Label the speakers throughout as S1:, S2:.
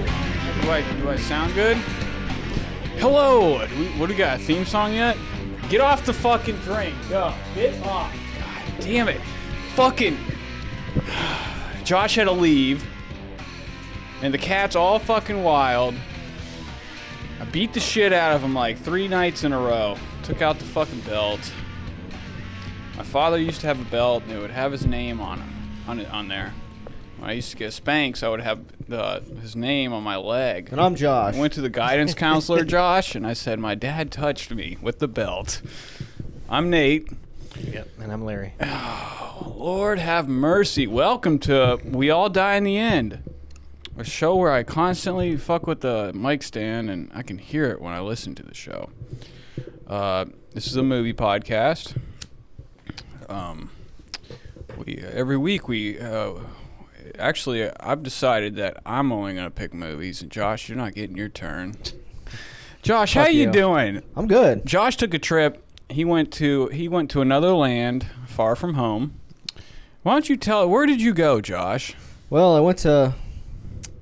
S1: Do I do I sound good? Hello. Do we, what do we got? A theme song yet? Get off the fucking train. Go. Get off. God damn it. Fucking. Josh had to leave, and the cat's all fucking wild. I beat the shit out of him like three nights in a row. Took out the fucking belt. My father used to have a belt, and it would have his name on it, on it, on there. When I used to get spanks, I would have the, his name on my leg.
S2: And I'm Josh.
S1: I went to the guidance counselor, Josh, and I said, My dad touched me with the belt. I'm Nate.
S2: Yep, and I'm Larry.
S1: Lord have mercy. Welcome to We All Die in the End, a show where I constantly fuck with the mic stand and I can hear it when I listen to the show. Uh, this is a movie podcast. Um, we every week we uh, actually uh, I've decided that I'm only gonna pick movies and Josh, you're not getting your turn. Josh, how
S2: Fuck
S1: you
S2: you.
S1: doing?
S2: I'm good.
S1: Josh took a trip. He went to he went to another land far from home. Why don't you tell where did you go, Josh?
S2: Well, I went to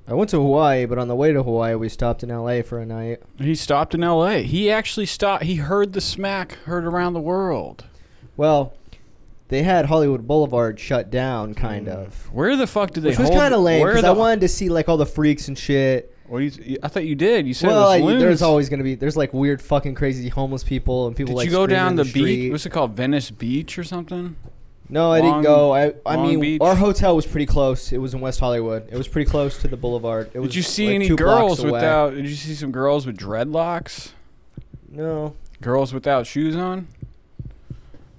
S2: I went to Hawaii, but on the way to Hawaii, we stopped in L.A. for a night.
S1: He stopped in LA. He actually stopped he heard the smack heard around the world.
S2: Well, they had Hollywood Boulevard shut down, kind of,
S1: Where the fuck did Mm. they
S2: which was
S1: hold
S2: kind of lame
S1: where
S2: because
S1: the-
S2: I wanted to see like all the freaks and shit.
S1: what do you- I thought you did. You said
S2: well,
S1: it was
S2: I,
S1: loons.
S2: there's always gonna be there's like weird fucking crazy homeless people and people.
S1: Did
S2: like
S1: you go
S2: screaming
S1: down
S2: in
S1: the,
S2: street.
S1: beach? What's it called? Venice Beach or something?
S2: No, I
S1: Long-
S2: didn't go. I I
S1: Long
S2: mean,
S1: Beach?
S2: our hotel was pretty close. It was in West Hollywood. It was pretty close to the boulevard. It was
S1: Did you see
S2: like,
S1: any
S2: two blocks
S1: girls
S2: away.
S1: without did you see some girls with dreadlocks?
S2: No,
S1: Girls without shoes on?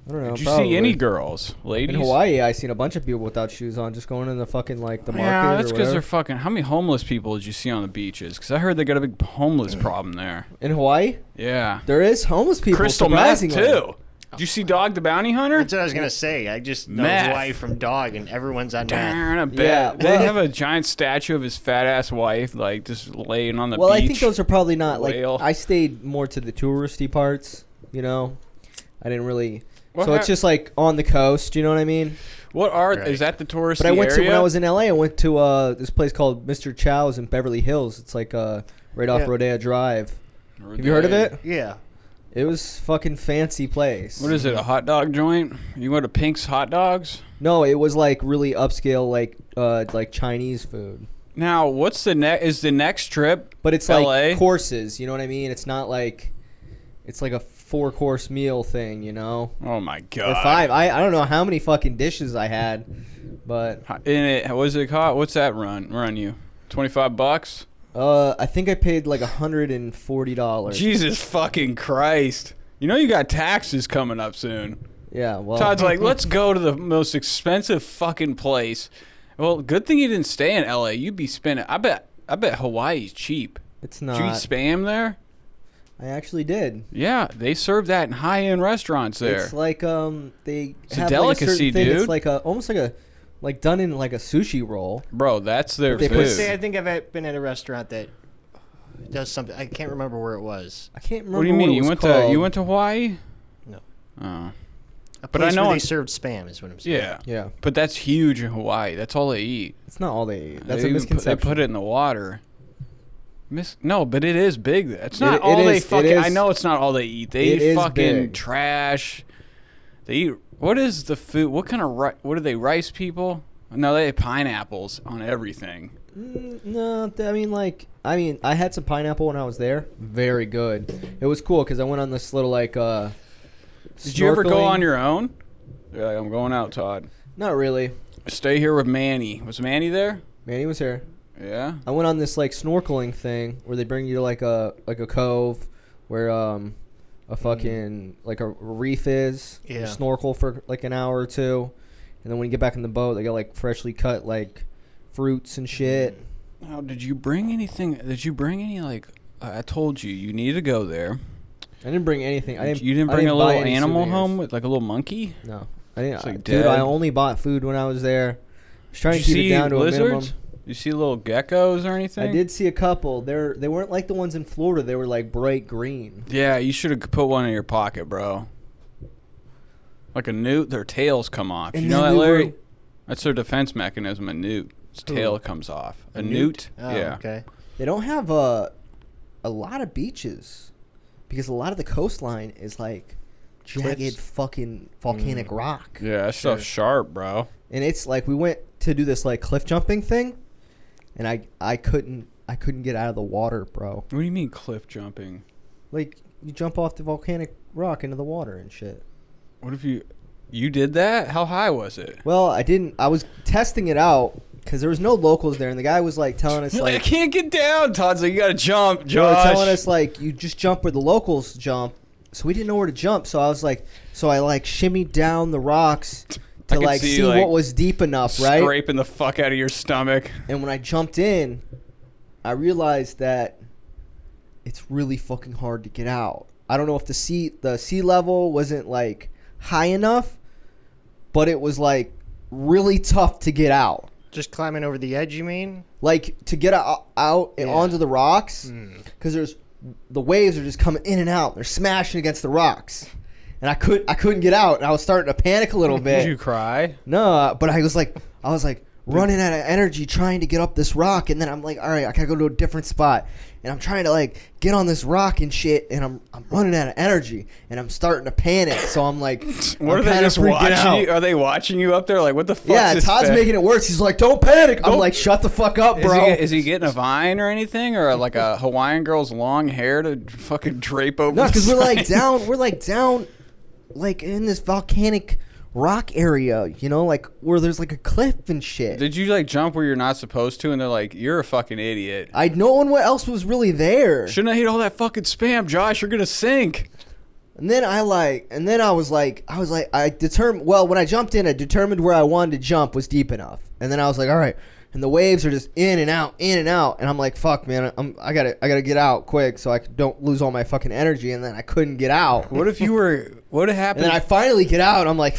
S2: I don't know.
S1: Did you see
S2: probably.
S1: any girls? Ladies?
S2: In Hawaii, I seen a bunch of people without shoes on, just going in the fucking like the market.
S1: yeah, that's
S2: or
S1: because
S2: whatever.
S1: they're fucking. How many homeless people did you see on the beaches? Because I heard they got a big homeless problem there.
S2: in Hawaii.
S1: Yeah,
S2: There is homeless people.
S1: crystal meth
S2: surprisingly.
S1: too. Did you see Dog the Bounty Hunter?
S3: That's what I was gonna say. I just know
S1: Meth.
S3: his wife from Dog, and everyone's on meth.
S1: Darn, I bet.
S2: Yeah,
S1: Did they
S2: well-
S1: have a giant statue of his fat ass wife, like just laying on the
S2: Well,
S1: beach.
S2: I think those are probably not like.
S1: Whale.
S2: I stayed more to the touristy parts. You know, I didn't really.
S1: What
S2: so
S1: hap-
S2: it's just like on the coast. You know what I mean?
S1: what are?
S3: Right.
S1: Is that the touristy
S2: But I went
S1: area?
S2: to when I was in LA. I went to uh, this place called Mr. Chow's in Beverly Hills. It's like uh, right off
S3: Yeah.
S2: Rodeo Drive. Have you heard of it?
S3: Yeah.
S2: It was fucking fancy place.
S1: What is it? A hot dog joint? You go to Pink's Hot Dogs?
S2: No, it was like really upscale, like uh, like Chinese food.
S1: Now, what's the next? Is the next trip?
S2: But it's
S1: LA?
S2: like courses, you know what I mean? It's not like it's like a four course meal thing, you know?
S1: Oh my
S2: Or
S1: god!
S2: five. I, I don't know how many fucking dishes I had, but
S1: In it, what is it called? What's that run? Run you? Twenty five bucks?
S2: uh, I think I paid like a hundred and forty dollars.
S1: Jesus fucking Christ. You know you got taxes coming up soon.
S2: Yeah, well,
S1: Todd's like, let's go to the most expensive fucking place. Well, good thing you didn't stay in LA. You'd be spending I bet I bet Hawaii's cheap.
S2: it's
S1: Did you eat
S2: not.
S1: spam there?
S2: I actually did.
S1: Yeah, they serve that in high end restaurants there.
S2: It's like um, they
S1: It's a
S2: have like a
S1: delicacy,
S2: certain thing.
S1: dude.
S2: It's like a almost like a like done in like a sushi roll.
S1: Bro, that's their
S2: They
S1: food.
S2: put
S3: Let's say I think I've at- been at a restaurant that does something. I can't remember where it was.
S2: I can't remember
S1: what do you mean?
S2: it
S1: You
S2: was
S1: went to
S2: called.
S1: you went to Hawaii?
S3: No.
S1: Oh.
S3: A
S1: But I
S3: place
S1: know
S3: where
S1: I'm-
S3: they served spam is what I'm saying.
S1: Yeah.
S2: Yeah,
S1: But that's huge in Hawaii. That's all they eat.
S2: it's not all they eat. That's
S1: They even
S2: a
S1: put-
S2: misconception.
S1: they put it in the water. Mis- no, but it is big. That's not
S2: It- it
S1: all they
S2: is- it
S1: fucking. I
S2: is-
S1: know it's not all they eat. They eat
S2: it is
S1: fucking
S2: big.
S1: trash. They eat. What is the food? What kind of ri- what are they? Rice people? No, they have pineapples on everything.
S2: Mm, No, th- I mean like I mean I had some pineapple when I was there. Very good. It was cool because I went on this little like. uh
S1: Did you ever go
S2: snorkeling-
S1: on your own? You're like, I'm going out, Todd.
S2: Not really.
S1: Stay here with Manny. Was Manny there?
S2: Manny was here.
S1: Yeah.
S2: I went on this like snorkeling thing where they bring you to like a like a cove where um
S1: Mm.
S2: a fucking like a reef is. You
S3: Yeah.
S2: snorkel for like an hour or two, and then when you get back in the boat, they got like freshly cut like fruits and
S1: Mm.
S2: shit.
S1: Now, did you bring anything? Did you bring any like? I I told you, you need to go there.
S2: I didn't bring anything. I didn't.
S1: you didn't
S2: I
S1: bring a
S2: buy
S1: little
S2: any
S1: animal
S2: souvenirs.
S1: home with like a little monkey.
S2: No, I didn't. uh,
S1: It's like
S2: dude, I
S1: dead.
S2: only bought food when I was there. I was trying
S1: Did
S2: to keep it down to a minimum.
S1: You see little geckos or anything?
S2: I did see a couple. They're they weren't like the ones in Florida. They were like bright green.
S1: Yeah, you should have put one in your pocket, bro. Like a newt, their tails come off.
S2: And
S1: you know
S2: then
S1: that,
S2: we were-
S1: Larry? That's their defense mechanism. A newt, its tail comes off. A, newt?
S3: Oh,
S1: yeah.
S3: Okay.
S2: They don't have a a lot of beaches because a lot of the coastline is like jagged
S3: Cliffs.
S2: fucking volcanic rock.
S1: Mm. Yeah, that stuff's sharp, bro.
S2: And it's like we went to do this like cliff jumping thing and I I couldn't I couldn't get out of the water, bro.
S1: What do you mean cliff jumping?
S2: Like you jump off the volcanic rock into the water and shit.
S1: What if you you did that? How high was it?
S2: Well, I didn't I was testing it out cuz there was no locals there and the guy was like telling us
S1: You're like, I
S2: like
S1: can't get down. Todd's like, you gotta jump,
S2: they were
S1: Josh.
S2: telling us like you just jump where the locals jump. So we didn't know where to jump. So I was like, so I like shimmied down the rocks
S1: I
S2: to
S1: could
S2: like
S1: see,
S2: see
S1: like,
S2: what was deep enough, right?
S1: Scraping the fuck out of your stomach.
S2: And when I jumped in, I realized that it's really fucking hard to get out. I don't know if the sea the sea level wasn't like high enough, but it was like really tough to get out.
S3: Just climbing over the edge, you mean?
S2: Like to get out, out and
S3: Yeah.
S2: onto the rocks
S1: Hmm.
S2: because there's the waves are just coming in and out. They're smashing against the rocks, and I could I couldn't get out, and I was starting to panic a little bit.
S1: Did you cry?
S2: No, but I was like, I was like running out of energy trying to get up this rock, and then I'm like, all right, I gotta go to a different spot, and I'm trying to like get on this rock and shit, and I'm I'm running out of energy, and I'm starting to panic, so I'm like,
S1: What
S2: I'm
S1: are they
S2: kinda
S1: just
S2: freaking
S1: watching
S2: out.
S1: you? Are they watching you up there? Like, what the fuck?
S2: Yeah,
S1: this
S2: Todd's
S1: fa-
S2: making it worse. He's like, don't panic. I'm
S1: Don't-
S2: like, shut the fuck up,
S1: Is
S2: bro.
S1: he, is he getting a vine or anything, or like a Hawaiian girl's long hair to fucking drape over?
S2: No,
S1: the
S2: because we're like
S1: side?
S2: down, we're like down, like in this volcanic rock area, you know, like where there's like a cliff and shit.
S1: Did you like jump where you're not supposed to? And they're like, "You're a fucking idiot.
S2: I no one what else was really there.
S1: Shouldn't I eat all that fucking spam, Josh? You're gonna sink."
S2: And then I like, and then I was like, I was like, I determined. Well, when I jumped in, I determined where I wanted to jump was deep enough. And then I was like, all right. And the waves are just in and out, in and out. And I'm like, fuck, man, I'm, I gotta, I gotta get out quick so I don't lose all my fucking energy. And then I couldn't get out.
S1: What if you were? What
S2: And
S1: happened?
S2: then I finally get out. I'm like,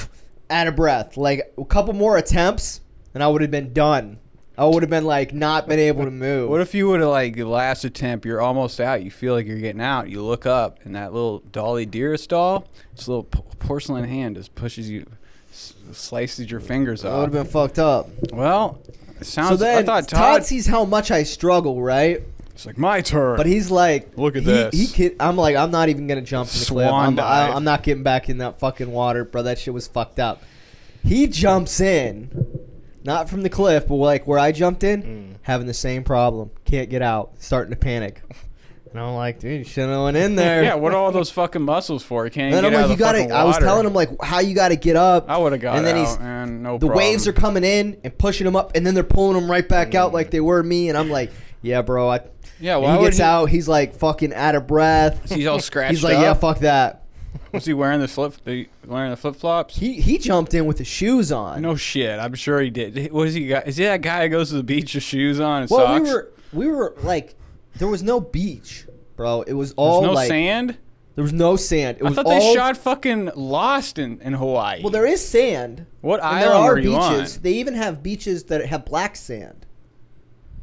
S2: out of breath. Like a couple more attempts, and I would have been done. I would have been like, not been able to move.
S1: What if you would have like your last attempt? You're almost out. You feel like you're getting out. You look up, and that little Dolly Dearest doll, this little p- porcelain hand, just pushes you, s- slices your fingers
S2: I would
S1: off.
S2: have been fucked up.
S1: well, it sounds.
S2: So then
S1: I thought
S2: Todd
S1: Todd.
S2: sees how much I struggle, right?
S1: it's like my turn.
S2: But he's like,
S1: Look at
S2: he,
S1: this.
S2: He could, I'm like, I'm not even gonna jump in the cliff.
S1: Swan
S2: I'm, I,
S1: dive.
S2: I'm not getting back in that fucking water, bro. That shit was fucked up. He jumps in, not from the cliff, but like where I jumped in,
S1: Mm.
S2: having the same problem. Can't get out. Starting to panic. And I'm like, dude, you shouldn't have went in there.
S1: yeah, what are all those fucking muscles for? You can't
S2: And then
S1: even
S2: I'm
S1: get out
S2: like, you
S1: of the
S2: gotta.
S1: fucking
S2: I was
S1: water.
S2: telling him like how you gotta get up.
S1: I would have got
S2: And then
S1: out,
S2: he's
S1: and no
S2: the
S1: problem.
S2: waves are coming in and pushing him up, and then they're pulling him right back out like they were me. And I'm like, yeah, bro. I,
S1: Yeah,
S2: And
S1: why
S2: he
S1: would
S2: gets
S1: he-
S2: out. He's like fucking out of breath.
S1: He's all scratched
S2: He's like,
S1: up.
S2: yeah, fuck that.
S1: Was he wearing the flip? The, wearing the flip flops?
S2: He he jumped in with his shoes on.
S1: No shit. I'm sure he did. What is he got? Is he that guy that goes to the beach with shoes on and
S2: well,
S1: socks?
S2: we were we were like, there was no beach, bro. It was
S1: There's
S2: all
S1: no
S2: like
S1: sand.
S2: there was no sand. It
S1: I
S2: was
S1: thought
S2: all.
S1: they shot fucking Lost in, in Hawaii.
S2: well, there is sand.
S1: What
S2: and
S1: island
S2: there are
S1: were you
S2: beaches. They even have beaches that have black sand,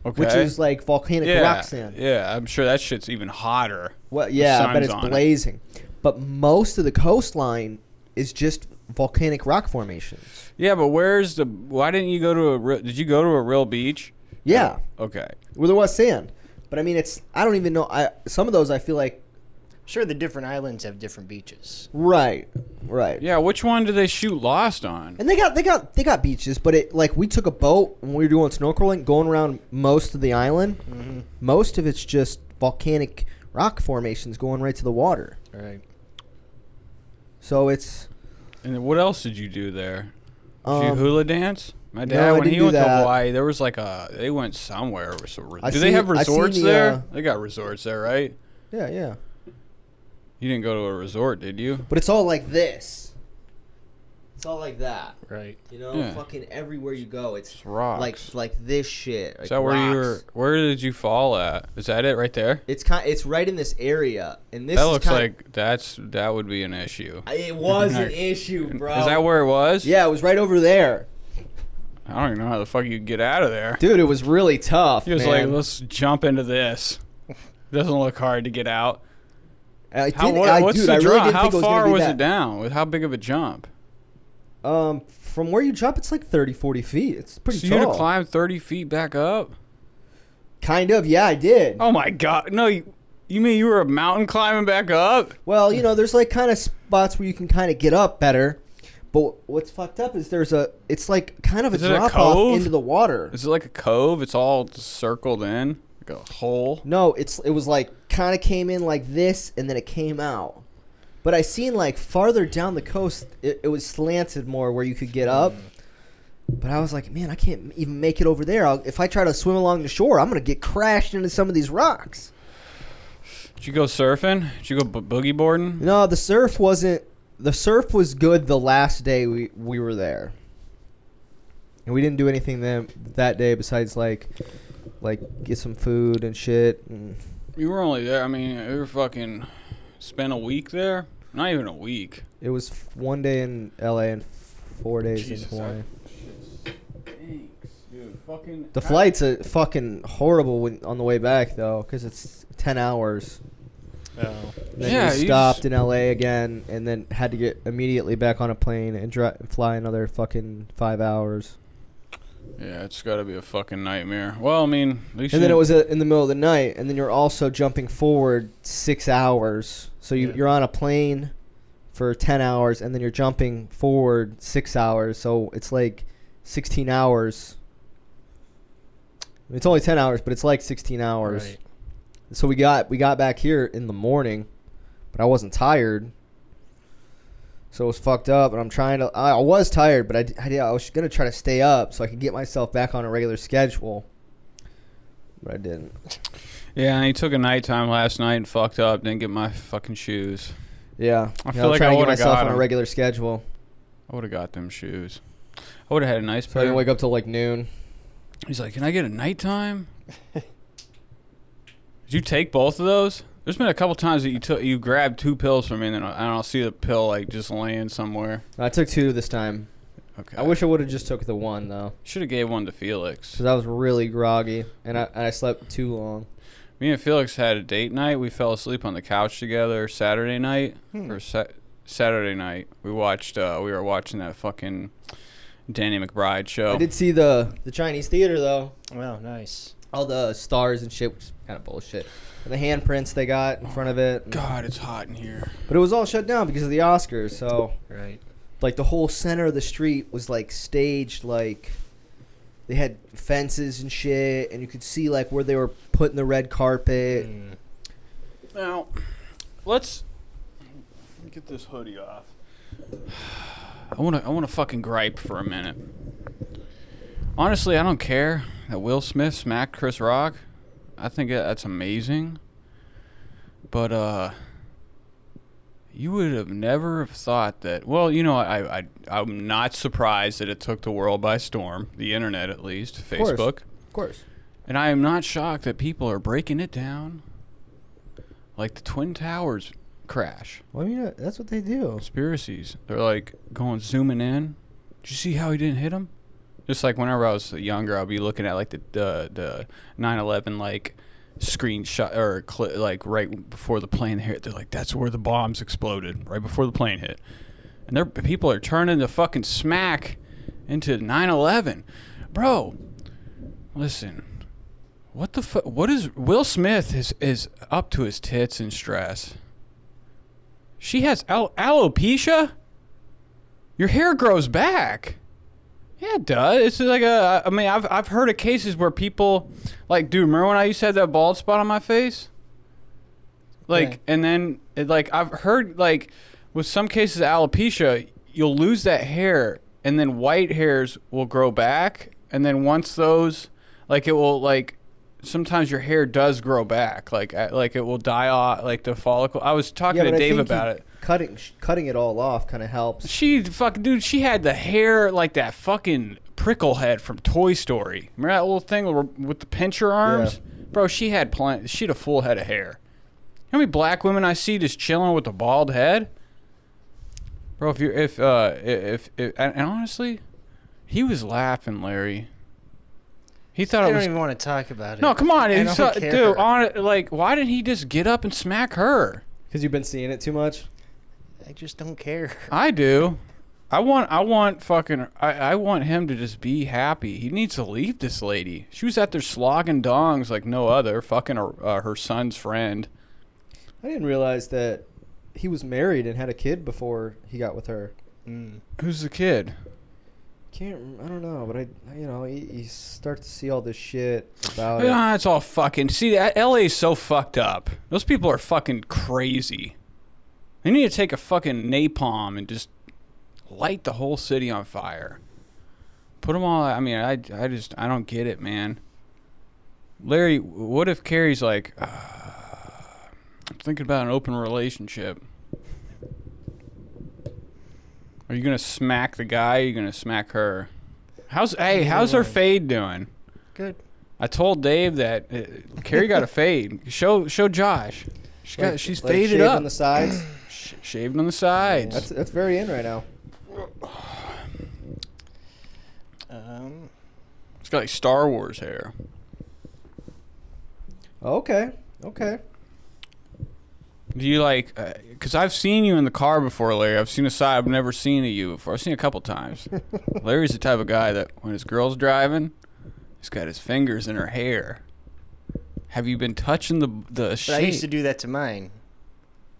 S1: on? Okay.
S2: which is like volcanic
S1: yeah,
S2: rock sand.
S1: Yeah, I'm sure that shit's even hotter.
S2: Well, yeah, I bet
S1: sun's
S2: it's
S1: on it.
S2: blazing. But most of the coastline is just volcanic rock formations.
S1: Yeah, but where's the? Why didn't you go to a? Real, did you go to a real beach?
S2: Yeah,
S1: Okay.
S2: where there was sand. But I mean, it's I don't even know. I some of those I feel like
S3: Sure, the different islands have different beaches.
S2: right, right.
S1: Yeah, which one did they shoot Lost on?
S2: And they got they got they got beaches, but it like we took a boat when we were doing snorkeling, going around most of the island.
S3: Mm-hmm.
S2: Most of it's just volcanic rock formations going right to the water.
S3: All right.
S2: So it's
S1: And then what else did you do there? Did you
S2: um,
S1: hula dance? My dad,
S2: I
S1: when
S2: didn't
S1: he
S2: do
S1: went to
S2: that.
S1: Hawaii, there was like a. They went somewhere. Or so,
S2: I
S1: do they
S2: see-
S1: have
S2: I see
S1: resorts
S2: the,
S1: there?
S2: uh,
S1: they got resorts there, right?
S2: yeah, yeah.
S1: You didn't go to a resort, did you?
S2: But it's all like this. It's all like that.
S3: Right.
S2: You know,
S1: Yeah.
S2: fucking everywhere you go, it's
S1: It's rocks.
S2: like like this shit. Like
S1: Is that where you were?
S2: rocks.
S1: Where did you fall at? Is that it right there?
S2: It's kind. It's right in this area, and this
S1: that
S2: is
S1: looks
S2: kind-
S1: like that's that would be an issue.
S2: I- it was an
S1: Alright.
S2: issue, bro.
S1: Is that where it was?
S2: Yeah, it was right over there,
S1: I don't even know how the fuck you get out of there.
S2: dude. It was really tough.
S1: He was
S2: man.
S1: like, let's jump into this. Doesn't look hard to get out.
S2: I
S1: How,
S2: didn't-
S1: what-
S2: I-
S1: what's
S2: dude,
S1: the
S2: I really
S1: drop?
S2: didn't
S1: how
S2: think it was gonna
S1: far
S2: be
S1: was
S2: that.
S1: it down? With how big of a jump?
S2: Um, from where you jump, it's like 30, 40 feet. It's pretty
S1: So you had to
S2: tall.
S1: climb 30 feet back up?
S2: Kind of, yeah, I did.
S1: Oh my god. No, you, you mean you were a mountain climbing back up?
S2: Well, you know, there's like kind of spots where you can kind of get up better. But what's fucked up is there's a, it's like kind of a
S1: Is it a
S2: drop off
S1: cove?
S2: into the water.
S1: Is it like a cove? It's all circled in, like a hole.
S2: No, it's it was like kind of came in like this, and then it came out. But I seen like farther down the coast, it, it was slanted more where you could get up. But I was like, man, I can't even make it over there. I'll, if I try to swim along the shore, I'm gonna get crashed into some of these rocks.
S1: Did you go surfing? Did you go bo- boogie boarding?
S2: No, the surf wasn't. The surf was good the last day we we were there, and we didn't do anything then that day besides like like get some food and shit. And
S1: You were only there. I mean, you were fucking spent a week there. Not even a week.
S2: It was f- one day in L.A. and four days
S1: Jesus,
S2: in Hawaii.
S1: I- Thanks, dude. Fucking
S2: The flight's a fucking horrible when, on the way back though, because it's ten hours.
S3: Oh.
S2: Then
S1: Yeah,
S2: we
S1: you
S2: stopped
S1: just-
S2: in L.A. again, and then had to get immediately back on a plane and dri- fly another fucking five hours.
S1: Yeah, it's got to be a fucking nightmare. Well, I mean, at least
S2: And
S1: you
S2: then it
S1: didn't-
S2: was uh in the middle of the night, and then you're also jumping forward six hours. So you,
S3: Yeah.
S2: you're on a plane for ten hours, and then you're jumping forward six hours. So it's like sixteen hours. It's only ten hours, but it's like sixteen hours.
S3: Right.
S2: So we got we got back here in the morning, but I wasn't tired. So it was fucked up, and I'm trying to. I I was tired, but I, d- I did- I was gonna try to stay up so I could get myself back on a regular schedule. But I didn't.
S1: Yeah, and he took a nighttime last night and fucked up. Didn't get my fucking shoes.
S2: Yeah,
S1: I
S2: You know,
S1: feel
S2: I'm
S1: like
S2: trying
S1: I
S2: to get
S1: would've
S2: myself
S1: got
S2: on a
S1: him.
S2: regular schedule,
S1: I would have got them shoes. I would have had a nice
S2: so I
S1: pair.
S2: didn't wake up till like noon.
S1: He's like, "Can I get a nighttime?" Did you take both of those? There's been a couple times that you took you grabbed two pills from me, and then I, and I'll see the pill like just laying somewhere.
S2: I took two this time.
S1: Okay.
S2: I wish I would have just took the one though,
S1: should have gave one to Felix.
S2: because I was really groggy and I, and I slept too long.
S1: Me and Felix had a date night. We fell asleep on the couch together Saturday night
S3: Hmm.
S1: or sa- Saturday night. We watched. Uh, we were watching that fucking Danny McBride show.
S2: I did see the the Chinese theater though.
S3: Wow, nice.
S2: all the stars and shit, which is kind of bullshit. And the handprints they got in front of it.
S1: God, it's hot in here.
S2: But it was all shut down because of the Oscars. So,
S3: Right.
S2: like, the whole center of the street was, like, staged, like, they had fences and shit, and you could see, like, where they were putting the red carpet.
S3: Mm.
S1: Now, let's let me get this hoodie off. I want to. I want to fucking gripe for a minute. Honestly, I don't care that Will Smith smacked Chris Rock. I think that- that's amazing. But uh, you would have never have thought that. Well, you know, I, I I'm not surprised that it took the world by storm, the internet at least,
S2: course.
S1: Facebook.
S2: Of course.
S1: And I am not shocked that people are breaking it down like the Twin Towers crash.
S2: Well, you know, that's what they do.
S1: Conspiracies. They're like going zooming in. Did you see how he didn't hit him? Just like whenever I was younger, I'd be looking at like the the the 9/11 like screenshot or cli like right before the plane hit. They're like, that's where the bombs exploded, right before the plane hit. And they're people are turning the fucking smack into 9/11, bro. Listen, what the fuck? What is Will Smith is is up to his tits in stress? She has al- alopecia. Your hair grows back. Yeah, it does. It's like a. I mean, I've I've heard of cases where people, like, dude, remember when I used to have that bald spot on my face? Like,
S3: Yeah.
S1: and then it, like I've heard like, with some cases of alopecia, you'll lose that hair, and then white hairs will grow back, and then once those, like, it will like. Sometimes your hair does grow back, like uh, like it will die off, like the follicle. I was talking to
S2: I
S1: Dave
S2: think
S1: about
S2: you-
S1: it.
S2: Cutting, sh- cutting it all off kind of helps.
S1: She fuck, dude. She had the hair like that fucking prickle head from Toy Story. Remember that little thing with- with the pincher arms, bro? She had plenty. She had a full head of hair. How many black women I see just chilling with a bald head, bro? If you are if uh if, if and, and honestly, he was laughing, Larry. He thought
S3: I
S1: it
S3: don't
S1: was
S3: even want to talk about it.
S1: no. Come on,
S3: I
S1: he
S3: don't
S1: saw-
S3: care.
S1: dude. On like, why didn't he just get up and smack her?
S2: Because you've been seeing it too much.
S3: I just don't care.
S1: I do. I want I want fucking I, I want him to just be happy. He needs to leave this lady. She was out there slogging dongs like no other, fucking her, uh, her son's friend.
S2: I didn't realize that he was married and had a kid before he got with her.
S3: Mm.
S1: Who's the kid?
S2: Can't rem- I don't know, but I you know you, you start to see all this shit about it.
S1: Ah, it's all fucking. See, that- LA is so fucked up. Those people are fucking crazy. They need to take a fucking napalm and just light the whole city on fire. Put them all. I mean, I, I just I don't get it, man. Larry, what if Carrie's like, uh, I'm thinking about an open relationship. Are you gonna smack the guy? Or are you gonna smack her? How's hey? How's her
S3: one.
S1: fade doing?
S3: Good.
S1: I told Dave that uh, Carrie got a fade. Show show Josh. She got,
S2: Like-
S1: she's
S2: like
S1: faded
S2: shaved
S1: up.
S2: on the sides.
S1: Sh- shaved on the sides.
S2: That's that's very in right now.
S3: Um,
S1: it's got like Star Wars hair.
S2: Okay, okay.
S1: Do you like? Because I've seen you in the car before, Larry. I've seen a side I've never seen of you before. I've seen a couple times. Larry's the type of guy that when his girl's driving, he's got his fingers in her hair. Have you been touching the the
S3: but I used to
S1: shade?
S3: do that to mine.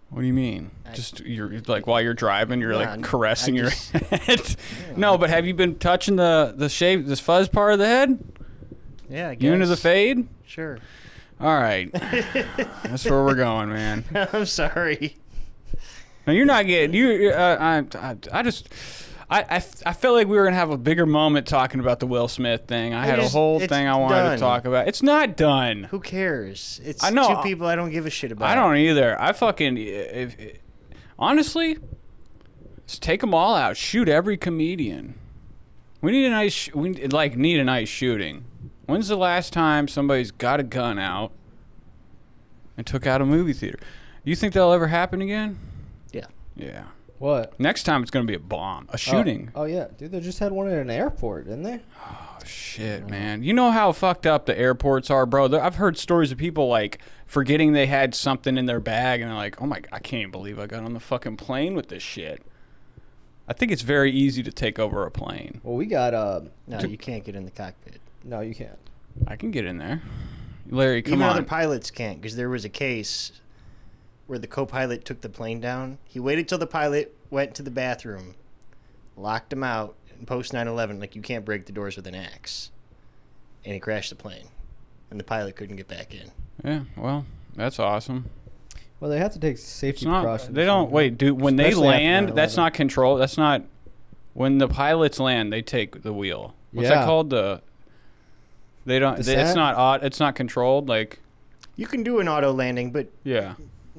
S1: What do you mean?
S3: I-
S1: just you're you're, like while you're driving, you're
S3: Yeah,
S1: like
S3: I-
S1: caressing
S3: I
S1: your
S3: just-
S1: head. no, but have you been touching the the shave this fuzz part of the head?
S3: Yeah, I guess.
S1: You into the fade?
S3: Sure.
S1: All right, that's where we're going, man.
S3: I'm sorry.
S1: No, you're not getting you. Uh, I, I, I just. I, I, I felt like we were gonna have a bigger moment talking about the Will Smith thing. I,
S3: I
S1: had
S3: just-
S1: a whole
S3: it's
S1: thing I wanted to
S3: done.
S1: talk about. It's not done.
S3: Who cares? It's
S1: I know,
S3: two
S1: I-
S3: people I don't give a shit about.
S1: I don't either. I fucking if, if, honestly, just take them all out. Shoot every comedian. We need a nice. sh- We need- like need a nice shooting. When's the last time somebody's got a gun out and took out a movie theater? You think that'll ever happen again?
S3: Yeah.
S1: Yeah.
S2: What?
S1: Next time it's gonna be a bomb, a
S2: Oh,
S1: shooting.
S2: Oh, yeah, dude. They just had one at an airport, didn't they?
S1: Shit, man. You know how fucked up the airports are, bro. There- I've heard stories of people like forgetting they had something in their bag and they're like, "Oh my, I can't even believe I got on the fucking plane with this shit." I think it's very easy to take over a plane.
S2: Well, we got. Uh,
S3: No, you can't get in the cockpit.
S2: no, you can't.
S1: I can get in there. Larry, come
S3: Even
S1: on.
S3: other pilots can't because there was a case where the co-pilot took the plane down. He waited till the pilot went to the bathroom, locked him out, and post 9/11 like you can't break the doors with an axe. And he crashed the plane. And the pilot couldn't get back in.
S1: yeah, well, that's awesome.
S2: Well, they have to take safety
S1: It's not.
S2: precautions.
S1: They don't wait, dude. When they
S2: Especially after
S1: land, that's
S2: 9/11.
S1: not control. That's not. When the pilots land, they take the wheel. What's that
S2: Yeah.
S1: called? The. They don't.
S2: The
S1: they- it's
S2: sat?
S1: not. au- It's not controlled. Like.
S3: You can do an auto landing, but
S1: Yeah.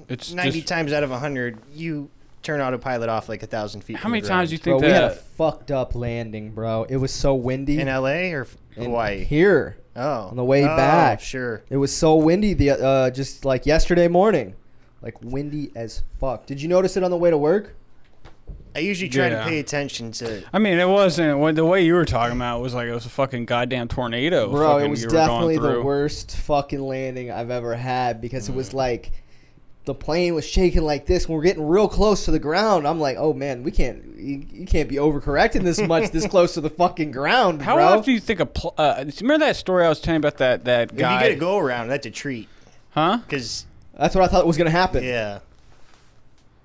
S1: It's
S3: 90
S1: just,
S3: times out of 100, you turn autopilot off like a thousand feet.
S1: How
S3: from
S1: many
S3: the
S1: times do you
S3: ground.
S1: think
S2: Bro, we had a
S1: that?
S2: fucked up landing, bro. It was so windy.
S3: in L.A. or f-
S2: in
S3: Hawaii?
S2: Here,
S3: oh,
S2: on the way
S3: Oh,
S2: back.
S3: Sure.
S2: it was so windy. The uh, just like yesterday morning, like windy as fuck. Did you notice it on the way to work?
S3: I usually try
S1: Yeah.
S3: to pay attention to
S1: I mean, it wasn't. When, the way you were talking about it was like it was a fucking goddamn tornado.
S2: Bro, it
S1: fucking
S2: was
S1: you were going
S2: definitely the
S1: through. Mm.
S2: worst fucking landing I've ever had because it was like the plane was shaking like this. When we're getting real close to the ground, I'm like, oh man, we can't, you, you can't be overcorrecting this much this close to the fucking ground,
S1: How
S2: bro.
S1: often do you think a? Pl- uh, remember that story I was telling you about that that
S3: If you
S1: guy?
S3: get a go around, that's a treat.
S1: huh?
S3: Because,
S2: That's what I thought was gonna happen.
S3: yeah.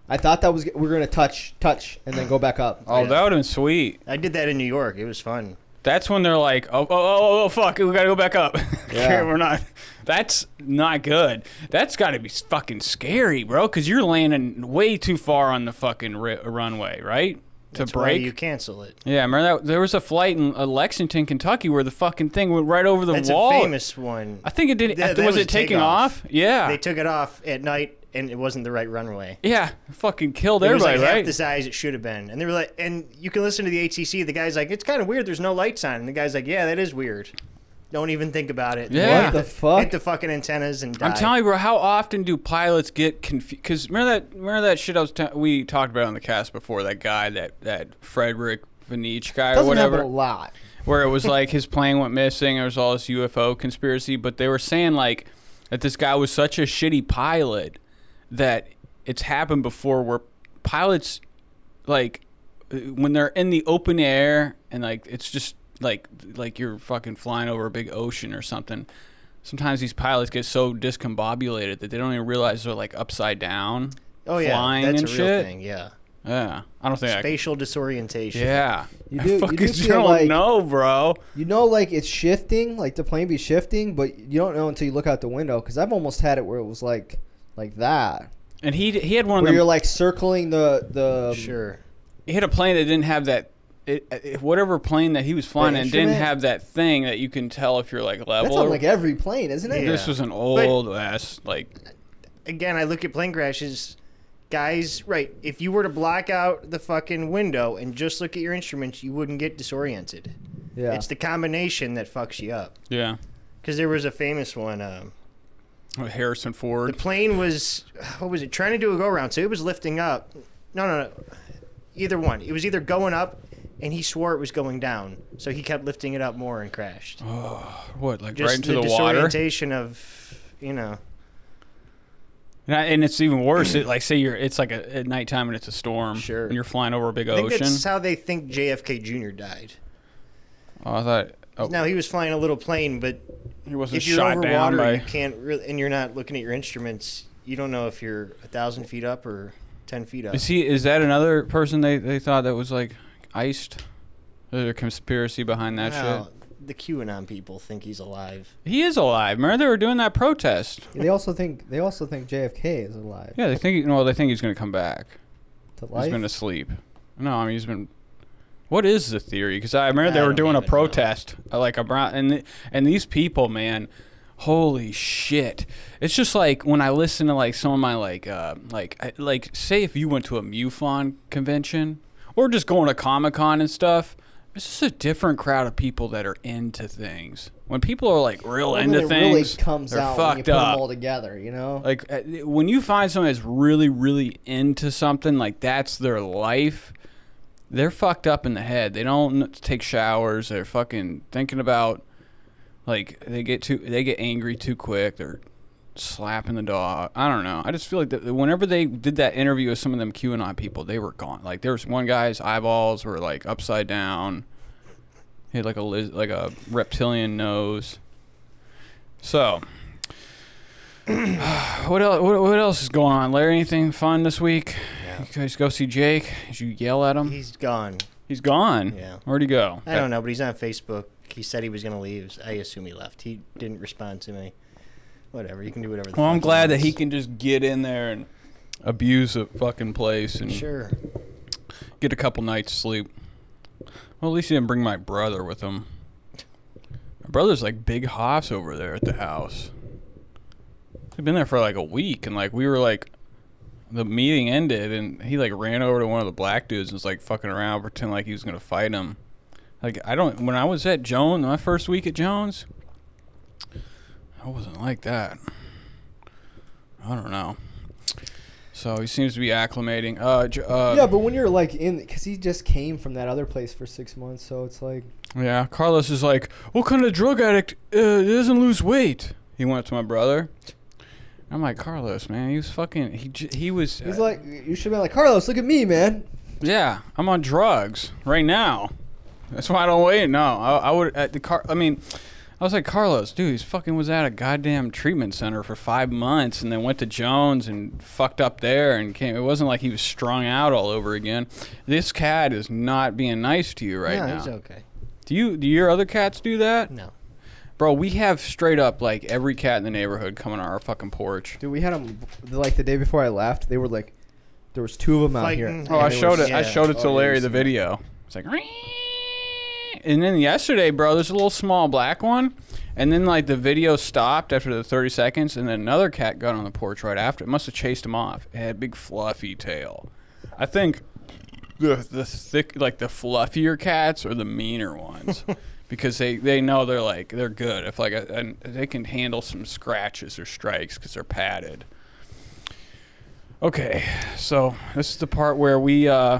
S2: I thought that was we were gonna touch, touch, and then go back up.
S1: Oh,
S3: Yeah.
S1: that would have been sweet.
S3: I did that in New York. It was fun.
S1: That's when they're like, oh, oh, oh, oh fuck, we gotta go back up.
S2: Yeah.
S1: We're not. That's not good. That's gotta be fucking scary, bro, because you're landing way too far on the fucking ri- runway, right? To
S3: That's why
S1: break.
S3: you cancel it.
S1: yeah, remember that? There was a flight in uh, Lexington, Kentucky, where the fucking thing went right over the
S3: That's
S1: wall.
S3: a famous one.
S1: I think it did.
S3: That-
S1: not
S3: that
S1: was,
S3: was
S1: it taking
S3: takeoff.
S1: off? Yeah.
S3: They took it off at night, and it wasn't the right runway.
S1: yeah. Fucking killed
S3: It was
S1: everybody,
S3: like half
S1: right?
S3: the size it should have been. And they were like, and you can listen to the ATC. The guy's like, it's kind of weird. There's no lights on. And the guy's like, yeah, that is weird. Don't even think about it.
S1: Yeah.
S2: What the fuck?
S3: Hit the fucking antennas and die.
S1: I'm telling you, bro. How often do pilots get confused? Because remember that remember that shit I was t- we talked about on the cast before. That guy, that that Frederick Vinich guy or
S2: Doesn't
S1: whatever.
S2: happen a lot.
S1: where it was like his plane went missing. There was all this UFO conspiracy, but they were saying like that this guy was such a shitty pilot that it's happened before where pilots like uh, when they're in the open air and like it's just like like you're fucking flying over a big ocean or something. Sometimes these pilots get so discombobulated that they don't even realize they're like upside down.
S3: Oh yeah,
S1: flying
S3: that's
S1: and
S3: a real
S1: shit.
S3: thing. Yeah,
S1: Yeah, I don't think I. Could,
S3: spatial disorientation.
S1: yeah,
S2: You
S1: I
S2: do- you
S1: fucking
S2: do feel
S1: don't
S2: like-
S1: know, bro.
S2: You know, like it's shifting, like the plane be shifting, but you don't know until you look out the window. Because I've almost had it where it was like, like that,
S1: And he he had one of
S2: where
S1: them.
S2: you're like circling the the.
S3: sure.
S1: he had a plane that didn't have that. It, it, whatever plane that he was flying in didn't
S2: instrument?
S1: have that thing that you can tell if you're like level.
S2: That's on
S1: or-
S2: like every plane, isn't it?
S3: Yeah.
S1: This was an old ass like.
S3: Again, I look at plane crashes. Guys, right? If you were to block out the fucking window and just look at your instruments, you wouldn't get disoriented.
S2: Yeah.
S3: It's the combination that fucks you up.
S1: Yeah,
S3: Because there was a famous one. Um,
S1: Harrison
S3: the
S1: Ford.
S3: plane was, what was it, trying to do a go around. So it was lifting up. No, no, no. Either one. It was either going up, and he swore it was going down. So he kept lifting it up more and crashed.
S1: what like
S3: Just
S1: Oh, right into
S3: the,
S1: the, water?
S3: disorientation of, you know.
S1: And, I, and it's even worse. It, like say you're it's like a, at nighttime and it's a storm.
S3: Sure.
S1: And you're flying over a big
S3: I think
S1: ocean.
S3: that's how they think JFK Jr. died.
S1: oh, I thought. Oh,
S3: Now he was flying a little plane, but
S1: he wasn't
S3: if you're
S1: shot
S3: over
S1: down
S3: water,
S1: by.
S3: you can't really, and you're not looking at your instruments. You don't know if you're a thousand feet up or ten feet up.
S1: Is he? Is that another person they they thought that was like iced? There's a conspiracy behind that
S3: Wow,
S1: shit.
S3: the QAnon people think he's alive.
S1: He is alive. Remember they were doing that protest.
S2: They also think they also think JFK is alive.
S1: Yeah, they think. Well, they think he's gonna come back.
S2: To
S1: He's
S2: life.
S1: been asleep. No, I mean he's been. What is the theory? Because I remember
S3: I
S1: they were
S3: don't
S1: doing a
S3: even know.
S1: protest, uh, like a brown, and th- and these people, man, holy shit! It's just like when I listen to like some of my like uh, like I, like say if you went to a MUFON convention or just going to Comic Con and stuff. It's just a different crowd of people that are into things. When people are like real
S2: Well, then
S1: into
S2: it really
S1: things,
S2: comes
S1: they're
S2: out when you
S1: fucked
S2: put
S1: up
S2: them all together, you know.
S1: like uh, when you find someone that's really really into something like that's their life they're fucked up in the head they don't n- take showers they're fucking thinking about like they get too they get angry too quick they're slapping the dog i don't know i just feel like that whenever they did that interview with some of them qanon people they were gone like there was one guy's eyeballs were like upside down he had like a liz- like a reptilian nose so what else? What, what else is going on, Larry? Anything fun this week? You guys go see Jake. Did you yell at him?
S3: He's gone.
S1: He's gone.
S3: Yeah.
S1: Where'd he go?
S3: I don't know, but he's on Facebook. He said he was going to leave. I assume he left. He didn't respond to me. Whatever. You can do whatever. The
S1: Well, I'm
S3: fuck
S1: glad that
S3: wants.
S1: he can just get in there and abuse a fucking place and
S3: Sure.
S1: get a couple nights sleep. Well, at least he didn't bring my brother with him. My brother's like big hoffs over there at the house. He'd been there for like a week, and like we were like, the meeting ended, and he like ran over to one of the black dudes and was like fucking around, pretending like he was gonna fight him. Like I don't. When I was at Jones, my first week at Jones, I wasn't like that. I don't know. So he seems to be acclimating. Uh, J- uh,
S2: yeah, but when you're like in, because he just came from that other place for six months, so it's like
S1: Yeah, Carlos is like, what kind of drug addict uh, doesn't lose weight? He went up to my brother. I'm like, Carlos, man, he was fucking. He j- he was.
S2: he's
S1: uh,
S2: like, you should be like Carlos. Look at me, man.
S1: yeah, I'm on drugs right now. That's why I don't wait. No, I, I would at the car. I mean, I was like, Carlos, dude, he's fucking was at a goddamn treatment center for five months, and then went to Jones and fucked up there, and came. It wasn't like he was strung out all over again. This cat is not being nice to you right
S3: no,
S1: now.
S3: he's okay.
S1: Do you? Do your other cats do that?
S3: No.
S1: Bro, we have straight up like every cat in the neighborhood coming on our fucking porch.
S2: Dude, we had him like the day before I left. They were like, there was two of them out here.
S3: Fighting.
S1: Oh,
S3: Yeah,
S1: I
S3: it
S1: showed
S3: was-
S1: it. I
S3: yeah.
S1: showed it to
S3: Oh, yeah,
S1: Larry
S3: you
S1: the
S3: seen that.
S1: video. It's like, and then yesterday, bro, there's a little small black one, and then like the video stopped after the 30 seconds, and then another cat got on the porch right after. It must have chased him off. It had a big fluffy tail. I think the the thick like the fluffier cats are the meaner ones. Because they, they know they're like they're good if like a, and they can handle some scratches or strikes because they're padded. Okay, so this is the part where we uh,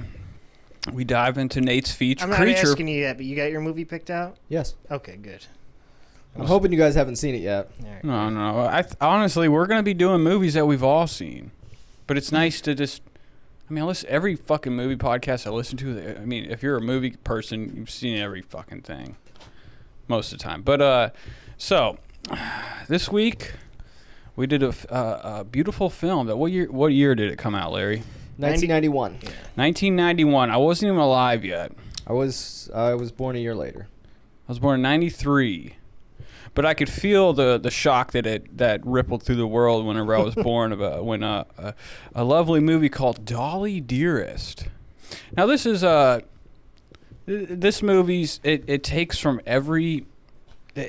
S1: we dive into Nate's feature
S3: I'm not
S1: creature.
S3: asking you that, but you got your movie picked out?
S2: Yes,
S3: Okay, good.
S2: I'm hoping you guys haven't seen it yet.
S3: All right.
S1: No, no. I th- honestly, we're gonna be doing movies that we've all seen, but it's nice to just. I mean, I listen every fucking movie podcast I listen to. I mean, if you're a movie person, you've seen every fucking thing most of the time. But uh, so this week we did a, f- uh, a beautiful film. That what year? What year did it come out, Larry?
S2: 1991.
S1: 1991. I wasn't even alive yet.
S2: I was I was born a year later.
S1: I was born in '93, but I could feel the the shock that it that rippled through the world whenever I was born. About when uh, a a lovely movie called Dolly Dearest. Now this is uh th- this movie's it, it takes from every.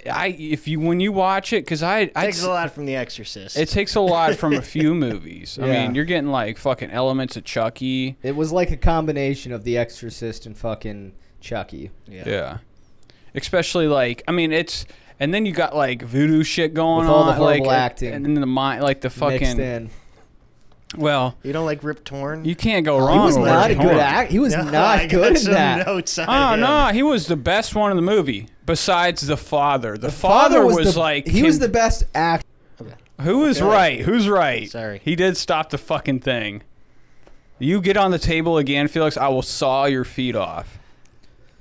S1: I if you when you watch it because I I
S3: Takes a lot from The Exorcist.
S1: it takes a lot from a few movies. I
S2: Yeah.
S1: mean, you're getting like fucking elements of Chucky.
S2: It was like a combination of The Exorcist and fucking Chucky.
S3: yeah.
S1: Yeah. Especially like, I mean, it's and then you got like voodoo shit going
S2: With all
S1: on,
S2: the horrible
S1: like
S2: acting
S1: and then the mind, like the
S2: mixed
S1: fucking.
S2: in.
S1: Well,
S3: You don't like Rip Torn?
S1: you can't go
S2: He
S1: wrong.
S2: was
S1: with
S2: not a
S1: Rick
S2: good
S1: Horn.
S2: act. He was
S3: No, I
S2: not good
S3: got
S2: in
S3: some
S2: that.
S3: Notes on
S1: Oh
S3: him.
S1: no, he was the best one in the movie. Besides the father, the, father, was,
S2: the,
S1: like
S2: he was the best act.
S1: Who is
S3: Okay.
S1: right? Who's right?
S3: Sorry.
S1: He did stop the fucking thing. You get on the table again, Felix. I will saw your feet off.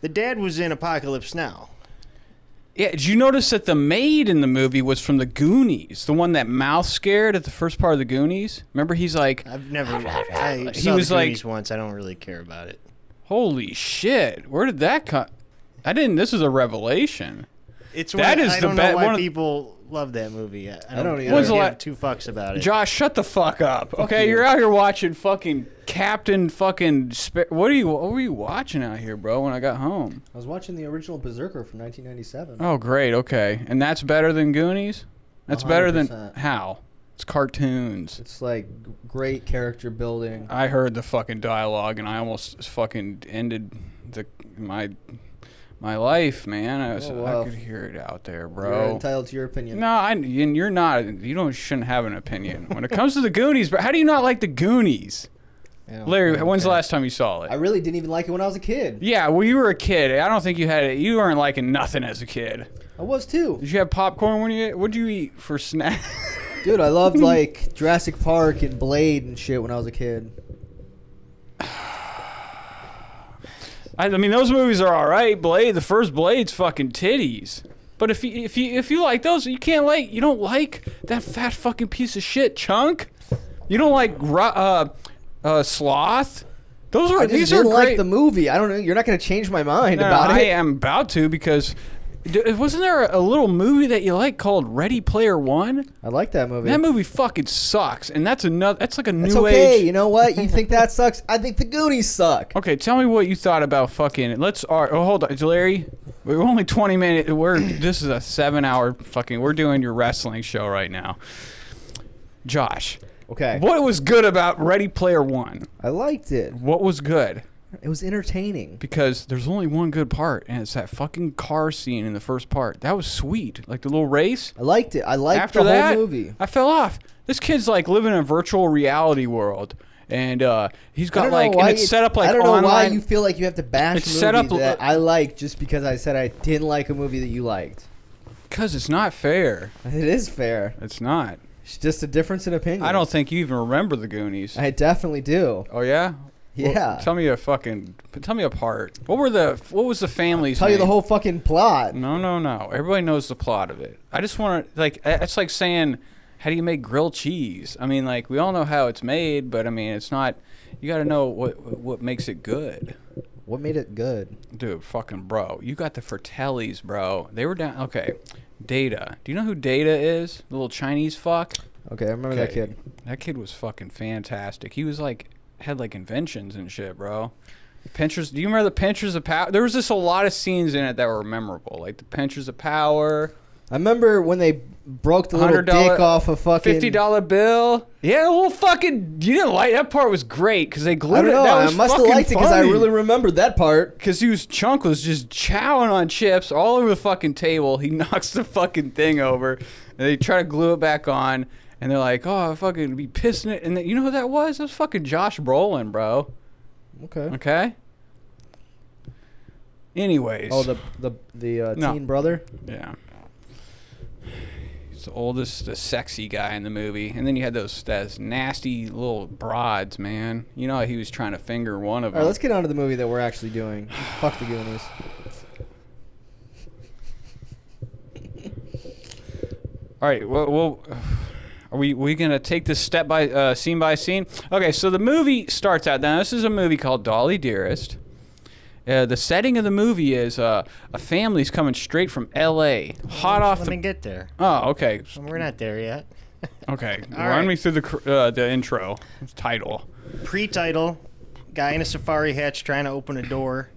S3: The dad was in Apocalypse Now.
S1: Yeah, did you notice that the maid in the movie was from the Goonies, the one that mouth scared at the first part of the Goonies? Remember, he's like,
S3: I've never. I
S1: He
S3: saw
S1: was
S3: the
S1: like-
S3: Goonies once. I don't really care about it.
S1: "Holy shit, where did that come?" I didn't. This is a revelation.
S3: It's
S1: That
S3: one,
S1: is
S3: I
S1: the
S3: don't
S1: bad-
S3: know why
S1: one of-
S3: people love that movie. I, I don't,
S2: don't either.
S3: I
S1: When's the
S3: give
S1: la-
S3: two fucks about it.
S1: Josh, shut the fuck up. Okay,
S2: you.
S1: you're out here watching fucking Captain fucking. Sp- what are you? What were you watching out here, bro? When I got home.
S2: I was watching the original Berserker from 1997.
S1: Oh, great. Okay, and that's better than Goonies. That's better than
S2: 100%.
S1: how? It's cartoons.
S2: It's like g- great character building.
S1: I heard the fucking dialogue and I almost fucking ended the my my life, man. I was
S2: Oh,
S1: I
S2: wow.
S1: could hear it out there,
S2: You're
S1: bro.
S2: entitled to your opinion.
S1: No, I, and you're not. You don't shouldn't have an opinion when it comes to the Goonies. But how do you not like the Goonies,
S3: Yeah.
S1: Larry?
S3: Okay.
S1: When's the last time you saw it?
S2: I really didn't even like it when I was a kid.
S1: yeah, well, you were a kid. I don't think you had it. You weren't liking nothing as a kid.
S2: I was too,
S1: Did you have popcorn when you? What'd you eat for snack?
S2: dude. I loved like Jurassic Park and Blade and shit when I was a kid.
S1: I, I mean, those movies are all right. Blade, the first Blade's fucking titties. But if you if you if you like those, you can't like you don't like that fat fucking piece of shit chunk. You don't like ru- uh, uh, sloth. Those are
S2: I just
S1: these
S2: didn't
S1: are great.
S2: like the movie. I don't know. You're not gonna change my mind
S1: No, no,
S2: about
S1: I
S2: it.
S1: am about to because d- wasn't there a little movie that you like called Ready Player One?
S2: I like that movie.
S1: That movie fucking sucks, and that's another. That's like a new
S2: it's okay.
S1: age.
S2: You know what? You think that sucks? I think the Goonies suck.
S1: Okay, tell me what you thought about fucking. Let's. All right, oh, hold on, Larry. We're only twenty minutes. We're this is a seven-hour fucking. We're doing your wrestling show right now. Josh,
S2: Okay.
S1: what was good about Ready Player One?
S2: I liked it.
S1: What was good?
S2: It was entertaining.
S1: Because there's only one good part, and it's that fucking car scene in the first part. That was sweet, like the little race.
S2: I liked it. I liked
S1: After
S2: the whole
S1: that,
S2: movie.
S1: I fell off. This kid's like living in a virtual reality world, and uh, he's
S2: I
S1: got
S2: don't know
S1: like,
S2: why
S1: and it's
S2: you-
S1: set up like
S2: I don't know why
S1: online-
S2: you feel like you have to bash
S1: It's
S2: movies
S1: set up l-
S2: that I like just because I said I didn't like a movie that you liked.
S1: Cause it's not fair.
S2: It is fair.
S1: It's not.
S2: It's just a difference in opinion.
S1: I don't think you even remember the Goonies.
S2: I definitely do.
S1: oh yeah. Well,
S2: Yeah.
S1: tell me a fucking. Tell me a part. What were the? What was the family's?
S2: Tell you the
S1: name?
S2: whole fucking plot.
S1: No, no, no. Everybody knows the plot of it. I just want to like. I- It's like saying, how do you make grilled cheese? I mean, like we all know how it's made, but I mean, it's not. You got to know what what makes it good.
S2: What made it good?
S1: Dude, fucking bro, you got the Fratellis, bro. They were down. Okay, Data. Do you know who Data is? The little Chinese fuck.
S2: Okay, I remember that
S1: Okay.
S2: kid.
S1: That kid was fucking fantastic. He was like had like inventions and shit, bro. Pinchers, do you remember the Pinchers of Power? There was just a lot of scenes in it that were memorable, like the Pinchers of Power,
S2: I remember when they broke the little
S1: $100
S2: dick off a fucking
S1: fifty dollar bill. Yeah, well, fucking, you didn't like that part was great because they
S2: I
S1: glued
S2: don't
S1: it.
S2: know.
S1: That
S2: I
S1: was
S2: must have
S1: fucking
S2: liked it because I
S1: funny.
S2: really remembered that part.
S1: Cause he was chunk was just chowing on chips all over the fucking table. He knocks the fucking thing over, and they try to glue it back on. And they're like, "Oh, I fucking be pissing it." And then, you know who that was? That was fucking Josh Brolin, bro.
S2: Okay.
S1: Okay. Anyways.
S2: Oh, the the the uh,
S1: No.
S2: teen brother.
S1: yeah. He's the oldest, the sexy guy in the movie. And then you had those those nasty little broads, man. You know he was trying to finger one of
S2: All
S1: them.
S2: right, let's get on to the movie that we're actually doing. Fuck the Goonies.
S1: All right, well, well are we we gonna take this step by uh, scene by scene? Okay, so the movie starts out. Now this is a movie called Dolly Dearest. Uh, the setting of the movie is uh, a family's coming straight from L.A. hot off
S3: Let
S1: the.
S3: me get there.
S1: Oh, okay,
S3: We're not there yet.
S1: okay.
S3: All
S1: Run
S3: right.
S1: me through the cr- uh, the intro title.
S3: Pre-title, guy in a safari hatch trying to open a door.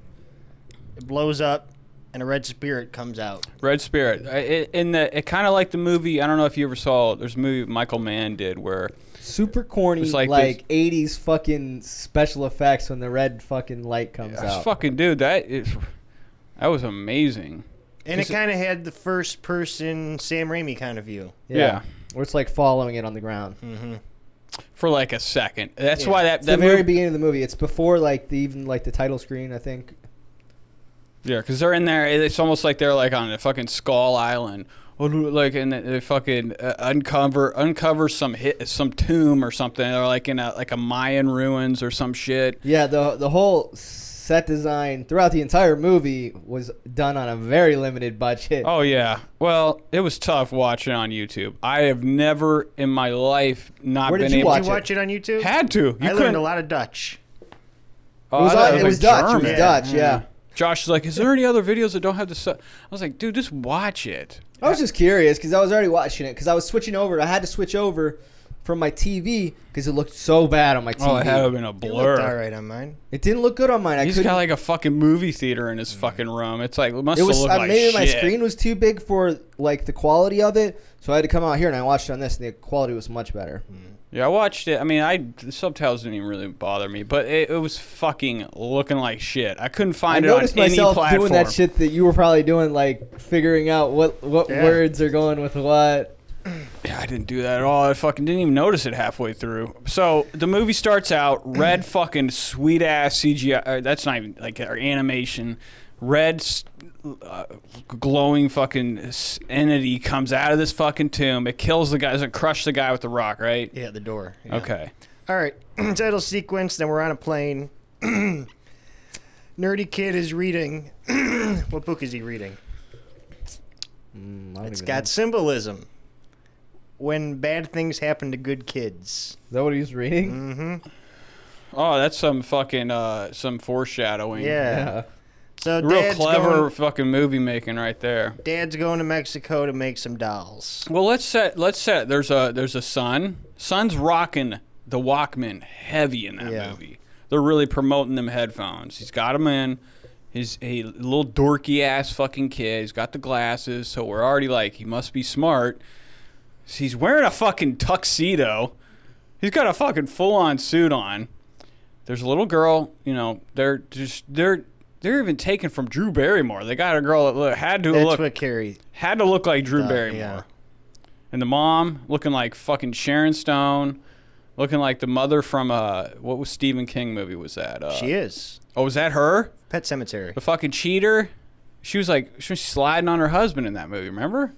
S3: It blows up, and a red spirit comes out.
S1: Red Spirit. I- It, in the it kind of like the movie. I don't know if you ever saw. There's a movie Michael Mann did where
S2: Super corny,
S1: It's
S2: like,
S1: like
S2: '80s fucking special effects when the red fucking light comes
S1: this
S2: out.
S1: fucking dude that is that was amazing.
S3: And it
S1: Is it-
S3: kind of had the first person Sam Raimi kind of view. Mm-hmm.
S1: yeah.
S2: Or it's like following it on the ground.
S1: for like a second. That's
S3: Yeah.
S1: why that
S2: It's
S1: that
S2: the very
S1: movie,
S2: beginning of the movie. It's before like the even like the title screen. I think.
S1: yeah, because they're in there. It's almost like they're like on a fucking Skull Island, Oh, look, like and they fucking uh, uncover uncover some hit some tomb or something. They're like in a like a Mayan ruins or some shit.
S2: Yeah. The the whole set design throughout the entire movie was done on a very limited budget.
S1: Oh yeah, well it was tough watching on YouTube. I have never in my life not
S2: Where did
S1: been
S2: you
S1: able.
S2: watch
S3: Did you watch it on
S1: to...
S3: YouTube?
S1: Had to. You
S3: I
S1: couldn't.
S3: learned a lot of Dutch.
S1: Oh,
S2: It was,
S1: I thought
S2: it
S1: like
S2: was Dutch. It was
S1: German.
S2: Dutch. Yeah.
S1: Josh is like, is there any other videos that don't have the? Su-? I was like, dude, just watch it.
S2: I was just curious because I was already watching it because I was switching over. I had to switch over from my TV because it looked so bad on my TV.
S1: Oh, it had to have been a
S3: It
S1: blur.
S3: looked all right on mine.
S2: It didn't look good on mine. I
S1: He's
S2: couldn't. Mm.
S1: got like a fucking movie theater in his fucking room. It's like it must
S2: it was
S1: look
S2: uh,
S1: like
S2: maybe
S1: shit.
S2: my screen was too big for like the quality of it, so I had to come out here and I watched it on this, and the quality was much better.
S1: Hmm. Yeah, I watched it. I mean, I the subtitles didn't even really bother me, but it, it was fucking looking like shit. I couldn't
S2: I
S1: find it on
S2: noticed
S1: any
S2: myself
S1: platform.
S2: doing that shit that you were probably doing, like figuring out what what
S3: Yeah.
S2: words are going with what.
S1: Yeah, I didn't do that at all. I fucking didn't even notice it halfway through. So the movie starts out red fucking sweet ass CGI. Or uh, that's not even like or animation. Red s- uh, glowing fucking s- entity comes out of this fucking tomb. It kills the guy. Doesn't crush the guy with the rock, right?
S3: Yeah, the door. yeah.
S1: Okay.
S3: All right. Title sequence. Then we're on a plane. Nerdy kid is reading. what book is he reading?
S2: Mm, I don't
S3: It's
S2: even
S3: got
S2: know.
S3: symbolism. When bad things happen to good kids.
S2: Is that what he was
S1: Hmm.
S2: reading?
S3: Mm-hmm.
S1: Oh, that's some fucking uh, some foreshadowing.
S3: Yeah. So
S1: real
S3: dad's
S1: clever
S3: Going,
S1: fucking movie making right there.
S3: dad's going to Mexico to make some dolls.
S1: Well, let's set let's set. There's a there's a son. Son's rocking the Walkman heavy in that
S3: Yeah.
S1: movie. They're really promoting them headphones. He's got them in. He's a little dorky ass fucking kid. He's got the glasses, so we're already like he must be smart. So he's wearing a fucking tuxedo. He's got a fucking full on suit on. There's a little girl, you know, they're just they're they're even taken from Drew Barrymore. They got a girl that look, had to
S3: That's
S1: look
S3: what Carrie.
S1: had to look like Drew
S3: Uh,
S1: Barrymore.
S3: yeah.
S1: And the mom looking like fucking Sharon Stone, looking like the mother from uh what was Stephen King movie was that? Uh,
S3: she is.
S1: Oh, was that her?
S3: Pet Cemetery.
S1: The fucking cheater? She was like she was sliding on her husband in that movie, remember?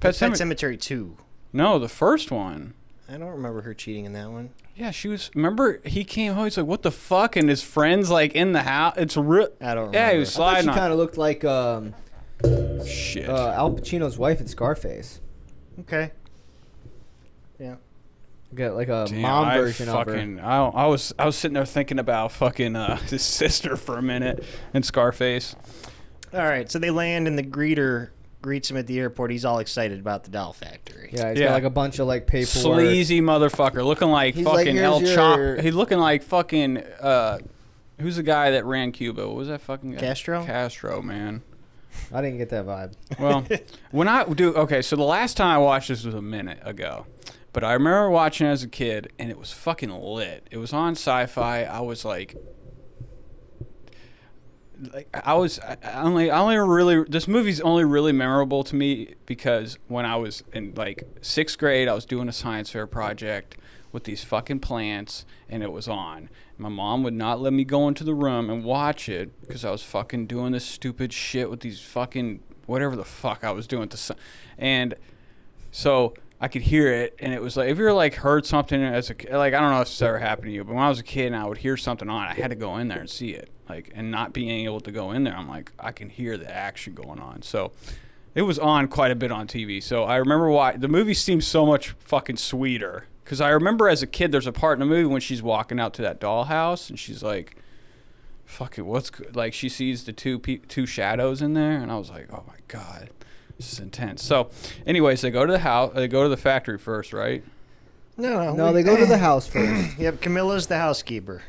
S1: Pet,
S3: Pet
S1: Sematary.
S3: Cemetery Two.
S1: No, the first one.
S3: I don't remember her cheating in that one.
S1: Yeah, she was. Remember, he came home. He's like, "What the fuck?" And his friends like in the house. It's real.
S3: I don't remember.
S1: Yeah, he was
S2: I thought she
S1: sliding on.
S2: kind of looked like um,
S1: Shit.
S2: uh, Al Pacino's wife in Scarface.
S3: Okay. Yeah.
S2: Got like a
S1: Damn,
S2: mom
S1: I
S2: version of her.
S1: fucking, I, I was I was sitting there thinking about fucking uh, his sister for a minute and Scarface.
S3: All right, so they land and the greeter greets him at the airport. He's all excited about the doll factory.
S2: Yeah, he's
S1: Yeah.
S2: got like a bunch of like paperwork.
S1: Sleazy motherfucker, looking like
S2: He's like,
S1: fucking El
S2: "Here's your-"
S1: Chop. He's looking like fucking uh, who's the guy that ran Cuba? What was that fucking guy?
S3: Castro?
S1: Castro, man.
S2: I didn't get that vibe.
S1: Well, when I do okay, so the last time I watched this was a minute ago, but I remember watching it as a kid, and it was fucking lit. It was on Sci-Fi. I was like, like I was I I only I only really this movie's only really memorable to me because when I was in like sixth grade, I was doing a science fair project with these fucking plants, and it was on. My mom would not let me go into the room and watch it because I was fucking doing this stupid shit with these fucking whatever the fuck I was doing to, and So I could hear it, and it was like if you're like heard something as a ki- like I don't know if this ever happened to you, but when I was a kid and I would hear something on, I had to go in there and see it, like and not being able to go in there, I'm like I can hear the action going on. So it was on quite a bit on TV. So I remember why the movie seems so much fucking sweeter because I remember as a kid, there's a part in the movie when she's walking out to that dollhouse and she's like fuck it, what's go-" like she sees the two pe- two shadows in there, and I was like, oh my god, this is intense. So, anyways, they go to the house, they go to the factory first, right?
S3: No,
S2: No,
S3: we-
S2: they go to the house first.
S3: Yep, Camilla's the housekeeper.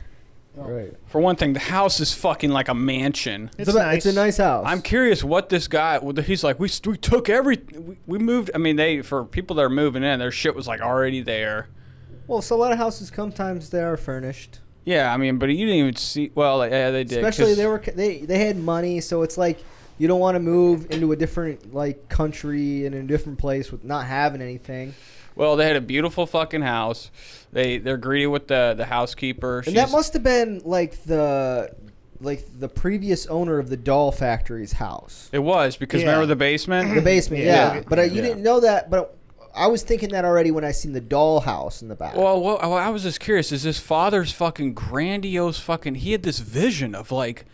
S3: Oh.
S2: right.
S1: For one thing, the house is fucking like a mansion.
S3: It's,
S2: It's, about,
S3: nice.
S2: it's a nice house.
S1: I'm curious what this guy. what the- He's like, we we took every, we, we moved. I mean, they for people that are moving in, their shit was like already there.
S2: well, so a lot of houses sometimes they are furnished.
S1: Yeah, I mean, but you didn't even see. Well, like, yeah, they did. 'cause-
S2: Especially they were they they had money, so it's like you don't want to move into a different like country and in a different place with not having anything.
S1: Well, they had a beautiful fucking house. They they're greeted with the the housekeeper.
S2: And that must have been like the like the previous owner of the doll factory's house.
S1: It was because
S3: Yeah.
S1: remember the basement.
S2: The basement,
S3: Yeah.
S2: yeah.
S3: Yeah.
S2: But I, you
S1: Yeah.
S2: didn't know that, but I was thinking that already when I seen the doll house in the back.
S1: Well, well, I- I was just curious. Is this father's fucking grandiose fucking? He had this vision of like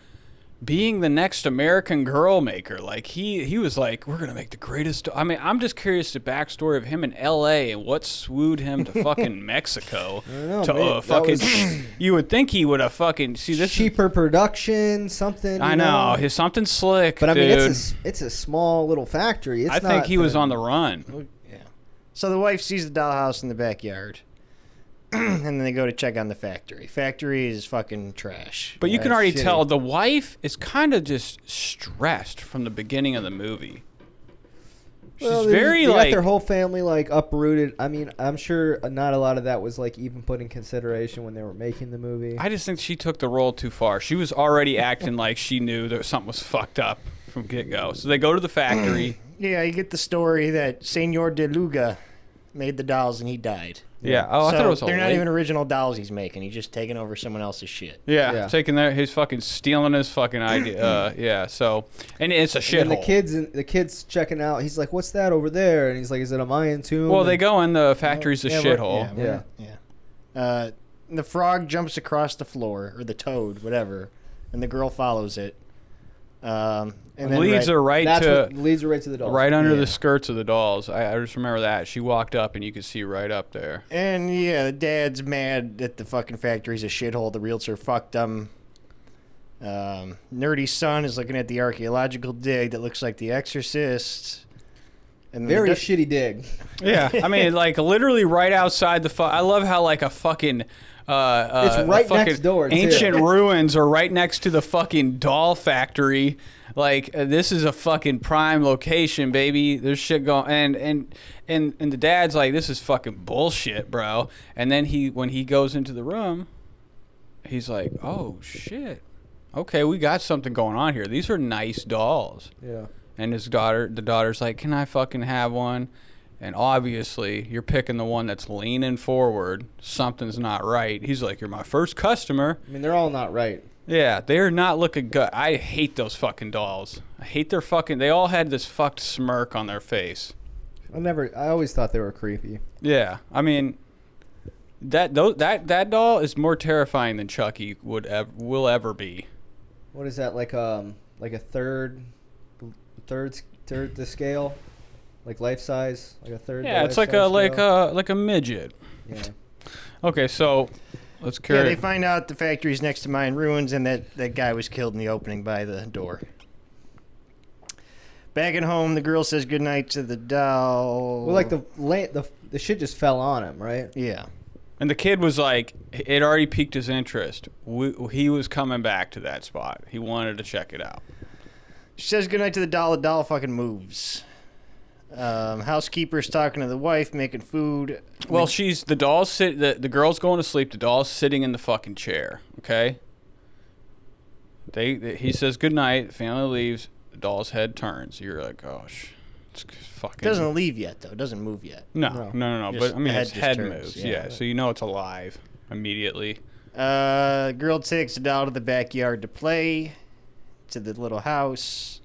S1: being the next American girl maker. Like he he was like, we're gonna make the greatest. I mean, I'm just curious the backstory of him in L.A. and what swooed him to fucking Mexico.
S2: know,
S1: to
S2: man.
S1: uh,
S2: That
S1: fucking.
S2: was-
S1: you would think he would have fucking see this. is-
S2: cheaper production, something.
S1: I
S2: you
S1: know, his something slick,
S2: But I mean,
S1: dude.
S2: it's a, s- it's a small little factory. It's
S1: I think
S2: not
S1: he
S2: the-
S1: was on the run.
S3: Yeah. So the wife sees the dollhouse in the backyard, and then they go to check on the factory. Factory is fucking trash.
S1: But you
S3: Yeah,
S1: can already
S3: it's shitty.
S1: tell the wife is kind of just stressed from the beginning of the movie. She's
S2: Well, they-
S1: very
S2: they got
S1: like
S2: their whole family like uprooted. I mean, I'm sure not a lot of that was like even put in consideration when they were making the movie.
S1: I just think she took the role too far. She was already acting like she knew that something was fucked up from get go. So they go to the factory.
S3: Yeah, you get the story that Senor De Luga made the dolls and he died.
S1: yeah. Oh, I
S3: so
S1: thought it was a
S3: they're not
S2: eh?
S1: late-
S3: even original dolls he's making. He's just taking over someone else's shit.
S1: yeah,
S2: Yeah.
S1: taking their his fucking stealing his fucking idea. uh, yeah. So and it's a
S2: and the
S1: shithole.
S2: kids and the kids checking out. He's like, "What's that over there?" And he's like, "Is it a Mayan tomb?"
S1: well, they
S2: And-
S1: go in the factory's a
S3: Yeah, we're-
S1: shithole.
S3: Yeah. we're- yeah. Uh, and the frog jumps across the floor, or the toad, whatever, and the girl follows it. Um, and then
S1: Leads
S3: right,
S1: her right
S2: That's
S1: to
S2: what leads her right to the doll.
S1: right under
S3: Yeah.
S1: the skirts of the dolls. I, I just remember that she walked up and you could see right up there.
S3: And yeah, the dad's mad that the fucking factory's a shithole. The realtor fucked them. Um, nerdy son is looking at the archaeological dig that looks like The Exorcist. And the
S2: Very
S3: du-
S2: shitty dig.
S1: Yeah, I mean, like literally right outside the. Fu- I love how like a fucking. Uh, uh,
S2: It's right
S1: a fucking
S2: next door, too.
S1: Ancient ruins are right next to the fucking doll factory. Like uh, this is a fucking prime location, baby. There's shit going, and and and and the dad's like, this is fucking bullshit, bro. And then he when he goes into the room, he's like, oh shit, okay, we got something going on here. These are nice dolls
S2: Yeah.
S1: and his daughter the daughter's like can i fucking have one and obviously you're picking the one that's leaning forward something's not right he's like you're my first customer
S2: I mean, they're all not right.
S1: yeah they're not looking good i hate those fucking dolls i hate their fucking they all had this fucked smirk on their face
S2: I never. I always thought they were creepy.
S1: yeah i mean that tho- that that doll is more terrifying than chucky would ever will ever be
S2: What is that like? Um, like a third, third, third the scale, like life size, like a third.
S1: yeah
S2: the
S1: it's like a
S2: life-size
S1: like
S2: scale?
S1: a like a midget
S2: Yeah.
S1: okay so let's carry
S3: yeah, they find out the factory's next to mine ruins and that that guy was killed in the opening by the door. Back at home, the girl says goodnight to the doll.
S2: Well, like the la- the the shit just fell on him, right?
S3: yeah.
S1: And the kid was like, it already piqued his interest. We, he was coming back to that spot. He wanted to check it out.
S3: She says goodnight to the doll. The doll fucking moves. Um, housekeeper's talking to the wife, making food.
S1: Well, she's the doll. Sit the, the girl's going to sleep. The doll's sitting in the fucking chair. Okay. They, they- he says good night. The family leaves. The doll's head turns. You're like, gosh, it's fucking.
S3: Doesn't leave yet though. Doesn't move yet.
S1: No, no,
S2: No.
S1: no, no.
S3: Just
S1: but I mean,
S3: the head
S1: its
S3: just
S1: head
S3: turns,
S1: moves.
S3: yeah.
S1: Yeah, so you know it's alive immediately.
S3: Uh, girl takes the doll to the backyard to play, to the little house,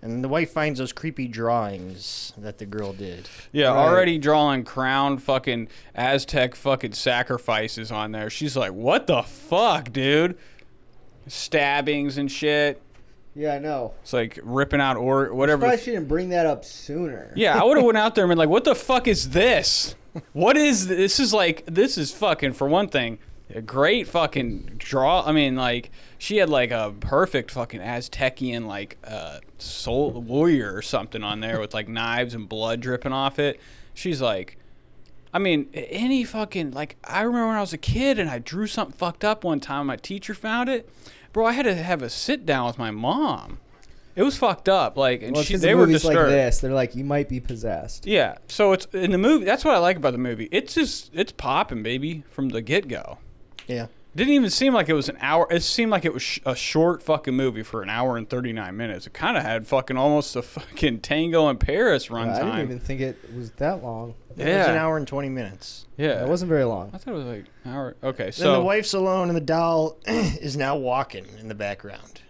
S3: And the wife finds those creepy drawings that the girl did.
S1: Yeah,
S2: Right.
S1: already drawing crown fucking Aztec fucking sacrifices on there. She's like, what the fuck, dude? Stabbings and shit.
S2: Yeah, I know.
S1: It's like ripping out or whatever.
S2: Probably
S1: the-
S2: shouldn't bring that up sooner.
S1: yeah, I would have went out there and been like, what the fuck is this? What is th- this? Is like this is fucking for one thing. A great fucking draw. I mean, like she had like a perfect fucking Aztecian like uh, soul warrior or something on there with like knives and blood dripping off it. She's like, I mean, any fucking like I remember when I was a kid and I drew something fucked up one time. My teacher found it, bro. I had to have a sit down with my mom. It was fucked up. Like, and
S2: Well,
S1: she,
S2: 'cause
S1: they
S2: the
S1: were
S2: movies
S1: disturbed.
S2: like this, they're like, you might be possessed.
S1: Yeah. So it's in the movie. That's what I like about the movie. It's just it's popping, baby, from the get go.
S3: Yeah.
S1: Didn't even seem like it was an hour. It seemed like it was sh- a short fucking movie for an hour and thirty nine minutes. It kind of had fucking almost a fucking Tango in Paris
S2: I didn't
S1: runtime.
S2: even think it was that long.
S3: It was
S1: Yeah.
S3: an hour and 20 minutes.
S1: yeah.
S2: It wasn't very long.
S1: I thought it was like an hour. Okay.
S3: Then
S1: So
S3: the wife's alone, and the doll is now walking in the background.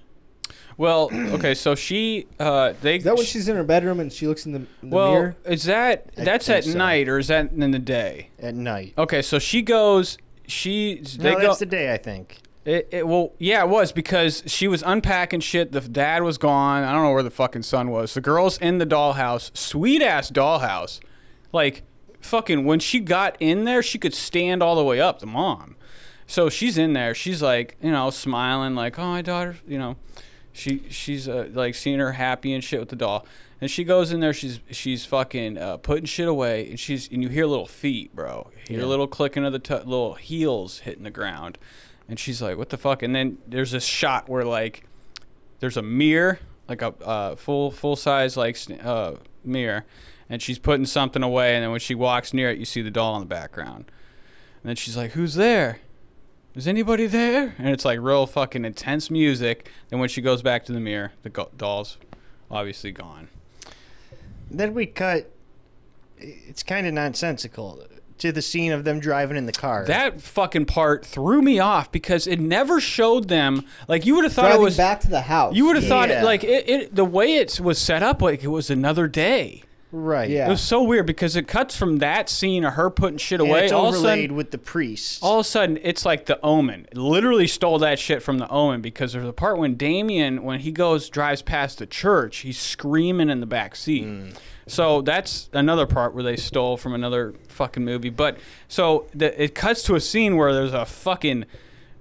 S1: well. Okay. So she. Uh. They.
S2: Is that when she's in her bedroom and she looks in the, in the
S1: well,
S2: mirror?
S1: is that
S3: I
S1: that's
S3: think
S1: at
S3: so.
S1: night or is that in the day?
S3: At night.
S1: Okay, so she goes. She Oh, they
S3: no,
S1: go.
S3: that's the day, I think.
S1: It, it well, yeah, it was because she was unpacking shit. The dad was gone. I don't know where the fucking son was. The girl's in the dollhouse, sweet ass dollhouse. Like fucking when she got in there, she could stand all the way up. The mom, so she's in there. She's like, you know, smiling, like, oh my daughter, you know, she she's uh, like seeing her happy and shit with the doll. And she goes in there. She's she's fucking uh, putting shit away, and she's and you hear little feet, bro. You hear little clicking of the t- little heels hitting the ground. And she's like, "What the fuck?" And then there's this shot where like there's a mirror, like a uh, full full size like sn- uh, mirror, and she's putting something away. And then when she walks near it, you see the doll in the background. And then she's like, "Who's there? Is anybody there?" And it's like real fucking intense music. Then when she goes back to the mirror, the go- doll's obviously gone.
S3: Then we cut. It's kind of nonsensical to the scene of them driving in the car.
S1: That fucking part threw me off because it never showed them. Like you would have thought
S2: Driving
S1: it was
S2: back to the house.
S1: You would have thought it
S3: Yeah.
S1: like it, it the way it was set up like it was another day.
S3: right.
S2: Yeah.
S1: It was so weird because it cuts from that scene of her putting shit
S3: And
S1: away.
S3: it's
S1: all of a
S3: overlaid
S1: sudden,
S3: with the priest.
S1: all of a sudden, it's like the Omen. It literally stole that shit from the Omen because there's a part when Damien, when he goes drives past the church, he's screaming in the back seat. So that's another part where they stole from another fucking movie. But so the, it cuts to a scene where there's a fucking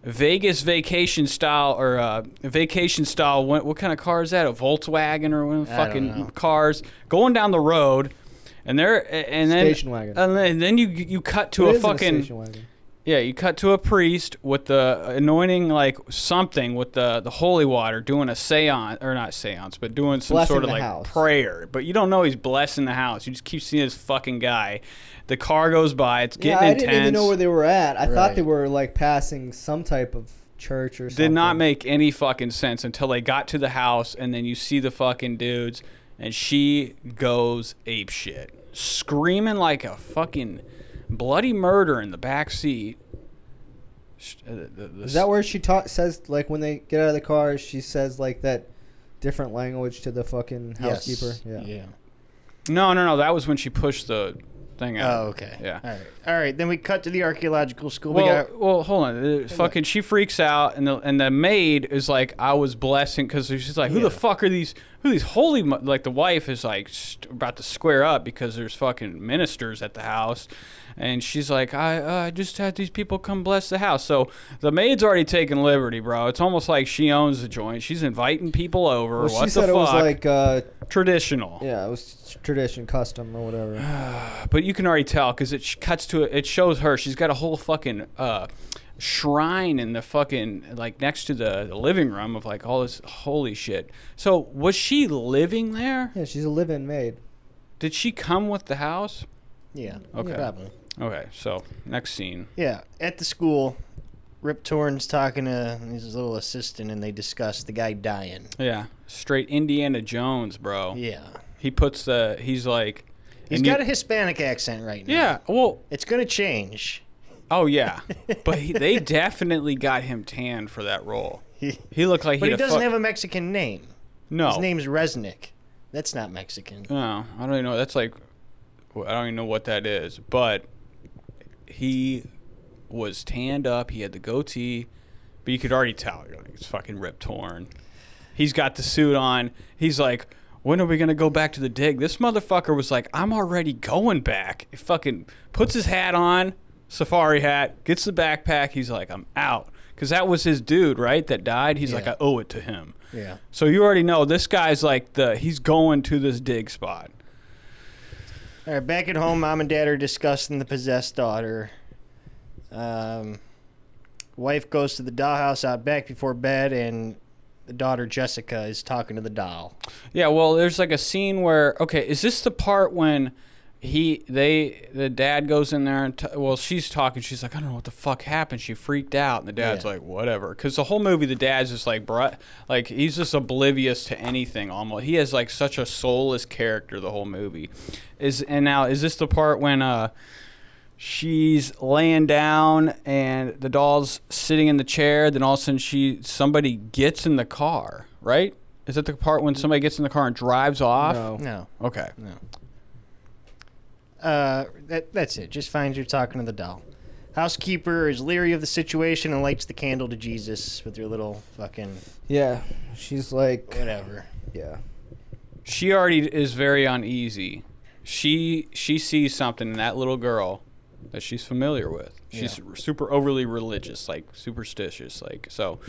S1: Vegas vacation style or uh, vacation style. What, what kind of car is that? A Volkswagen or one of the
S3: I don't know.
S1: fucking cars going down the road, and they're and then
S2: Station wagon.
S1: and then, then you you cut
S2: It
S1: to
S2: is
S1: a
S2: in
S1: fucking
S2: station wagon.
S1: yeah, you cut to a priest with the anointing, like something with the, the holy water, doing a seance, or not seance, but doing some
S2: Blessing
S1: sort of
S2: the
S1: like
S2: house.
S1: prayer. But you don't know he's blessing the house. You just keep seeing this fucking guy. The car goes by, it's
S2: Yeah,
S1: getting
S2: I
S1: intense.
S2: didn't even know where they were at. I thought
S3: Right.
S2: they were like passing some type of church or something.
S1: Did not make any fucking sense until they got to the house, and then you see the fucking dudes, and she goes ape shit, screaming like a fucking bloody murder in the back seat. Sh- uh, the- the-
S2: Is that where she ta- says like when they get out of the car, she says like that different language to the fucking
S3: Yes.
S2: housekeeper? Yeah.
S3: Yeah.
S1: No, no, no. That was when she pushed the thing out.
S3: Oh, okay.
S1: Yeah.
S3: All right. All right. Then we cut to the archaeological
S2: Oh,
S3: school. we
S1: Well,
S3: got
S1: well, hold on. Uh, Fucking, she freaks out, and the and the maid is like, "I was blessing," because she's like, "Who
S3: Yeah.
S1: the fuck are these? Who are these holy?" Mo-? Like the wife is like st- about to square up because there's fucking ministers at the house, and she's like, "I uh, I just had these people come bless the house." So the maid's already taken liberty, bro. It's almost like she owns the joint. She's inviting people over.
S2: Well,
S1: what
S2: she
S1: the
S2: said
S1: fuck?
S2: it was like uh,
S1: Traditional.
S2: yeah, it was tradition, custom, or whatever.
S1: but you can already tell because it sh- cuts to it shows her she's got a whole fucking uh, shrine in the fucking like next to the, the living room of like all this holy shit so was she living there
S2: Yeah, she's a live-in maid.
S1: did she come with the house
S3: yeah.
S1: Okay.
S3: Probably.
S1: okay so next scene
S3: Yeah. At the school, Rip Torn's talking to his little assistant, and they discuss the guy dying.
S1: yeah straight indiana jones bro
S3: Yeah.
S1: he puts the he's like
S3: He's
S1: and you-
S3: got a Hispanic accent right now.
S1: yeah well
S3: It's gonna change.
S1: oh yeah but he, they definitely got him tanned for that role
S3: He-
S1: he looked like
S3: But he
S1: he'd
S3: doesn't
S1: fu-
S3: have a Mexican name.
S1: no Uh.
S3: His name's Resnick. That's not Mexican.
S1: No, I don't even know. That's like, I don't even know what that is. But he was tanned up. He had the goatee, but you could already tell. You're like, it's fucking ripped torn. He's got the suit on. He's like, when are we gonna go back to the dig? This motherfucker was like, I'm already going back. He fucking puts his hat on, safari hat, gets the backpack. He's like, I'm out. Cause that was his dude, right? That died. He's like,
S3: Yeah.
S1: I owe it to him.
S3: Yeah.
S1: So you already know this guy's like the he's going to this dig spot.
S3: All right, back at home, mom and dad are discussing the possessed daughter. Um, wife goes to the dollhouse out back before bed, and the daughter Jessica is talking to the doll.
S1: Yeah, well, there's like a scene where okay, is this the part when he they the dad goes in there and t- well she's talking she's like I don't know what the fuck happened she freaked out and the dad's
S3: Yeah.
S1: like whatever because the whole movie the dad's just like bruh like he's just oblivious to anything almost he has like such a soulless character the whole movie is and now is this the part when uh she's laying down and the doll's sitting in the chair then all of a sudden she somebody gets in the car right is that the part when somebody gets in the car and drives off
S2: No.
S3: No,
S1: okay
S3: no. Uh, that, that's it. Just finds her talking to the doll. Housekeeper is leery of the situation and lights the candle to Jesus with her little fucking
S2: Yeah, she's like,
S3: whatever.
S2: yeah,
S1: she already is very uneasy she she sees something in that little girl that she's familiar with she's super overly religious like superstitious like so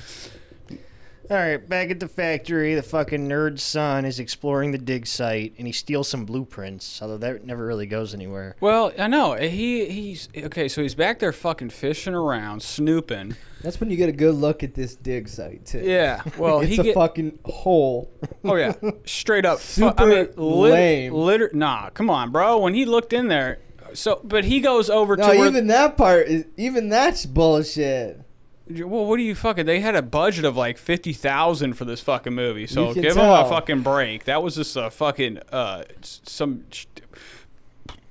S3: All right, back at the factory, the fucking nerd's son is exploring the dig site and he steals some blueprints, although that never really goes anywhere.
S1: well i know eh, he he's okay so he's back there fucking fishing around snooping
S2: that's when you get a good look at this dig site too.
S1: yeah well
S2: it's
S1: he
S2: a
S1: get,
S2: fucking hole.
S1: Oh yeah, straight up. fu-
S2: Super
S1: I mean, lit-
S2: lame.
S1: Liter- nah, come on, bro. When he looked in there, so but he goes over
S2: No,
S1: to where-
S2: even that part is even that's bullshit.
S1: well, what do you fucking? They had a budget of like fifty thousand for this fucking movie, so
S2: You can
S1: give him a
S2: tell.
S1: fucking break. That was just a fucking uh s- some. sh-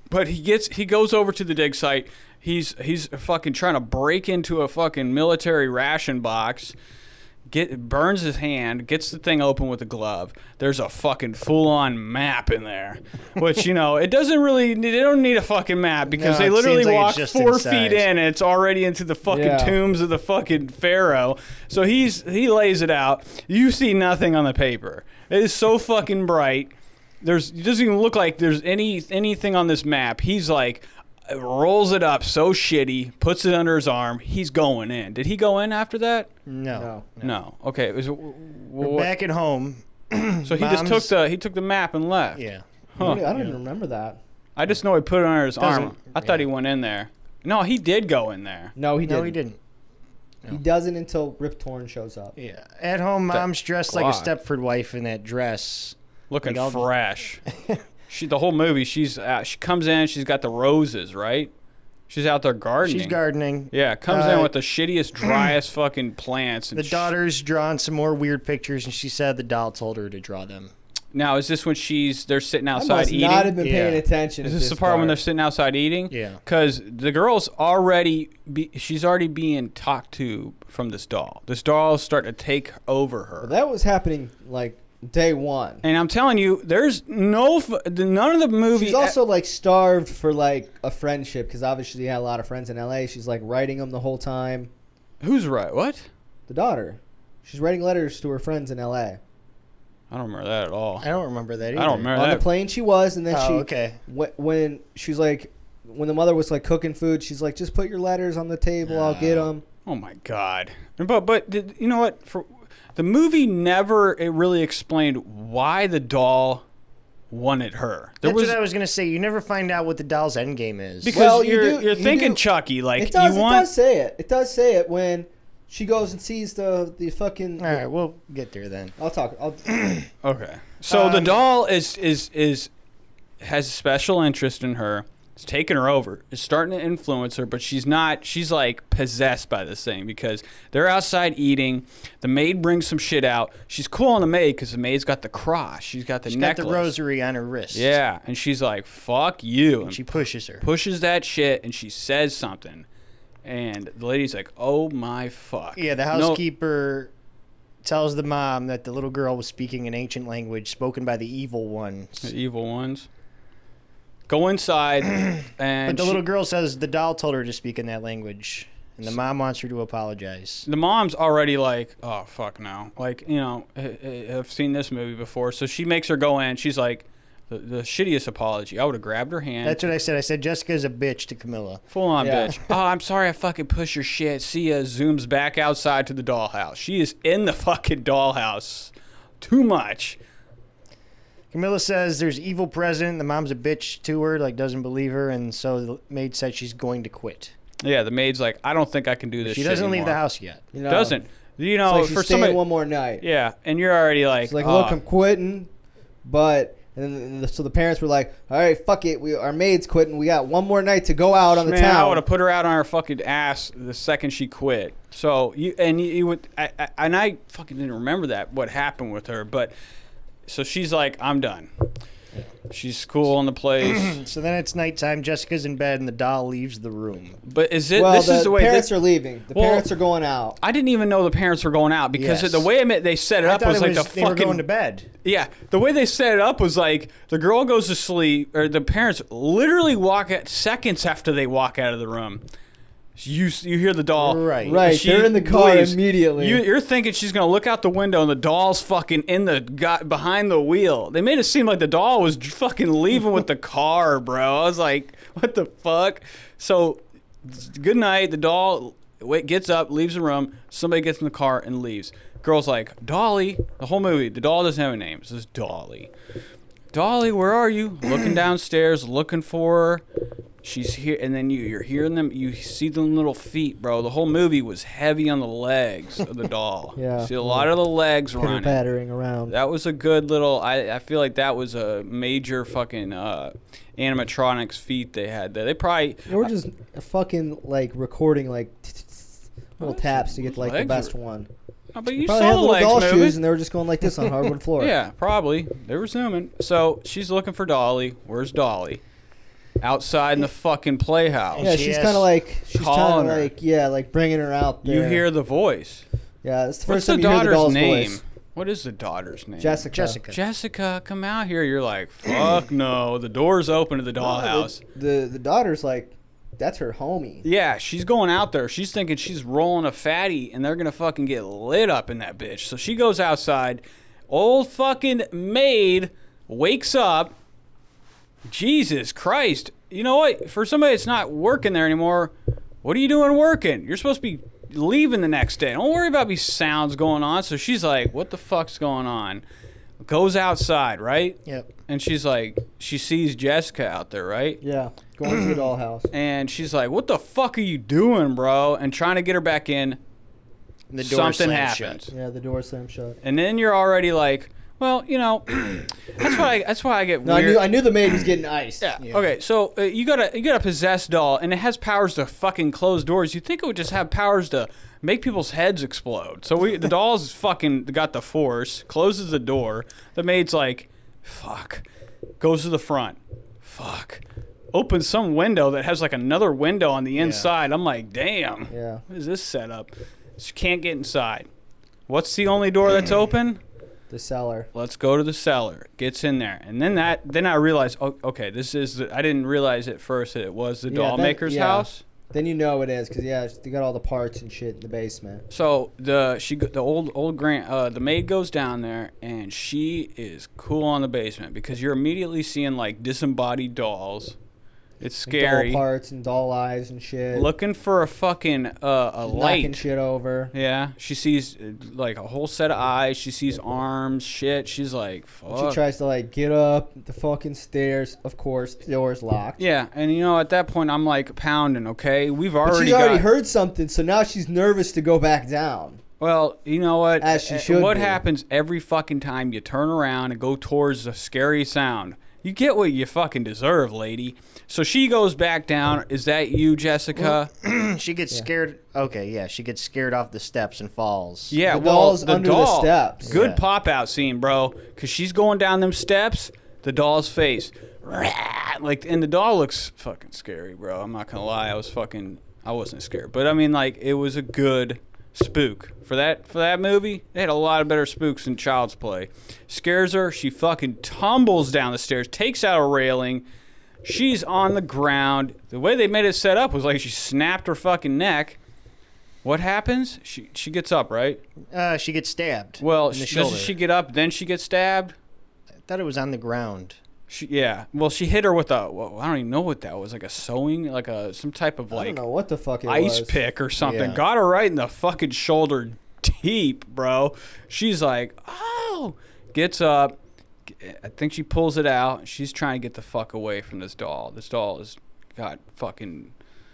S1: But he gets he goes over to the dig site. He's he's fucking trying to break into a fucking military ration box. Get burns his hand, gets the thing open with a glove. There's a fucking full-on map in there, which you know it doesn't really. They don't need a fucking map because
S3: No,
S1: they
S3: it
S1: literally
S3: seems like
S1: walk
S3: it's just
S1: four
S3: inside.
S1: feet in and it's already into the fucking
S2: Yeah.
S1: tombs of the fucking pharaoh. So he's he lays it out. You see nothing on the paper. It is so fucking bright. There's it doesn't even look like there's any anything on this map. He's like rolls it up so shitty, puts it under his arm. He's going in. Did he go in after that?
S3: No.
S2: No.
S1: No. Okay. It was w- w-
S3: Back at home,
S1: so he just took
S3: Mom's-
S1: the he took the map and left.
S3: yeah.
S1: Huh.
S2: I don't even remember that.
S1: I just know he put it under his arm.
S3: Doesn't-
S1: I thought
S3: yeah.
S1: he went in there. No, he did go in there.
S2: No, he
S3: No,
S2: didn't.
S3: he didn't.
S2: He doesn't until Rip Torn shows up.
S3: Yeah. At home, mom's dressed like a
S1: Glock.
S3: Stepford wife in that dress.
S1: looking
S3: Like, I'll-
S1: fresh. she the whole movie. She's out, she comes in. She's got the roses, right? She's out there gardening.
S3: She's gardening.
S1: Yeah, comes in
S3: Uh,
S1: with the shittiest, driest fucking plants. And
S3: The
S1: sh-
S3: daughter's drawn some more weird pictures, and she said the doll told her to draw them.
S1: now is this when she's they're sitting
S2: I
S1: outside
S2: must
S1: eating?
S2: not have been paying
S3: Yeah.
S2: attention.
S1: is
S2: at
S1: this, the part, when they're sitting outside eating?
S3: Yeah.
S1: Because the girl's already, be, she's already being talked to from this doll. This doll's starting to take over her.
S2: that was happening like day one.
S1: and I'm telling you, there's no, f- none of the movie.
S2: She's also like starved for like a friendship because obviously she had a lot of friends in L.A. She's like writing them the whole time.
S1: e-, who's right? What?
S2: The daughter, she's writing letters to her friends in L.A.
S1: I don't remember that at all.
S3: I don't remember that either.
S1: I don't remember
S2: On the
S1: that.
S2: plane she was, and then
S3: Oh,
S2: she
S3: okay.
S2: wh- when she's like when the mother was like cooking food, she's like just put your letters on the table, I'll get them.
S1: Oh my god! But but did, you know what? For the movie never it really explained why the doll wanted her. There
S3: That's
S1: was
S3: what I was going to say. You never find out what the doll's end game is.
S1: because
S2: Well, you
S1: you're
S2: do-
S1: you are
S2: you
S1: thinking
S2: do-
S1: Chucky like
S2: It does.
S1: you
S2: It
S1: want.
S2: does say it. It does say it when she goes and sees the the fucking.
S3: All right, we'll get there then.
S2: I'll talk. I'll,
S1: Okay. So the
S3: Um,
S1: doll is is is has a special interest in her. It's taking her over. It's starting to influence her, but she's not. She's like possessed by this thing because they're outside eating. The maid brings some shit out. She's cool on the maid because the maid's got the cross. She's got the
S3: She's got
S1: necklace.
S3: the rosary on her wrist.
S1: Yeah, and she's like, "Fuck you," and
S3: She pushes her.
S1: pushes that shit, and she says something, and the lady's like, "Oh my fuck."
S3: Yeah, the
S1: No-
S3: housekeeper tells the mom that the little girl was speaking an ancient language spoken by the evil ones.
S1: The evil ones. Go inside, and
S3: But the
S1: she-
S3: little girl says the doll told her to speak in that language, and the mom wants her to apologize.
S1: the mom's already like, oh fuck no, like you know, I- I- I've seen this movie before. So she makes her go in. She's like, the, the shittiest apology. I would have grabbed her hand.
S3: That's what I said. I said Jessica's a bitch to Camilla.
S1: Full on
S2: Yeah.
S1: bitch. Oh, I'm sorry I fucking pushed your shit. Sia zooms back outside to the dollhouse. She is in the fucking dollhouse. Too much.
S3: Camilla says there's evil present. The mom's a bitch to her, like doesn't believe her, and so the maid said she's going to quit.
S1: Yeah, the maid's like, I don't think I can do this
S3: She
S1: shit
S3: doesn't leave the
S1: anymore."
S3: house yet.
S2: You know,
S1: Doesn't. You know,
S2: It's like she's
S1: for
S2: staying
S1: somebody.
S2: one more night.
S1: yeah, and you're already like,
S2: It's like,
S1: "Oh,
S2: look, I'm quitting, but and, then, and the- so the parents were like, all right, fuck it, we our maid's quitting. We got one more night to go out on the
S1: man, I
S2: town.
S1: would have put her out on her fucking ass the second she quit. So you and you, you would I, I, and I fucking didn't remember that what happened with her, but so she's like, I'm done. She's cool on the place,
S3: So then it's nighttime. Jessica's in bed, and the doll leaves the room.
S1: but is it?
S2: well,
S1: this
S2: the,
S1: is the way
S2: parents
S1: this,
S2: are leaving. The
S1: Well-
S2: parents are going out.
S1: I didn't even know the parents were going out because
S3: Yes.
S1: the way it- they set it
S3: I
S1: up
S3: thought
S1: was
S3: it
S1: like
S3: was
S1: the
S3: they
S1: fucking
S3: were going to bed.
S1: yeah. The way they set it up was like the girl goes to sleep or the parents literally walk out seconds after they walk out of the room. You you hear the doll
S3: Right.
S2: Right,
S1: She
S2: they're in the car
S1: leaves.
S2: immediately.
S1: You, you're thinking she's gonna look out the window and the doll's fucking in the got behind the wheel. They made it seem like the doll was dr- fucking leaving with the car, bro. I was like, what the fuck? So, s- good night. The doll wait, gets up, leaves the room. Somebody gets in the car and leaves. Girl's like, Dolly. The whole movie, the doll doesn't have a name. It's just Dolly. Dolly, where are you? Looking downstairs, looking for her. She's here, and then you, you're hearing them. You see them little feet, bro. The whole movie was heavy on the legs of the doll.
S2: Yeah.
S1: see a lot of the legs
S2: Pitter
S1: running.
S2: pattering around.
S1: That was a good little. I, I feel like that was a major fucking uh, animatronics feat they had there. They probably
S2: They We're just fucking like recording like little taps to get like the
S1: Legs
S2: best
S1: are-
S2: one.
S1: uh, but you
S2: Probably had
S1: saw the
S2: little
S1: legs
S2: doll
S1: moving.
S2: shoes, and they were just going like this on hardwood floor.
S1: Yeah, probably. They were zooming. So she's looking for Dolly. Where's Dolly? Outside in the fucking playhouse.
S2: Yeah,
S3: She
S2: she's
S3: has-
S2: kind of like she's kind
S1: Calling
S2: of
S1: her.
S2: like yeah, like bringing her out. There.
S1: You hear the voice.
S2: Yeah, it's the
S1: What's
S2: first
S1: the
S2: time you hear the
S1: daughter's
S2: doll's
S1: name?
S2: voice.
S1: What is the daughter's name?
S2: Jessica.
S3: Jessica.
S1: Jessica, come out here. You're like, fuck no. The door's open to the dollhouse.
S2: Uh, The the daughter's like, that's her homie.
S1: Yeah, she's going out there. She's thinking she's rolling a fatty and they're going to fucking get lit up in that bitch. So she goes outside. Old fucking maid wakes up. Jesus Christ. You know what? For somebody that's not working there anymore, what are you doing working? You're supposed to be leaving the next day. Don't worry about these sounds going on. So she's like, what the fuck's going on? Goes outside, right?
S3: Yep.
S1: And she's like, she sees Jessica out there, right?
S2: Yeah, going to the dollhouse.
S1: and she's like, "What the fuck are you doing, bro?" And trying to get her back in.
S3: And the door
S1: Something
S3: slams
S1: happens,
S2: Yeah, the door slammed shut.
S1: and then you're already like, "Well, you know, that's why I, that's why I get
S2: No, I
S1: weird."
S2: knew I knew the maid was getting iced.
S1: yeah.
S3: Yeah.
S1: Okay. So uh, you got a you got a possessed doll, and it has powers to fucking close doors. You think it would just have powers to make people's heads explode? So we the doll's fucking got the force, closes the door. The maid's like, "Fuck," goes to the front. Fuck. Opens some window that has like another window on the inside. I'm like, damn.
S2: Yeah.
S1: What is this setup? She can't get inside. What's the only door that's open?
S2: The cellar.
S1: Let's go to the cellar. Gets in there, and then that. Then I realized. Oh, okay, this is. The, I didn't realize at first that it was the
S2: Yeah,
S1: doll
S2: that-
S1: maker's
S2: yeah.
S1: house.
S2: Then you know it is, cause yeah, they got all the parts and shit in the basement.
S1: So the she go- the old old grand uh, the maid goes down there and she is cool on the basement because you're immediately seeing like disembodied dolls. It's scary.
S2: Doll parts and doll eyes and shit.
S1: Looking for a fucking uh, a
S2: knocking
S1: light.
S2: shit over.
S1: Yeah, she sees uh, like a whole set of eyes. She sees arms, shit. She's like, fuck.
S2: She tries to like get up the fucking stairs. Of course, the door's locked.
S1: yeah, and you know at that point I'm like pounding. Okay, we've
S2: But
S1: already
S2: she's already
S1: got-
S2: heard something, so now she's nervous to go back down.
S1: Well, you know what?
S2: As she
S1: Uh,
S2: should
S1: What
S2: be.
S1: happens every fucking time you turn around and go towards a scary sound? You get what you fucking deserve, lady. So she goes back down. Is that you, Jessica?
S3: she gets scared. Okay, yeah, she gets scared off the steps and falls.
S1: yeah.
S2: The
S1: well,
S2: doll's
S1: the
S2: under the
S1: doll.
S2: steps.
S1: Good
S3: Yeah.
S1: pop out scene, bro. Cause she's going down them steps. The doll's face, Rah! like, and the doll looks fucking scary, bro. I'm not gonna lie. I was fucking. I wasn't scared, but I mean, like, it was a good spook for that for that movie. They had a lot of better spooks than Child's Play. Scares her. She fucking tumbles down the stairs, takes out a railing. She's on the ground. The way they made it set up was like she snapped her fucking neck. What happens? She she gets up, right?
S3: Uh, she gets stabbed.
S1: Well,
S3: in the
S1: she,
S3: shoulder.
S1: doesn't she get up? Then she gets stabbed.
S3: I thought it was on the ground.
S1: She, yeah. Well, she hit her with a. Well, I don't even know what that was. Like a sewing, like a some type of
S2: I
S1: like
S2: don't know what the fuck it
S1: ice
S2: was.
S1: pick or something.
S3: Yeah.
S1: Got her right in the fucking shoulder deep, bro. She's like, oh, gets up. I think she pulls it out. She's trying to get the fuck away from this doll. This doll is got fucking.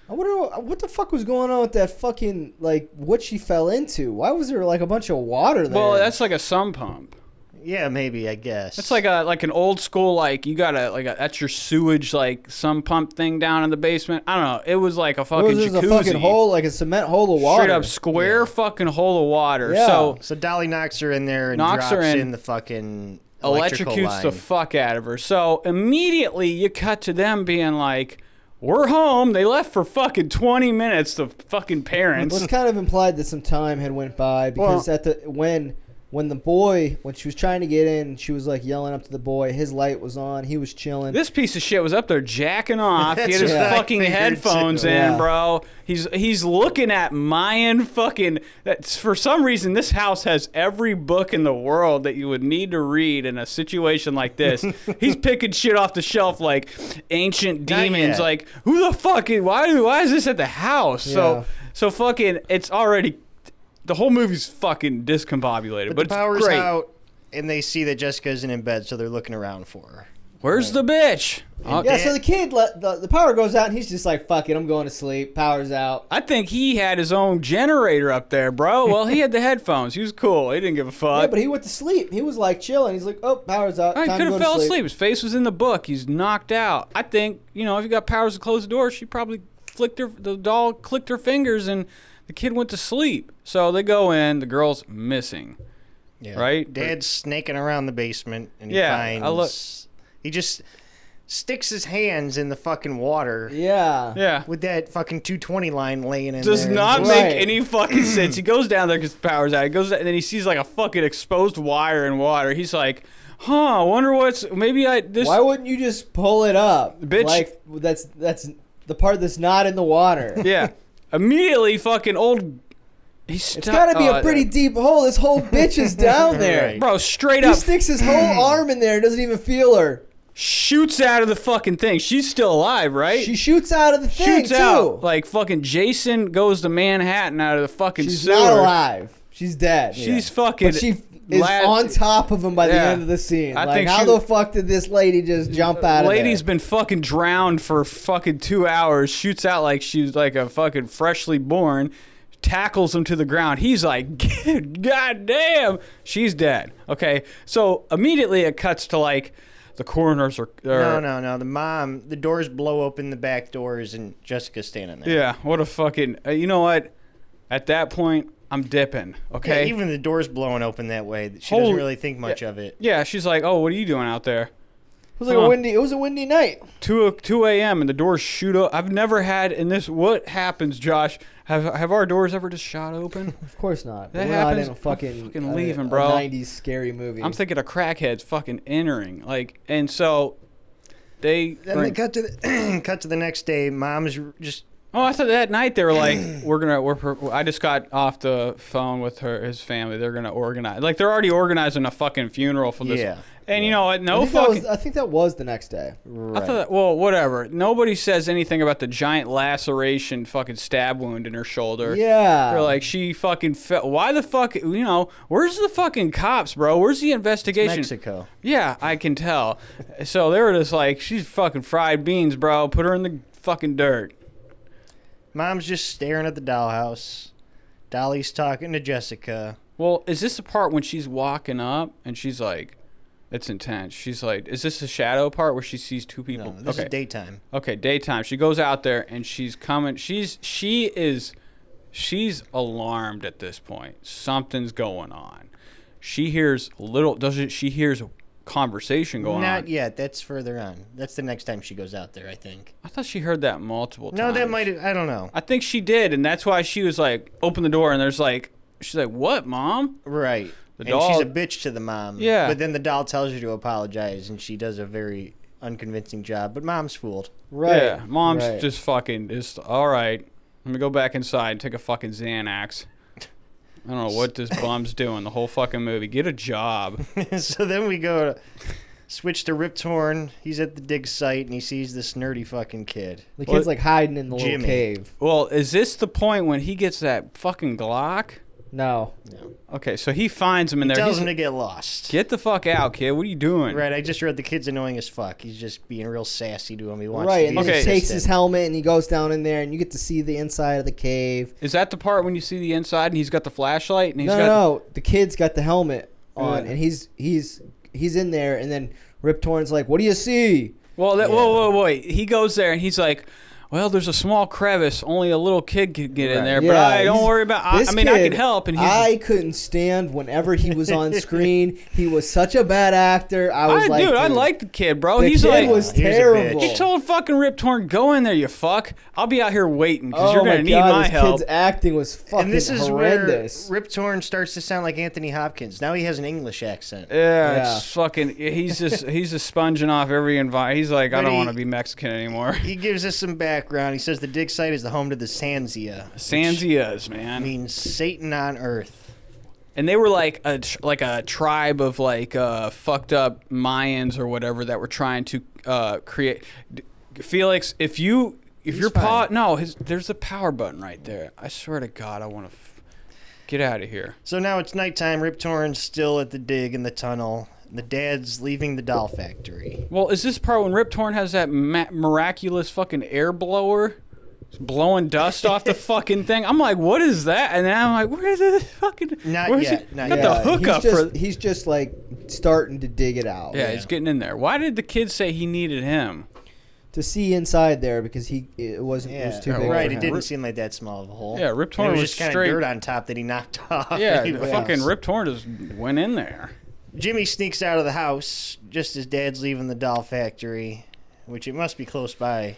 S2: I wonder what, what the fuck was going on with that fucking like what she fell into. Why was there like a bunch of water there?
S1: Well, that's like a sump pump.
S3: Yeah, maybe I guess.
S1: It's like a like an old school like you got to like a, that's your sewage like sump pump thing down in the basement. I don't know. It was like a
S2: What
S1: fucking
S2: was this,
S1: jacuzzi.
S2: a fucking hole like a cement hole of water.
S1: Straight up square fucking hole of water.
S2: Yeah.
S1: So
S3: so Dolly knocks her in there and
S1: Knocks
S3: drops
S1: her in.
S3: in. the fucking electrical
S1: electrocutes
S3: line.
S1: the fuck out of her. So immediately you cut to them being like, "We're home." They left for fucking twenty minutes. The fucking
S2: Well,
S1: parents.
S2: it's kind of implied that some time had went by because at the when when the boy when she was trying to get in, she was like yelling up to the boy. His light was on. He was chilling.
S1: This piece of shit was up there jacking off. he had
S3: That's
S1: his
S3: what I
S1: fucking
S3: figured,
S1: headphones
S3: too.
S1: in,
S2: Yeah.
S1: bro. He's he's looking at Mayan fucking. That's for some reason this house has every book in the world that you would need to read in a situation like this. he's picking shit off the shelf like ancient
S3: Not
S1: demons.
S3: yet.
S1: Like who the fucking why why is this at the house?
S2: Yeah.
S1: So so fucking it's already. The whole movie's fucking discombobulated, but,
S3: But the power's
S1: it's great.
S3: out, and they see that Jessica isn't in bed, so they're looking around for her.
S1: Where's the bitch? Oh,
S2: yeah, so the kid let the, the power goes out and he's just like, "Fuck it, I'm going to sleep." Power's out.
S1: I think he had his own generator up there, bro. Well, he had the headphones. He was cool. He didn't give a fuck.
S2: yeah, but he went to sleep. He was like chilling. He's like, "Oh, power's out."
S1: he
S2: Time
S1: could
S2: to
S1: have
S2: go
S1: fell
S2: to
S1: asleep. His face was in the book. He's knocked out. I think you know if you got powers to close the door, she probably flicked her. The doll clicked her fingers, and the kid went to sleep. So they go in. The girl's missing.
S3: Yeah.
S1: Right?
S3: Dad's snaking around the basement, and he
S1: Yeah,
S3: finds.
S1: I look-
S3: He just sticks his hands in the fucking water
S2: Yeah.
S1: Yeah.
S3: with that fucking 220 line laying in
S1: Does
S3: there.
S1: not
S2: Right.
S1: make any fucking sense. He goes down there because the power's out. He goes and then he sees like a fucking exposed wire in water. He's like, "Huh? I wonder what's maybe I this
S2: Why wouldn't you just pull it up?
S1: Bitch.
S2: Like that's that's the part that's not in the water.
S1: yeah. Immediately, fucking old. He's
S2: It's got to be
S1: uh,
S2: a pretty deep hole. This whole bitch is down there.
S3: Right.
S1: Bro, straight
S2: He
S1: up
S2: sticks his whole arm in there and doesn't even feel her.
S1: shoots out of the fucking thing. She's still alive, right?
S2: She shoots out of the thing
S1: shoots
S2: too.
S1: out like fucking Jason goes to Manhattan out of the fucking
S2: She's
S1: sewer.
S2: not alive. She's dead.
S1: She's
S3: Yeah.
S1: fucking.
S2: but she f- is
S1: lad-
S2: on top of him by the
S1: Yeah.
S2: end of the scene.
S1: I
S2: like,
S1: think
S2: how
S1: she-
S2: the fuck did this lady just jump out of
S1: Lady's
S2: there?
S1: been fucking drowned for fucking two hours. Shoots out like she's like a fucking freshly born. Tackles him to the ground. He's like, God damn, she's dead. Okay, so immediately it cuts to like the coroners are.
S3: No, no, no. The mom, the doors blow open the back doors, and Jessica's standing there.
S1: Yeah, what a fucking. Uh, you know what? At that point, I'm dipping.
S3: Yeah,
S1: Okay. Yeah,
S3: even the doors blowing open that way, she
S1: Holy-
S3: doesn't really think much of it.
S1: she's like, "Oh, what are you doing out there?"
S2: It was like a
S1: Huh.
S2: windy. It was a windy night.
S1: Two o- two a.m. and the doors shoot up. I've never had in this. What happens, Josh? Have have our doors ever just shot open?
S2: Of course not.
S1: That
S2: We're not
S1: happens.
S2: in a
S1: I'm
S2: fucking,
S1: fucking
S2: I mean,
S1: leaving,
S2: a
S1: bro.
S2: Nineties scary movie.
S1: I'm thinking of crackheads fucking entering, like, and so they.
S3: Then
S1: bring-
S3: they cut to the cut to the next day. Mom's r- just
S1: Oh, I thought that night they were like, we're gonna, we're. per- I just got off the phone with her, his family. They're gonna organize, like they're already organizing a fucking funeral for this.
S3: Yeah,
S1: And you know what? No
S2: I think,
S1: fucking.
S2: that was, I think that was the next day.
S1: I thought, that, well, whatever. Nobody says anything about the giant laceration, fucking stab wound in her shoulder.
S2: Yeah.
S1: They're like, she fucking fell. Why the fuck? You know, where's the fucking cops, bro? Where's the investigation?
S3: Mexico.
S1: Yeah, I can tell. so they were just like, she's fucking fried beans, bro. Put her in the fucking dirt.
S3: Mom's just staring at the dollhouse. Dolly's talking to Jessica.
S1: Well, is this the part when she's walking up and she's like, it's intense. She's like, is this the shadow part where she sees two people?
S3: No, this
S1: okay.
S3: is daytime.
S1: Okay, daytime. She goes out there and she's coming. She's she is she's alarmed at this point. Something's going on. She hears little does not she hears conversation going
S3: Not
S1: on.
S3: yet. That's further on. That's the next time she goes out there, I think.
S1: I thought she heard that multiple times.
S3: No, that might. I don't know.
S1: I think she did, and that's why she was like, open the door, and there's like, she's like, what, mom?
S3: Right.
S1: The
S3: and she's a
S1: dog-
S3: bitch to the mom.
S1: Yeah.
S3: But then the doll tells her to apologize, and she does a very unconvincing job. But mom's fooled.
S2: Right.
S1: Yeah, mom's
S2: right.
S1: just fucking just all right. Let me go back inside and take a fucking Xanax. I don't know what this bum's doing the whole fucking movie. Get a job.
S3: so then we go to switch to Rip Torn. He's at the dig site, and he sees this nerdy fucking kid.
S2: The
S1: Well,
S2: kid's like hiding in the
S3: Jimmy.
S2: little cave.
S1: Well, is this the point when he gets that fucking Glock?
S2: No.
S1: Okay, so he finds him in there.
S3: Tells
S1: He's-
S3: him to get lost.
S1: Get the fuck out, kid. What are you doing?
S3: Right, I just read the kid's annoying as fuck. He's just being real sassy to him. He wants
S2: Right,
S3: to
S2: and
S3: be
S2: then
S1: Okay.
S2: he takes his
S3: assistant.
S2: helmet and he goes down in there, and you get to see the inside of the cave.
S1: Is that the part when you see the inside and he's got the flashlight and he's
S2: no,
S1: got
S2: no, the kid's got the helmet on,
S1: Yeah.
S2: and he's he's he's in there, and then Rip Torn's like, "What do you see?"
S1: Well, that, whoa, whoa,
S3: Yeah.
S1: whoa! He goes there and he's like, "Well, there's a small crevice. Only a little kid could get in there, but
S2: Yeah,
S1: I don't
S2: he's-
S1: worry about. I,
S2: this
S1: I mean, I
S2: kid,
S1: can help." And he's,
S2: I couldn't stand whenever he was on screen. he was such a bad actor. I was
S1: I,
S2: like,
S1: dude, I like the kid, bro.
S2: The
S1: Oh, he's
S2: kid
S1: like,
S2: was
S3: He was a bitch.
S2: terrible.
S1: he told fucking Rip Torn, "Go in there, you fuck. I'll be out here waiting because
S2: oh
S1: you're gonna
S2: my
S1: need
S2: god,
S1: my
S2: this
S1: help."
S2: kid's acting was fucking
S3: And this is
S2: horrendous.
S3: where Rip Torn starts to sound like Anthony Hopkins. Now he has an English accent.
S1: yeah,
S2: Yeah.
S1: it's fucking. He's just he's just sponging off every invite. He's like, I
S3: But
S1: don't
S3: he-
S1: want to be Mexican anymore.
S3: He gives us some background. He says the dig site is the home to the Sanzia. which
S1: Sanzias, man.
S3: means Satan on Earth.
S1: and they were like a tr- like a tribe of like uh, fucked up Mayans or whatever that were trying to uh, create. D- Felix, if you if
S3: He's
S1: your paw
S3: fine.
S1: no, his, there's the power button right there. I swear to God, I want to f- get out of here.
S3: So now it's nighttime. Rip Torn's still at the dig in the tunnel. The dad's leaving the doll factory.
S1: Well, is this part when Rip Torn has that ma- miraculous fucking air blower? It's Blowing dust off the fucking thing. I'm like, what is that? And then I'm like, where is this fucking?
S3: Not
S1: where's
S3: yet,
S1: He,
S3: not
S1: got
S3: yet.
S1: the hookup
S2: he's
S1: for.
S2: just, He's just like starting to dig it out.
S1: Yeah, he's getting in there. Why did the kid say he needed him?
S2: to see inside there because he it wasn't it
S3: Yeah,
S2: was too big.
S3: right.
S2: for
S3: It
S2: him.
S3: didn't seem like that small of a hole.
S1: Yeah, Rip
S3: And
S1: Torn
S3: It was,
S1: was
S3: just kind
S1: straight-
S3: of dirt on top that he knocked off.
S1: Yeah,
S3: He
S1: the
S3: was-
S1: fucking Rip Torn just went in there.
S3: Jimmy sneaks out of the house just as Dad's leaving the doll factory, which it must be close by.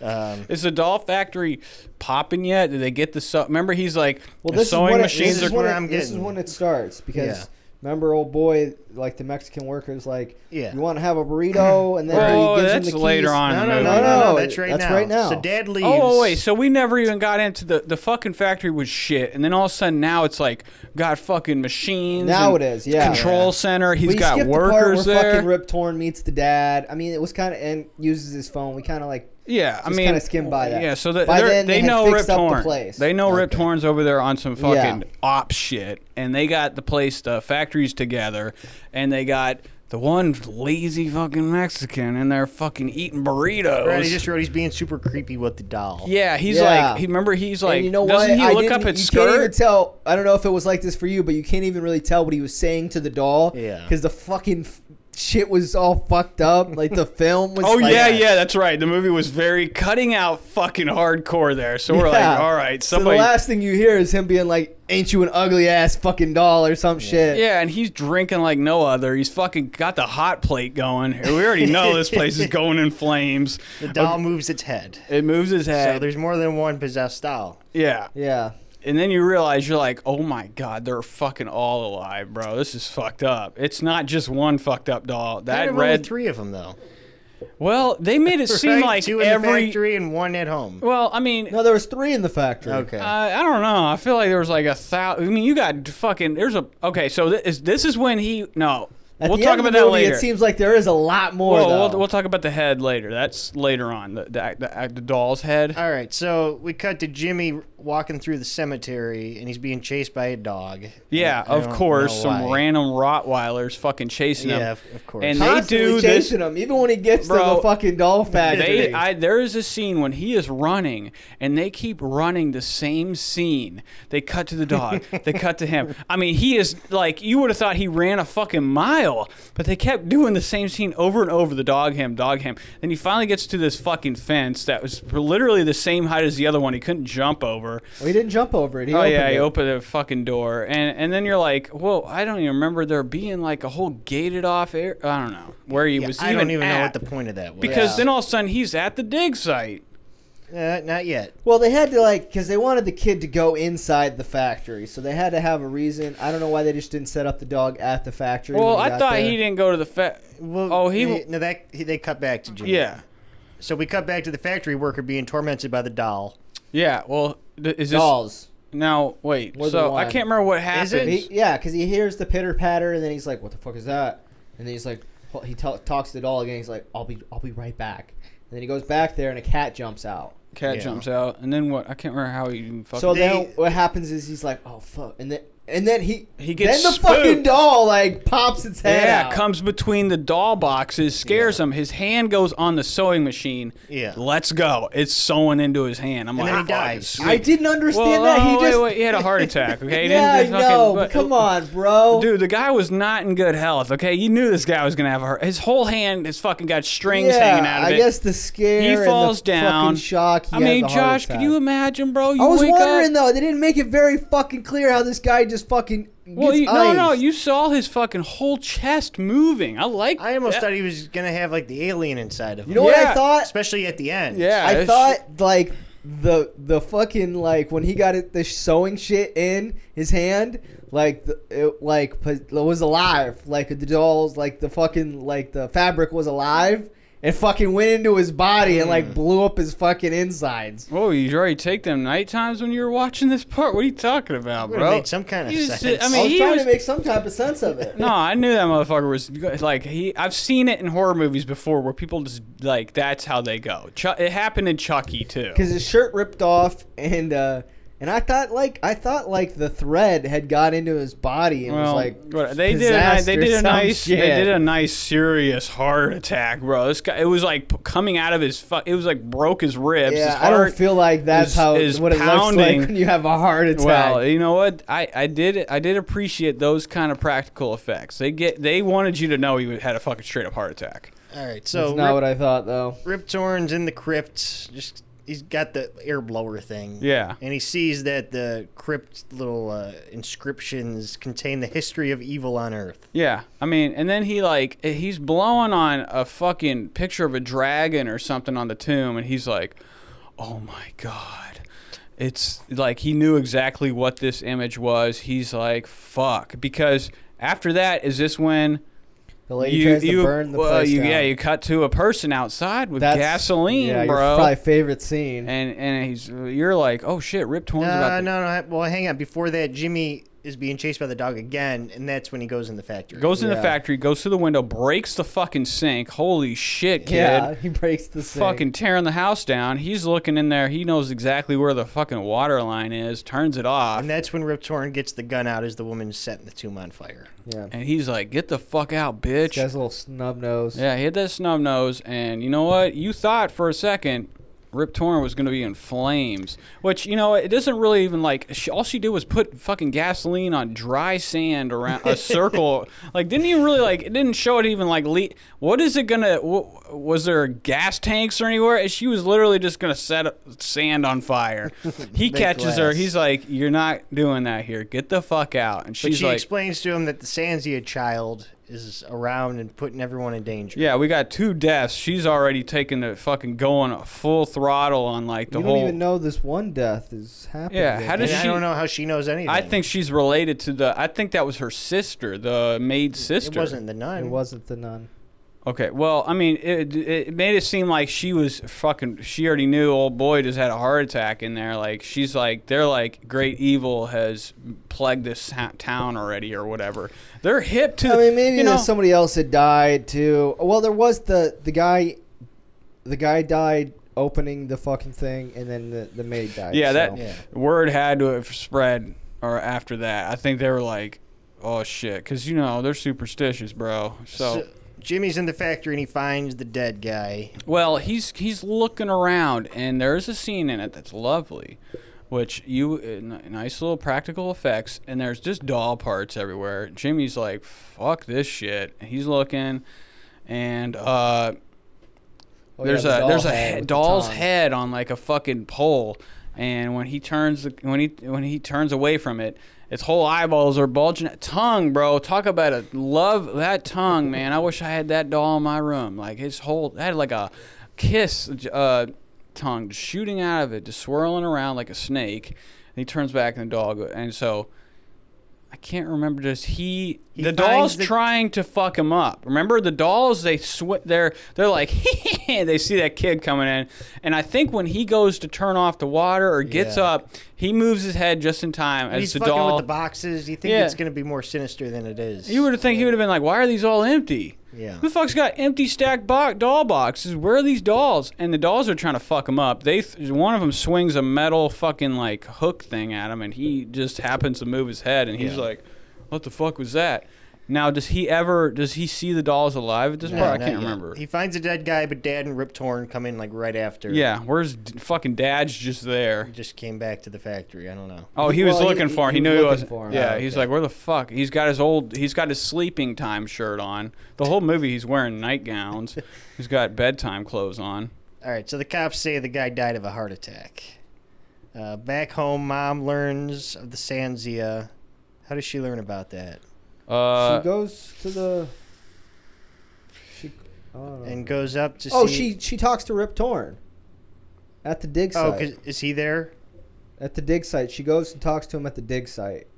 S3: Um,
S1: Is the doll factory popping yet? Did they get the sew? Remember, he's like,
S2: Well,
S1: the
S2: this is,
S1: sewing
S2: when it,
S1: machines
S2: this, is
S1: are.
S2: when
S3: where
S2: it,
S3: I'm
S2: this is
S3: getting.
S2: when it starts because
S3: Yeah.
S2: remember, old boy, like the Mexican workers, like
S3: Yeah.
S2: you want to have a burrito, and then
S1: Oh,
S2: he gives
S1: that's
S2: him the
S1: later
S2: keys.
S1: on in
S3: no,
S1: the
S3: no, no,
S1: movie.
S3: no,
S2: No,
S3: no,
S2: no,
S3: That's right
S2: that's
S3: now.
S2: right now.
S3: So Dad leaves.
S1: Oh wait, so we never even got into the the fucking factory was shit, and then all of a sudden now it's like got fucking machines.
S2: Now
S1: and
S2: it is, yeah.
S1: Control
S3: Yeah.
S1: center. He's
S2: We
S1: got
S2: skipped the part
S1: workers
S2: where fucking
S1: there.
S2: Rip Torn meets the dad. I mean, it was kind of and uses his phone. We kind of like
S1: yeah, I
S2: just
S1: mean,
S2: kinda skimmed by that.
S1: Yeah, so the,
S2: By
S1: they're-
S2: then,
S1: they,
S2: they had
S1: know
S2: fixed
S1: Rip
S2: up the
S1: Torn.
S2: place.
S1: They know Rip
S3: Okay.
S1: Torn's over there on some fucking
S2: Yeah.
S1: op shit, and they got the place, the factories together, and they got. The one lazy fucking Mexican in there fucking eating burritos.
S3: Right, he just wrote he's being super creepy with the doll.
S1: Yeah, he's
S2: Yeah.
S1: like, he, remember, he's
S2: And
S1: like,
S2: you know
S1: doesn't
S2: what?
S1: he
S2: I
S1: look up
S2: didn't-
S1: its
S2: you Can't even
S1: skirt?
S2: tell. I don't know if it was like this for you, but you can't even really tell what he was saying to the doll.
S3: Yeah.
S2: Because the fucking f- shit was all fucked up. Like the film was.
S1: Oh
S2: like,
S1: yeah, yeah, that's right. The movie was very cutting out fucking hardcore there. So we're like,
S2: Yeah.
S1: all right,
S2: So
S1: somebody.
S2: the last thing you hear is him being like, "Ain't you an ugly ass fucking doll or some shit?"
S1: yeah, and he's drinking like no other. He's fucking got the hot plate going. We already know this place is going in flames.
S3: The doll moves its head.
S1: It moves his
S3: So
S1: head.
S3: there's more than one possessed doll.
S1: yeah,
S2: Yeah.
S1: and then you realize you're like, oh my god, they're fucking all alive, bro. This is fucked up. It's not just one fucked up doll.
S3: Kind
S1: That
S3: of
S1: red.
S3: only three of them though.
S1: well, they made it seem
S3: Right?
S1: like
S3: two in the
S1: every.
S3: factory and one at home.
S1: well, I mean,
S2: No, there was three in the factory.
S3: Okay.
S1: Uh, I don't know. I feel like there was like a thousand. I mean, you got fucking. There's a okay. So this is, this is when he no.
S2: At
S1: we'll
S2: the
S1: talk
S2: end of
S1: about that
S2: the movie,
S1: later.
S2: It seems like there is a lot more.
S1: well,
S2: though.
S1: we'll, we'll talk about the head later. That's later on. The the, uh, the, the doll's head.
S3: All right, so we cut to Jimmy walking through the cemetery, and he's being chased by a dog.
S1: yeah,
S3: I
S1: of
S3: don't know
S1: course, some
S3: why.
S1: random Rottweilers fucking chasing
S3: Yeah,
S1: him.
S3: of of course.
S1: And they
S2: Constantly
S1: do this-
S2: chasing him, even when he gets to
S1: Bro,
S2: the fucking doll factory.
S1: They, I, there is a scene when he is running, and they keep running the same scene. They cut to the dog. they cut to him. I mean, he is like you would have thought he ran a fucking mile, but they kept doing the same scene over and over. The dog him, dog him. Then he finally gets to this fucking fence that was literally the same height as the other one. He couldn't jump over, door.
S2: Well, he didn't jump over it. He
S1: oh
S2: opened
S1: yeah,
S2: it.
S1: he opened a fucking door, and and then you're like, whoa, I don't even remember there being like a whole gated off air. I don't know where he
S3: Yeah,
S1: was.
S3: I don't even know
S1: at.
S3: what the point of that was.
S1: because
S2: Yeah.
S1: then all of a sudden he's at the dig site.
S3: uh, not yet.
S2: Well, they had to like because they wanted the kid to go inside the factory, so they had to have a reason. I don't know why they just didn't set up the dog at the factory.
S1: Well,
S2: when he
S1: I
S2: got
S1: thought
S2: there.
S1: he didn't go to the fa-
S3: Well,
S1: Oh, he
S3: they,
S1: w-
S3: no that he, they cut back to Jimmy.
S1: yeah
S3: So we cut back to the factory worker being tormented by the doll.
S1: yeah. Well, th- is this
S2: dolls.
S1: now? Wait,
S2: Wasn't
S1: so I
S2: one.
S1: can't remember what happened.
S3: Is it?
S2: He, yeah, because he hears the pitter patter, and then he's like, "What the fuck is that?" And then he's like, well, he ta- talks to the doll again. He's like, "I'll be, I'll be right back." And then he goes back there, and a cat jumps out.
S1: Cat
S3: Yeah.
S1: jumps out, and then what? I can't remember how he even fucking.
S2: So
S3: They-
S2: then what happens is he's like, "Oh fuck!" And then, and then he,
S1: He gets
S2: then the
S1: spooked.
S2: fucking doll like pops its head
S1: yeah,
S2: out.
S1: comes between the doll boxes, scares him. His hand goes on the sewing machine.
S3: Yeah.
S1: let's go. It's sewing into his hand. I'm
S3: And
S1: like,
S3: then he
S1: "Fuck,
S3: dies.
S1: sweet."
S2: I didn't
S1: Well,
S2: understand that. He
S1: oh,
S2: just,
S1: wait, wait, he had a heart attack. Okay, He didn't
S2: yeah, I
S1: just fucking-
S2: know.
S1: but- oh.
S2: but Come on, bro.
S1: Dude, the guy was not in good health. Okay, you knew this guy was gonna have a heart. His whole hand, has fucking got strings
S2: yeah,
S1: hanging out of
S2: I
S1: it.
S2: guess the scare.
S1: He
S2: and the
S1: falls down.
S2: Fucking shock. He
S1: I
S2: has
S1: mean,
S2: a heart
S1: Josh, could
S2: attack.
S1: you imagine, bro? You
S2: I was
S1: wake up-
S2: wondering though. They didn't make it very fucking clear how this guy just fucking.
S1: Well,
S2: gets
S1: you, no, no,
S2: iced.
S1: you saw his fucking whole chest moving. I like.
S3: I almost
S1: that.
S3: thought he was gonna have like the alien inside of him.
S2: You know what
S1: Yeah.
S2: I thought?
S3: especially at the end.
S1: Yeah,
S2: I
S1: it's-
S2: thought like the the fucking like when he got it, the sewing shit in his hand, like the, it like pos- it was alive. Like the dolls, like the fucking like the fabric was alive. and fucking went into his body and like blew up his fucking insides.
S1: Oh, you already take them night times when you were watching this part. What are you talking about,
S3: Would've
S1: bro?
S3: made some kind of
S1: You
S3: sense.
S1: sit- I mean,
S2: I was
S1: he
S2: trying
S1: was-
S2: to make some type of sense of it.
S1: no, I knew that motherfucker was like he. I've seen it in horror movies before where people just like that's how they go. Chuck, it happened in Chucky too.
S2: because his shirt ripped off and uh and I thought like I thought like the thread had got into his body and
S1: Well,
S2: was like
S1: what- they did a, ni-
S2: possessed
S1: they
S2: or
S1: did a
S2: some
S1: nice
S2: shit.
S1: they did a nice serious heart attack, bro. This guy it was like p- coming out of his fu- it was like broke his ribs. his
S2: yeah, I
S1: heart,
S2: don't feel like that's
S1: is-
S2: how
S1: is
S2: what it looks
S1: pounding.
S2: like when you have a heart attack.
S1: Well, you know what? I, I did I did appreciate those kind of practical effects. They get they wanted you to know he had a fucking straight up heart attack.
S3: All right.
S2: that's
S3: So
S2: not
S3: Rip,
S2: what I thought though.
S3: Rip Torn's in the crypt. Just he's got the air blower thing.
S1: Yeah.
S3: And he sees that the crypt little uh, inscriptions contain the history of evil on Earth.
S1: Yeah, I mean, and then he like eh, he's blowing on a fucking picture of a dragon or something on the tomb, and he's like, "Oh my god." It's like he knew exactly what this image was. He's like, "Fuck," because after that, is this when
S2: The lady tries to burn the
S1: well,
S2: place
S1: you-
S2: down.
S1: yeah, you cut to a person outside with
S2: That's-
S1: gasoline,
S2: yeah,
S1: bro.
S2: Your probably favorite scene.
S1: and and he's you're like, oh shit, Rip Torn's
S3: Uh,
S1: about.
S3: no,
S1: To,
S3: no. I- Well, hang on. Before that, Jimmy is being chased by the dog again, and that's when he goes in the factory.
S1: Goes in the
S2: Yeah.
S1: factory, goes through the window, breaks the fucking sink. Holy shit, kid!
S2: yeah, he breaks the sink.
S1: Fucking tearing the house down. He's looking in there. He knows exactly where the fucking water line is. Turns it off,
S3: and
S1: and,
S3: that's when Rip Torn gets the gun out as the woman's setting the tomb on fire.
S2: yeah.
S1: he's like, "Get the fuck out,
S2: She
S1: bitch!"
S2: has a little snub nose.
S1: Yeah, he had that snub nose, and you know what? You thought for a second. Rip Torn was going to be in flames, which you know it doesn't really even like. She, all she did was put fucking gasoline on dry sand around a circle. like, didn't even really like. It didn't show it even like leak. What is it gonna? wh- was there gas tanks or anywhere? She was literally just gonna set up sand on fire. He
S3: Make
S1: catches her.
S3: glass.
S1: He's like, "You're not doing that here. Get the fuck out!" And
S3: But
S1: she's
S3: she
S1: like,
S3: explains to him that the Sanzia child is around and putting everyone in danger.
S1: Yeah, we got two deaths. She's already taking the fucking going full throttle on like the
S2: You
S1: whole.
S2: don't even know this one death is happening.
S1: Yeah, how
S3: And
S1: does
S3: I
S1: she-
S3: don't know how she knows anything.
S1: I think she's related to the. I think that was her sister, the maid sister.
S3: it wasn't the nun.
S2: it wasn't the nun?
S1: Okay, well, I mean, it, it made it seem like she was fucking. She already knew old boy just had a heart attack in there. Like she's like, they're like, great evil has plagued this ha- town already, or whatever. They're hip to.
S2: I mean, maybe
S1: you know,
S2: that somebody else had died too. Well, there was the the guy, the guy died opening the fucking thing, and then the, the maid died.
S1: Yeah, that
S2: so.
S3: Yeah.
S1: word had to have spread or after that. I think they were like, oh shit, because you know they're superstitious, bro. So,
S3: So Jimmy's in the factory and he finds the dead guy.
S1: well, he's he's looking around, and there's a scene in it that's lovely, which you uh, n- nice little practical effects, and there's just doll parts everywhere. Jimmy's like, fuck this shit. And he's looking, and uh.
S2: Oh, yeah,
S1: there's
S2: Oh, the
S1: a
S2: doll
S1: there's a
S2: head
S1: he-
S2: with the
S1: doll's
S2: tongue.
S1: head on like a fucking pole, and when he turns the, when he when he turns away from it, its whole eyeballs are bulging. Tongue, bro, talk about a love that tongue, man. I wish I had that doll in my room. Like his whole that had like a kiss uh, tongue just shooting out of it, just swirling around like a snake. And he turns back and the doll go and so. I can't remember. Does he?
S3: He
S1: the
S3: finds
S1: doll's
S3: the-
S1: trying to fuck him up. Remember the dolls? They sw- they're they're like they see that kid coming in, and I think when he goes to turn off the water or gets
S3: Yeah.
S1: up, he moves his head just in time as
S3: He's
S1: the
S3: fucking
S1: doll.
S3: with the boxes. You think
S1: Yeah.
S3: it's gonna be more sinister than it is?
S1: you would think he would have been like, "Why are these all empty?
S3: Yeah.
S1: Who the fuck's got empty stacked bo- doll boxes? Where are these dolls?" And the dolls are trying to fuck him up. They th- one of them swings a metal fucking like hook thing at him, and he just happens to move his head, and he's
S3: Yeah.
S1: like, "What the fuck was that?" Now, does he ever does he see the dolls alive at this part? I
S3: not
S1: can't
S3: yet.
S1: remember.
S3: He finds a dead guy, but Dad and Rip Torn come in like right after.
S1: yeah, where's d- fucking Dad's just there?
S3: Just came back to the factory. I don't know.
S1: Oh, he was
S2: Well, he-
S1: looking for him. He,
S2: he was
S1: knew he
S2: looking
S1: wasn't.
S2: for him.
S1: Yeah,
S3: Oh,
S1: he's
S3: okay.
S1: like, where the fuck? He's got his old. He's got his sleeping time shirt on. The whole movie, he's wearing nightgowns. he's got bedtime clothes on.
S3: All right, so the cops say the guy died of a heart attack. Uh, back home, mom learns of the Sanzia. How does she learn about that?
S1: Uh,
S2: she goes to the. She. I don't know.
S3: And goes up to
S2: oh,
S3: see.
S2: she she talks to Rip Torn. At the dig
S3: Oh,
S2: site.
S3: 'cause- is he there?
S2: at the dig site, she goes and talks to him at the dig site.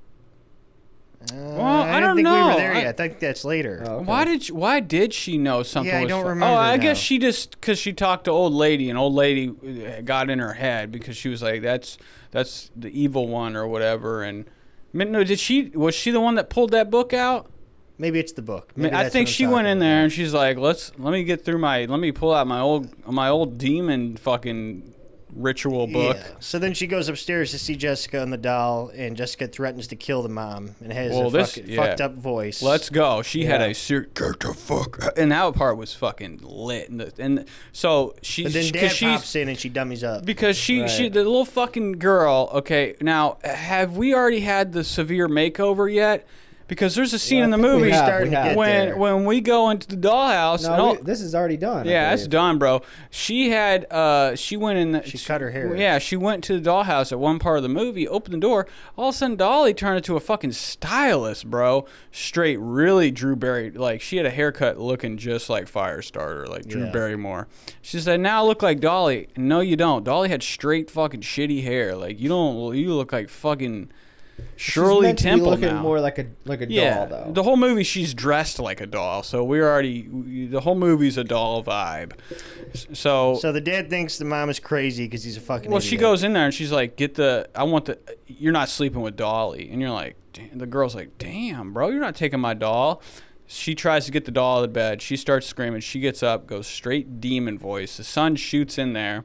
S1: I
S3: Uh, didn't
S1: don't
S3: think We
S1: know.
S3: were there
S1: I-
S3: yet. I think that's later.
S2: Oh, okay.
S1: Why did she, why did she know something?
S3: Yeah, I
S1: was
S3: don't
S1: fu-
S3: remember
S1: Oh, I guess
S3: now.
S1: she just because she talked to old lady and old lady uh, got in her head because she was like, "That's that's the evil one or whatever." And I mean, no, did she was she the one that pulled that book out?
S3: Maybe it's the book.
S1: I mean,
S3: Maybe
S1: I
S3: that's
S1: think
S3: what I'm
S1: she went
S3: talking
S1: in
S3: about.
S1: there and she's like, "Let's let me get through my let me pull out my old my old demon fucking ritual book."
S3: Yeah. So then she goes upstairs to see Jessica and the doll, and Jessica threatens to kill the mom and has
S1: Well,
S3: a
S1: this-
S3: fucking
S1: yeah.
S3: fucked up voice.
S1: Let's go. She had
S2: Yeah.
S1: a serious get the fuck, out," and that part was fucking lit. And, the, and so she,
S3: But then
S1: because
S3: Dad
S1: she's
S3: pops in and she dummies up.
S1: because she she
S2: Right.
S1: the little fucking girl okay now have we already had the severe makeover yet because there's a scene
S2: Yeah, I
S1: in the
S2: think we
S1: movie
S2: have,
S3: starting
S2: we
S3: to
S2: have.
S3: get
S1: when
S3: there.
S1: when we go into the dollhouse and
S2: No,
S1: all,
S2: we, this is already done. I
S1: yeah that's
S2: believe.
S1: done bro she had uh she went in the,
S3: She cut her hair.
S1: yeah she went to the dollhouse at one part of the movie opened the door all of a sudden dolly turned into a fucking stylist bro straight really drew barry like she had a haircut looking just like firestarter like drew
S3: Yeah.
S1: barrymore she said now I look like dolly no you don't dolly had straight fucking shitty hair like you don't you look like fucking
S2: She's
S1: shirley
S2: meant to be
S1: temple
S2: looking
S1: now
S2: more like a like a
S1: yeah,
S2: doll though.
S1: the whole movie she's dressed like a doll, so we're already the whole movie's a doll vibe. S- So,
S3: So the dad thinks the mom is crazy because he's a fucking.
S1: well,
S3: idiot.
S1: she goes in there and she's like, "Get the I want the you're not sleeping with Dolly," and you're like, damn, the girl's like, "Damn, bro, you're not taking my doll." She tries to get the doll out of the bed. She starts screaming. She gets up, goes straight demon voice. The son shoots in there.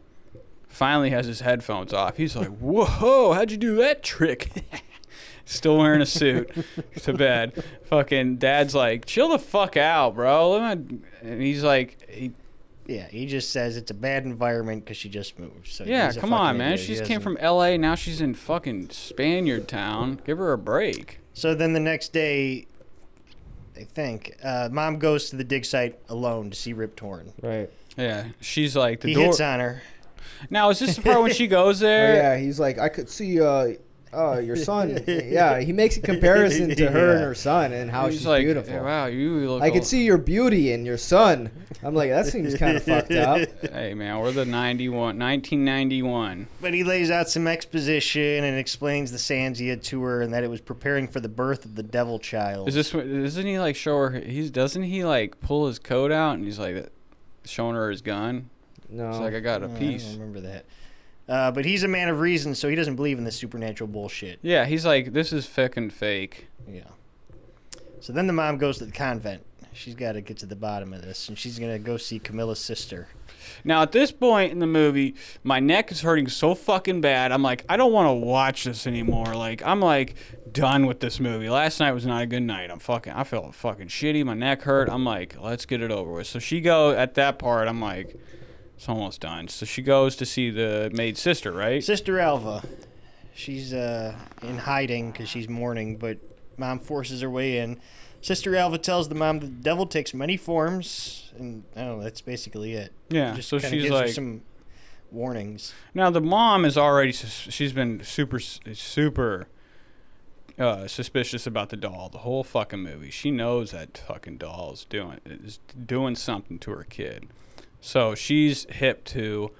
S1: Finally, has his headphones off. He's like, "Whoa, how'd you do that trick?" still wearing a suit to bed. Fucking dad's like, chill the fuck out, bro. Let me-" And he's like, he-
S3: Yeah, he just says it's a bad environment because she just moved. So
S1: yeah,
S3: he's a
S1: come on,
S3: fucking
S1: man.
S3: idiot.
S1: She
S3: He
S1: just came
S3: doesn't-
S1: from L.A. Now she's in fucking Spaniard town. Give her a break.
S3: So then the next day, I think uh, mom goes to the dig site alone to see Rip Torn.
S2: right.
S1: Yeah, she's like the
S3: he
S1: door.
S3: hits on her.
S1: Now is this the part when she goes there?
S2: Oh, yeah, he's like, I could see uh, uh, your son. yeah, he makes a comparison to her and
S3: Yeah.
S2: her son and how
S1: He's
S2: she's
S1: like,
S2: beautiful.
S1: Wow, you look.
S2: I
S1: a-
S2: could see your beauty in your son. I'm like, that seems kind of fucked up.
S1: Hey man, we're the 91, 1991.
S3: But he lays out some exposition and explains the Sanzia to her and that it was preparing for the birth of the devil child.
S1: Is this? when- Isn't he like show her? He's doesn't he like pull his coat out and he's like showing her his gun?
S2: No,
S1: It's like I got a
S3: Oh, I
S1: piece.
S3: don't remember that. Uh, but he's a man of reason, so he doesn't believe in this supernatural bullshit.
S1: Yeah, he's like, this is fucking fake.
S3: Yeah. So then the mom goes to the convent. She's got to get to the bottom of this, and she's gonna go see Camilla's sister.
S1: Now at this point in the movie, my neck is hurting so fucking bad. I'm like, I don't want to watch this anymore. Like, I'm like done with this movie. Last night was not a good night. I'm fucking, I felt fucking shitty. My neck hurt. I'm like, let's get it over with. So she go at that part. I'm like, it's almost done. So she goes to see the maid sister, right?
S3: Sister Alva, she's uh, in hiding because she's mourning, but mom forces her way in. Sister Alva tells the mom the devil takes many forms, and oh, that's basically it.
S1: Yeah.
S3: Just
S1: So
S3: kinda
S1: she's
S3: gives her
S1: like,
S3: some warnings.
S1: Now the mom is already sus- she's been super super uh, suspicious about the doll the whole fucking movie. She knows that fucking doll's doing is doing something to her kid, so she's hip to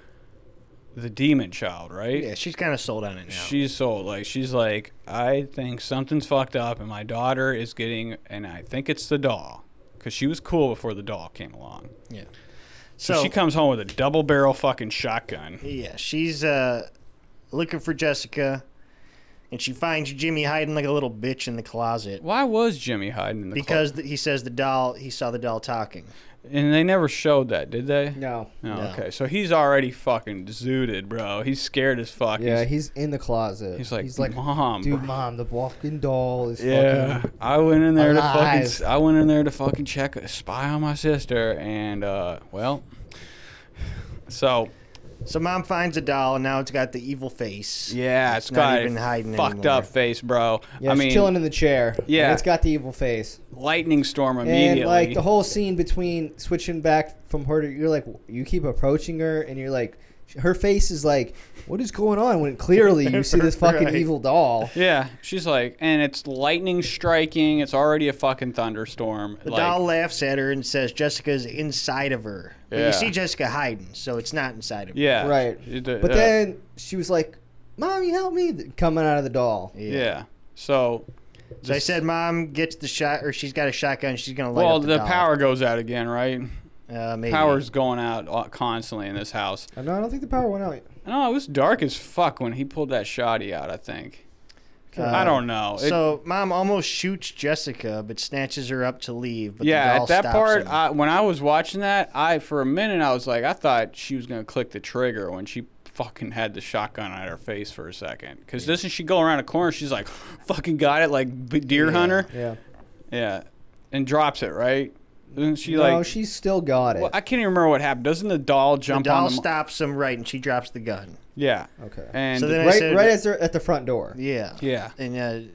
S1: the demon child, right?
S3: Yeah, she's kind of sold on it now.
S1: She's sold. Like she's like, I think something's fucked up, and my daughter is getting, and I think it's the doll, because she was cool before the doll came along.
S3: yeah.
S1: So, she comes home with a double barrel fucking shotgun.
S3: Yeah, she's uh, looking for Jessica, and she finds Jimmy hiding like a little bitch in the closet
S1: Why was Jimmy hiding in the clo-
S3: because th- he says the doll he saw the doll talking.
S1: and they never showed that, did they?
S2: No.
S1: No.
S3: No.
S1: Okay, so he's already fucking zooted, bro. He's scared as fuck.
S2: Yeah,
S1: he's,
S2: he's in the closet.
S1: he's like,
S2: he's like,
S1: mom.
S2: dude,
S1: bro."
S2: mom, the walking doll is
S1: Yeah,
S2: fucking.
S1: I went in there to
S2: alive.
S1: fucking. I went in there to fucking check, spy on my sister, and uh, well, so
S3: So mom finds a doll, and now it's got the evil face.
S1: yeah,
S3: It's
S1: it's
S3: not
S1: got a
S3: even hiding
S1: fucked
S3: anymore.
S1: up face, bro.
S2: Yeah,
S1: I
S2: she's
S1: mean,
S2: chilling in the chair. and
S1: Yeah.
S2: it's got the evil face.
S1: lightning storm immediately.
S2: And like the whole scene between switching back from her to you're like you keep approaching her and you're like her face is like what is going on when clearly you see this fucking
S3: Right.
S2: evil doll.
S1: yeah, she's like, and it's lightning striking. It's already a fucking thunderstorm.
S3: The
S1: like,
S3: doll laughs at her and says Jessica's inside of her. But
S1: Yeah.
S3: You see Jessica hiding, so it's not inside of her.
S1: yeah,
S2: Right.
S1: it- uh,
S2: But then she was like, "Mommy, help me!" th- Coming out of the doll.
S1: yeah. So,
S3: So I said, mom gets the shot, or she's got a shotgun. She's gonna light
S1: well,
S3: up the,
S1: the
S3: doll.
S1: power goes out again, right?
S3: Uh, maybe.
S1: Power's going out uh, constantly in this house.
S2: Uh, No, I don't think the power went out.
S1: No, it was dark as fuck when he pulled that shoddy out. I think.
S3: Uh,
S1: I don't know. Oh, It-
S3: so mom almost shoots Jessica, but snatches her up to leave. But
S1: yeah,
S3: the doll
S1: at that
S3: stops
S1: part,
S3: him.
S1: I, when I was watching that, I for a minute I was like, I thought she was gonna click the trigger when she fucking had the shotgun at her face for a second. Because doesn't she go around a corner? She's like, fucking got it, like b- deer hunter.
S2: Yeah.
S1: Yeah, and drops it right. Doesn't she
S2: no,
S1: like?
S2: she's still got it.
S1: well, I can't even remember what happened. Doesn't the doll
S3: the
S1: jump
S3: doll
S1: on the? mo-
S3: stops him right, and she drops the gun.
S1: yeah,
S2: okay.
S1: and
S3: So then I
S2: right,
S3: said-
S2: right as they're at the front door.
S3: Yeah.
S1: yeah.
S3: And uh,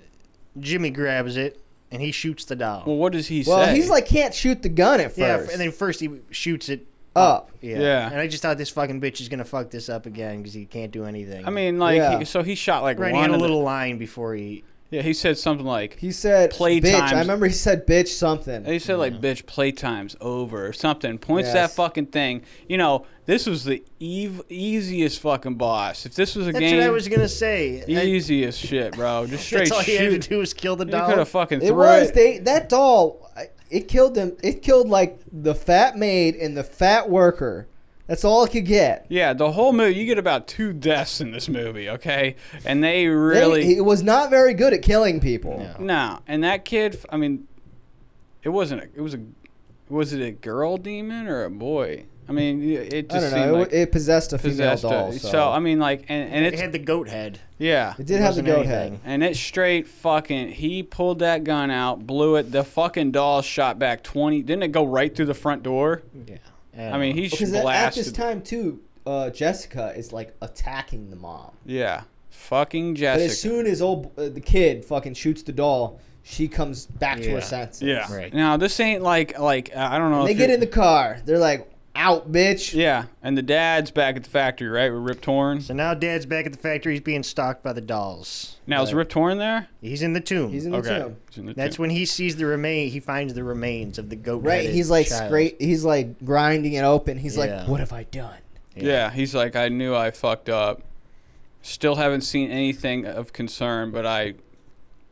S3: Jimmy grabs it, and he shoots the doll.
S1: Well, what does he say?
S2: Well, he's like can't shoot the gun at first.
S3: yeah, and then first he shoots it
S2: Up.
S3: Yeah.
S1: Yeah.
S3: And I just thought this fucking bitch is gonna fuck this up again because he can't do anything.
S1: I mean, like,
S2: Yeah.
S1: he, so he shot like
S3: right, he
S1: one
S3: had a
S1: of the-
S3: little line before he.
S1: yeah, he said something like
S2: he said,
S1: Play
S2: "Bitch."
S1: times-
S2: I remember he said, "Bitch," something.
S1: They said like bitch playtime's over or something. Points to that
S2: Yes.
S1: fucking thing. You know, this was the ev- easiest fucking boss. If this was a
S3: That's
S1: game,
S3: what I was gonna say. I,
S1: easiest shit, bro. Just straight
S3: that's all he had
S1: shoot.
S3: to do was kill the
S1: You could
S3: doll.
S1: have fucking
S2: It
S1: threw
S2: was
S1: it.
S2: they that doll. I- It killed them. It killed like the fat maid and the fat worker. That's all it could get.
S1: yeah, the whole movie. You get about two deaths in this movie, okay? And they
S2: They-
S1: really
S2: it was not very good at killing people.
S3: No.
S1: no. And that kid, f- I mean, it wasn't. A, it was a. Was it a girl demon or a boy? I mean, it it
S2: I
S1: just
S2: don't
S1: seemed
S2: know. It,
S1: like
S2: it possessed a female
S1: possessed. a-
S2: doll. so.
S1: so I mean, like, and and
S3: It
S1: it's
S3: had the goat head.
S1: yeah.
S2: it did have the
S3: wasn't
S2: goat
S3: anything.
S2: head.
S1: And it straight fucking he pulled that gun out, blew it. The fucking doll shot back twenty. Didn't it go right through the front door?
S3: Yeah.
S1: I mean, he should
S2: Because at, at this
S1: blasted.
S2: time too, uh, Jessica is like attacking the mom.
S1: yeah, fucking
S2: But
S1: Jessica.
S2: as soon as old uh, the kid fucking shoots the doll, she comes back to
S3: Yeah. Oh,
S2: her senses.
S1: yeah.
S3: Right.
S1: Now this ain't like like uh, I don't know.
S2: And they
S1: if
S2: get
S1: it-
S2: in the car. They're like, "Out, bitch."
S1: Yeah, and the dad's back at the factory, right? With Rip Torn.
S3: So now Dad's back at the factory. He's being stalked by the dolls.
S1: Now is Rip Torn there?
S3: He's in the tomb.
S2: He's in the
S1: Okay.
S2: tomb.
S1: He's in the
S3: That's
S1: tomb.
S3: when he sees the remain. He finds the remains of the goat.
S2: Right, he's like
S3: child.
S2: scrape. He's like grinding it open. He's
S3: Yeah.
S2: like, "What have I done?"
S1: yeah. he's like, I knew I fucked up. Still haven't seen anything of concern, but I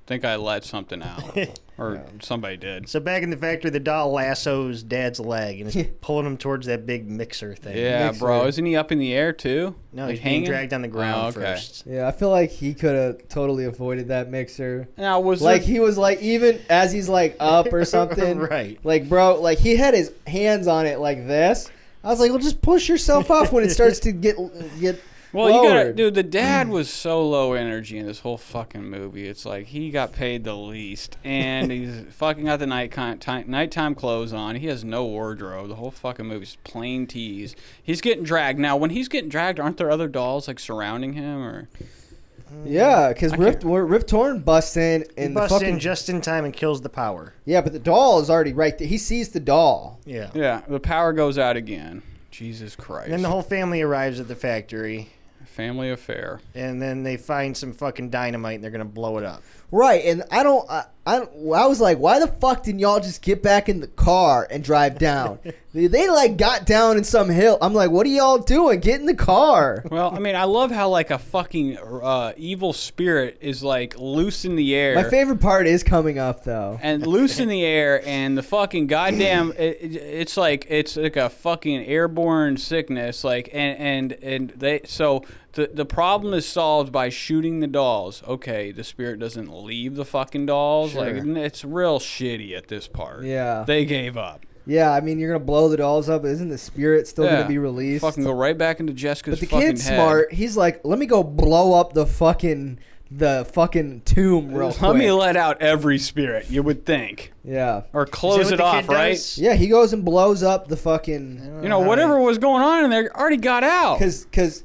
S1: think I let something out, or somebody did.
S3: So back in the factory, the doll lassos Dad's leg and is pulling him towards that big mixer thing.
S1: Yeah,
S2: Next
S1: bro.
S2: layer.
S1: Isn't he up in the air too?
S3: No,
S1: Like,
S3: he's being
S1: hanging?
S3: dragged on the ground
S1: Oh, okay.
S3: first.
S2: Yeah, I feel like he could have totally avoided that mixer.
S1: Now was
S2: Like
S1: there,
S2: he was like even as he's like up or something.
S3: Right.
S2: Like bro, like he had his hands on it like this. I was like, "Well, just push yourself up when it starts to get get."
S1: well, you gotta,
S2: lowered."
S1: dude. The
S3: Mm.
S1: dad was so low energy in this whole fucking movie. It's like he got paid the least, and he's fucking got the night con- ti- nighttime clothes on. He has no wardrobe. The whole fucking movie's plain tees. He's getting dragged. Now, when he's getting dragged, aren't there other dolls like surrounding him? Or
S2: Yeah, because
S1: I
S2: Rip, Rip Torn busts in
S3: He
S2: and the
S3: busts
S2: fucking
S3: in just in time and kills the power.
S2: yeah, but the doll is already right there. He sees the doll.
S3: Yeah.
S1: yeah, the power goes out again. Jesus Christ.
S3: Then the whole family arrives at the factory,
S1: Family affair.
S3: and then they find some fucking dynamite, and they're gonna blow it up.
S2: Right, and I don't, I, I, don't- I was like, why the fuck didn't y'all just get back in the car and drive down? they, they like got down in some hill. I'm like, what are y'all doing? Get in the car.
S1: Well, I mean, I love how like a fucking uh, evil spirit is like loose in the air.
S2: My favorite part is coming up though.
S1: and loose in the air and the fucking goddamn it, it- it's like it's like a fucking airborne sickness like and and and they so the the problem is solved by shooting the dolls okay the spirit doesn't leave the fucking dolls like
S2: Sure.
S1: it's real shitty at this part
S2: Yeah.
S1: they gave up
S2: Yeah, I mean, you're gonna blow the dolls up. Isn't the spirit still
S1: Yeah.
S2: gonna be released?
S1: fucking go right back into jessica's
S2: but the
S1: fucking
S2: kid's
S1: head.
S2: smart. He's like, let me go blow up the fucking the fucking tomb real
S1: let
S2: quick.
S1: me let out every spirit you would think
S2: yeah,
S1: or close
S3: what
S1: it
S3: the
S1: off
S3: kid
S1: right
S3: does?
S2: yeah. He goes and blows up the
S3: I
S2: fucking
S3: don't
S1: you know
S3: how
S1: whatever
S3: they-
S1: was going on in there already got out
S2: because because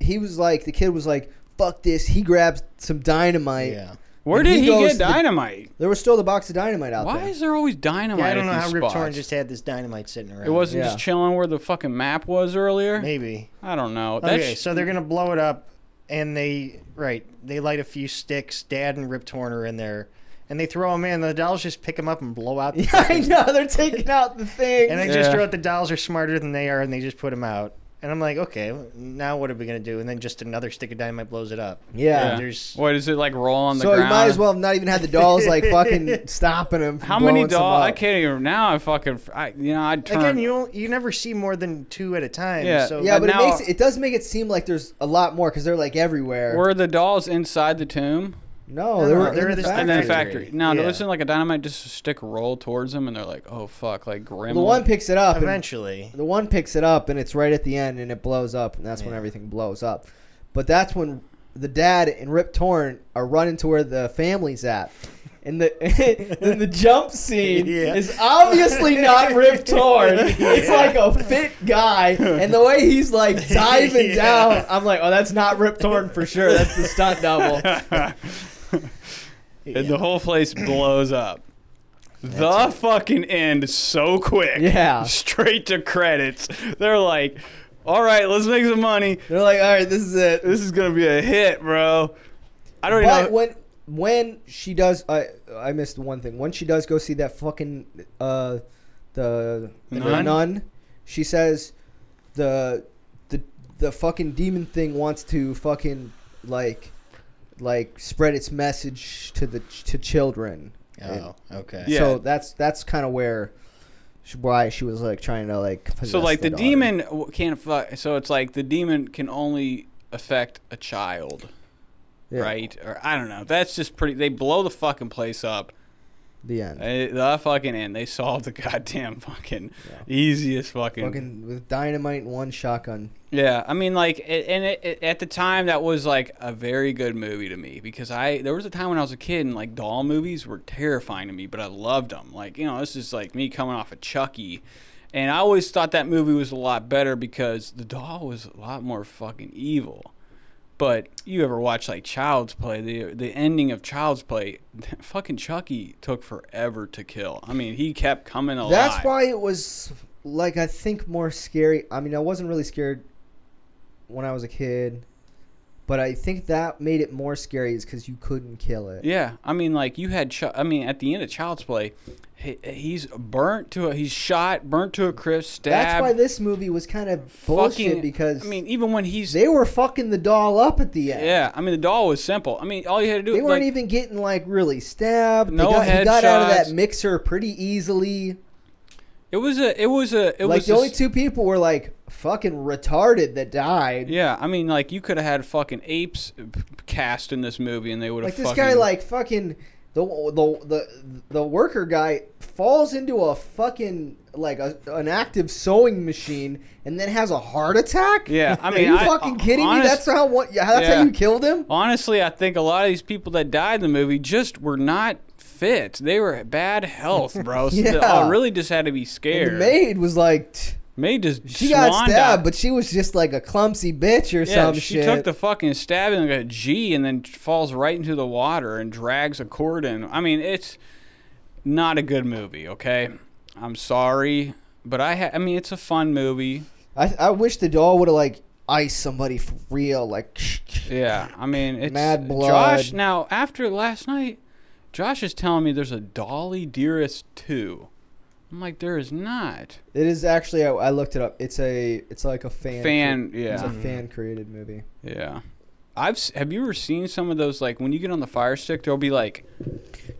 S2: he was like the kid was like fuck this. He grabs some dynamite.
S3: Yeah.
S1: where
S2: and
S1: did
S2: he
S1: he,
S2: goes
S1: get
S2: to the-
S1: dynamite
S2: There was still the box of dynamite out
S1: Why
S2: there.
S1: is there always dynamite?
S3: Yeah, I don't know
S1: at
S3: how
S1: these
S3: Rip Torn
S1: spots?
S3: just had this dynamite sitting around.
S1: It wasn't
S2: Yeah.
S1: just chilling where the fucking map was earlier.
S3: Maybe.
S1: I don't know. That's,
S3: Okay, so they're gonna blow it up, and they right, they light a few sticks. Dad and Rip Torn are in there, and they throw them in. The dolls just pick them up and blow out. The
S2: yeah, I know they're taking out the thing.
S3: And I just
S1: Yeah.
S3: wrote the dolls are smarter than they are, and they just put them out. And I'm like, okay, now what are we gonna do? And then just another stick of dynamite blows it up.
S2: yeah.
S1: Yeah.
S3: There's
S1: what is it like? Roll on the
S2: So you
S1: ground.
S2: might as well have not even had the dolls like fucking stopping him. From
S1: How many
S2: blowing some
S1: dolls? I
S2: up.
S1: can't even. Now I fucking. I, you know, I'd turn.
S3: again, you only- you never see more than two at a time.
S1: Yeah.
S3: So
S2: Yeah,
S1: And
S2: but it
S1: now-
S2: makes it does make it seem like there's a lot more because they're like everywhere.
S1: were the dolls inside the tomb
S2: no, they
S3: No,
S2: were
S3: they're
S2: in
S3: in
S2: the
S3: this
S1: and then
S2: factory.
S1: the
S3: Factory.
S1: factory? No,
S3: Yeah.
S1: it wasn't like a dynamite. Just a stick roll towards them, and they're like, "Oh fuck!" Like Grim.
S2: The one picks it up. And,
S3: eventually,
S2: the one picks it up and it's right at the end and it blows up and that's when
S3: Yeah.
S2: everything blows up. But that's when the dad and Rip Torn are running to where the family's at. And the and the jump scene
S3: Yeah.
S2: is obviously not Rip Torn. It's
S3: Yeah.
S2: like a fit guy, and the way he's like diving
S3: Yeah.
S2: down, I'm like, oh, that's not Rip Torn for sure. That's the stunt double.
S1: and the whole place blows up. The fucking end so quick.
S2: Yeah.
S1: Straight to credits. They're like, all right, let's make some money.
S2: They're like, all right, this is it.
S1: This is gonna be a hit, bro. I don't
S2: But
S1: even know.
S2: when when she does, I I missed one thing. When she does go see that fucking uh, the the
S1: Nun?
S2: nun, she says the the the fucking demon thing wants to fucking like like spread its message to the to children.
S3: oh, okay.
S1: Yeah.
S2: So that's that's kind of where she, why she was like trying to like.
S1: So
S2: possess
S1: like the
S2: daughter.
S1: demon w- can't fuck. So it's like the demon can only affect a child,
S2: Yeah,
S1: right? Or I don't know. That's just pretty. They blow the fucking place up.
S2: The end.
S1: Eh, The fucking end. They solve the goddamn fucking easiest fucking.
S2: Fucking with dynamite and one shotgun.
S1: Yeah, I mean, like, a- and it, it, at the time, that was like a very good movie to me because I there was a time when I was a kid and like doll movies were terrifying to me, but I loved them. Like, you know, this is like me coming off of Chucky, and I always thought that movie was a lot better because the doll was a lot more fucking evil. But you ever watch like Child's Play? The the ending of Child's Play, fucking Chucky took forever to kill. I mean, he kept coming alive.
S2: That's why it was like I think more scary. I mean, I wasn't really scared when I was a kid, but I think that made it more scary is because you couldn't kill it.
S1: Yeah, I mean, like you had. Ch- I mean, at the end of Child's Play, he, he's burnt to a. He's shot, burnt to a crisp, stabbed.
S2: That's why this movie was kind of bullshit
S1: fucking,
S2: because
S1: I mean, even when he's
S2: they were fucking the doll up at the end.
S1: yeah, I mean the doll was simple. I mean, all you had to do
S2: They weren't
S1: like,
S2: even getting like really stabbed.
S1: No
S2: they got, he got out of that
S1: headshots.
S2: mixer pretty easily.
S1: it was a it was a it
S2: like
S1: was
S2: the
S1: a
S2: only
S1: s-
S2: two people were like fucking retarded that died.
S1: yeah. I mean, like you could have had fucking apes p- cast in this movie, and they would have
S2: like this
S1: fucking,
S2: guy like fucking the the the the worker guy falls into a fucking like a, an active sewing machine and then has a heart attack.
S1: Yeah, I mean,
S2: are you
S1: I- uh,
S2: fucking kidding me?
S1: honest-
S2: That's how what? That's how
S1: Yeah.
S2: you killed him.
S1: Honestly, I think a lot of these people that died in the movie just were not fit. They were at bad health, bro. So they
S2: Yeah.
S1: all really just had to be
S2: And
S1: scared.
S2: the maid was like, "Tch,
S1: May just
S2: she got
S1: swan
S2: stabbed,
S1: dive.
S2: but she was just like a clumsy bitch or
S1: Yeah,
S2: some
S1: she
S2: shit.
S1: took the fucking stab and got a G, and then falls right into the water and drags a cord in. I mean, it's not a good movie. Okay, I'm sorry, but I ha- I mean, it's a fun movie.
S2: I I wish the doll would have like iced somebody for real, like
S1: Yeah, I mean, it's
S2: Mad blood.
S1: Josh. Now, after last night, Josh is telling me there's a Dolly Dearest two. I'm like, there is not.
S2: It is actually. I, I looked it up. It's a. It's like a fan.
S1: Fan,
S2: It's a
S1: yeah,
S2: fan created movie.
S1: yeah. I've s- have you ever seen some of those like when you get on the fire stick, there'll be like a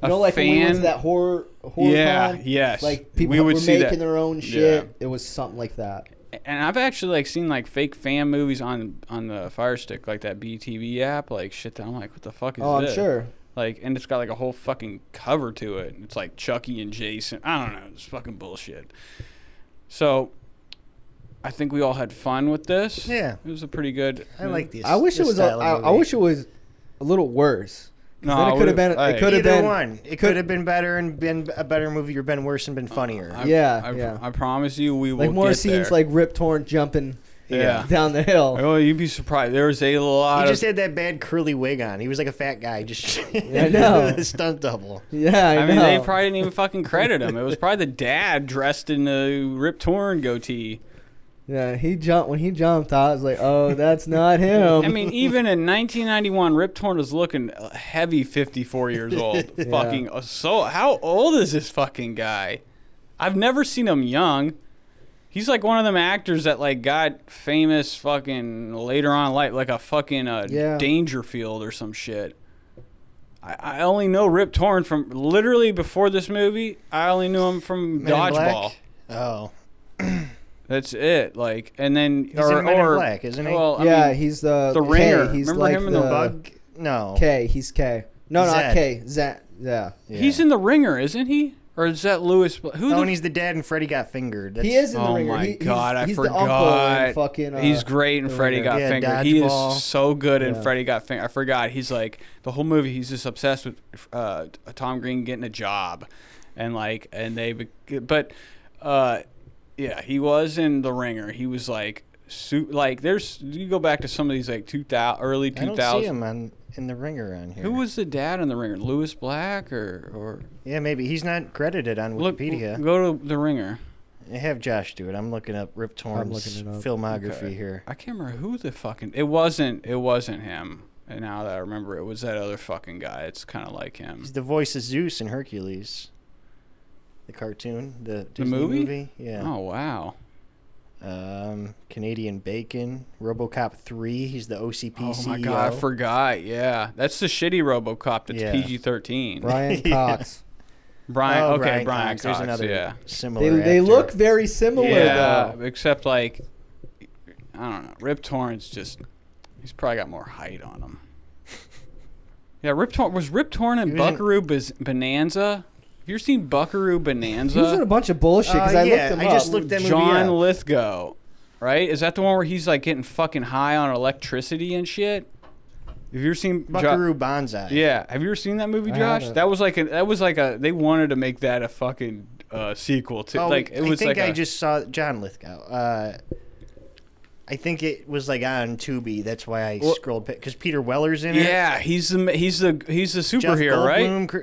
S2: You know, like when we went
S1: fan.
S2: to that horror horror
S1: yeah,
S2: con,
S1: yes.
S2: like people
S1: we
S2: were
S1: would see that.
S2: making their own shit. It was something like that.
S1: and I've actually like seen like fake fan movies on on the Fire Stick, like that BTV app, like shit. That I'm like, what the fuck is
S2: oh, I'm
S1: this?
S2: sure.
S1: Like, and it's got like a whole fucking cover to it. It's like Chucky and Jason. I don't know. It's fucking bullshit. So, I think we all had fun with this.
S3: Yeah.
S1: it was a pretty good.
S3: I like these.
S2: I wish it
S3: this
S2: was. A,
S3: style of
S2: I, I
S3: movie.
S2: wish it was a little worse. 'Cause
S1: No,
S2: then
S1: I
S2: it could
S1: would've-
S2: have been.
S1: I-
S2: It could have
S3: Either
S2: been.
S3: one. It could have been better and been a better movie or been worse and been funnier.
S1: I-
S2: Yeah,
S1: I,
S2: yeah.
S1: I promise you, we will
S2: Like more
S1: get
S2: scenes
S1: there.
S2: like Rip Torn jumping
S1: yeah.
S2: down the hill.
S1: Oh, you'd be surprised. There was a lot
S3: he
S1: of
S3: just had that bad curly wig on. He was like a fat guy, just
S2: I know.
S3: stunt double.
S2: Yeah, I,
S1: I mean, they
S2: know.
S1: probably didn't even fucking credit him. It was probably the dad dressed in a Rip Torn goatee.
S2: Yeah, he jumped when he jumped. I was like, "Oh, that's not him."
S1: I mean, even in 1991, Rip Torn was looking a heavy 54 years old. Fucking uh, so. How old is this fucking guy? I've never seen him young. He's like one of them actors that like got famous fucking later on in life, like a fucking uh,
S2: Yeah.
S1: Dangerfield or some shit. I, I only know Rip Torn from literally before this movie. I only knew him from
S3: Men in
S1: Dodgeball.
S3: Black? Oh,
S1: That's it. Like, and then
S3: he's
S1: or
S3: in Men in
S1: or
S3: Black, isn't he?
S1: well, I
S2: yeah,
S1: mean,
S2: he's the
S1: the
S2: K,
S1: ringer.
S2: He's
S1: Remember
S2: like
S1: him in
S2: the,
S1: the
S3: Bug? No.
S2: Uh, K. He's K. No,
S3: Zed.
S2: not K. Zat. Yeah,
S3: Yeah.
S1: He's in the ringer, isn't he? Or is that Lewis? Bla- Who?
S3: Oh,
S1: the,
S3: and he's the dad, and Freddy got fingered. That's,
S2: he is in the
S1: oh
S2: ringer.
S1: my
S2: He- he's-
S1: god, I
S2: he's the uncle
S1: forgot.
S2: in fucking, uh,
S1: he's great in
S2: The
S1: Freddy
S2: Ringer.
S1: Got
S3: Yeah,
S1: Fingered. He
S3: Dodgeball.
S1: is so good in
S2: Yeah.
S1: Freddy Got Fingered. I forgot. He's like the whole movie. He's just obsessed with uh, Tom Green getting a job, and like, and they. be- But, uh, yeah, he was in the ringer. He was like. Su- like there's you go back to some of these like 2000 early
S3: I don't see
S1: 2000s
S3: him on in the ringer on here.
S1: who was the dad in the ringer lewis black or or
S3: Yeah, maybe he's not credited on
S1: Look,
S3: Wikipedia.
S1: go to the ringer
S3: Have Josh do it. I'm looking up Rip Torn's
S2: looking it up.
S3: filmography
S1: Okay.
S3: here.
S1: I can't remember who the fucking. It wasn't. It wasn't him. And now that I remember, it was that other fucking guy. It's kind of like him.
S3: He's the voice of Zeus in Hercules, the cartoon, the, Disney
S1: movie?
S3: Yeah.
S1: Oh wow.
S3: Um, Canadian Bacon, RoboCop three. He's the OCP
S1: Oh my god, I
S3: CEO.
S1: forgot. Yeah, that's the shitty RoboCop. That's
S3: E Yeah.
S1: PG thirteen.
S2: Brian
S3: Yeah.
S2: Cox.
S1: Brian.
S3: Oh,
S1: okay, Brian Cox.
S3: There's another
S1: yeah.
S3: similar.
S2: They, they
S3: actor.
S2: look very similar
S1: Yeah.
S2: though.
S1: Except like, I don't know. Rip Torn's just. He's probably got more height on him. Yeah, Rip Torn was Rip Torn in
S3: He was in-
S1: Buckaroo Baz- Bonanza. Have you ever seen Buckaroo Bonanza?
S2: He was in a bunch of bullshit because
S3: Uh,
S2: I
S3: yeah,
S2: looked him
S3: I
S2: up.
S3: just looked that movie
S1: John
S3: up.
S1: Lithgow, right? Is that the one where he's like getting fucking high on electricity and shit? Have you ever seen Jo-
S3: Buckaroo Banzai.
S1: yeah, have you ever seen that movie,
S2: I
S1: Josh?
S2: haven't.
S1: That was like a that was like a they wanted to make that a fucking uh, sequel to
S3: Oh,
S1: like it was
S3: I think
S1: like
S3: I
S1: a-
S3: just saw John Lithgow. Uh, I think it was like on Tubi. That's why I
S1: Well-
S3: scrolled because Peter Weller's in it.
S1: yeah he's the ma- he's the he's the
S3: Jeff
S1: superhero right.
S3: Goldblum, Cr-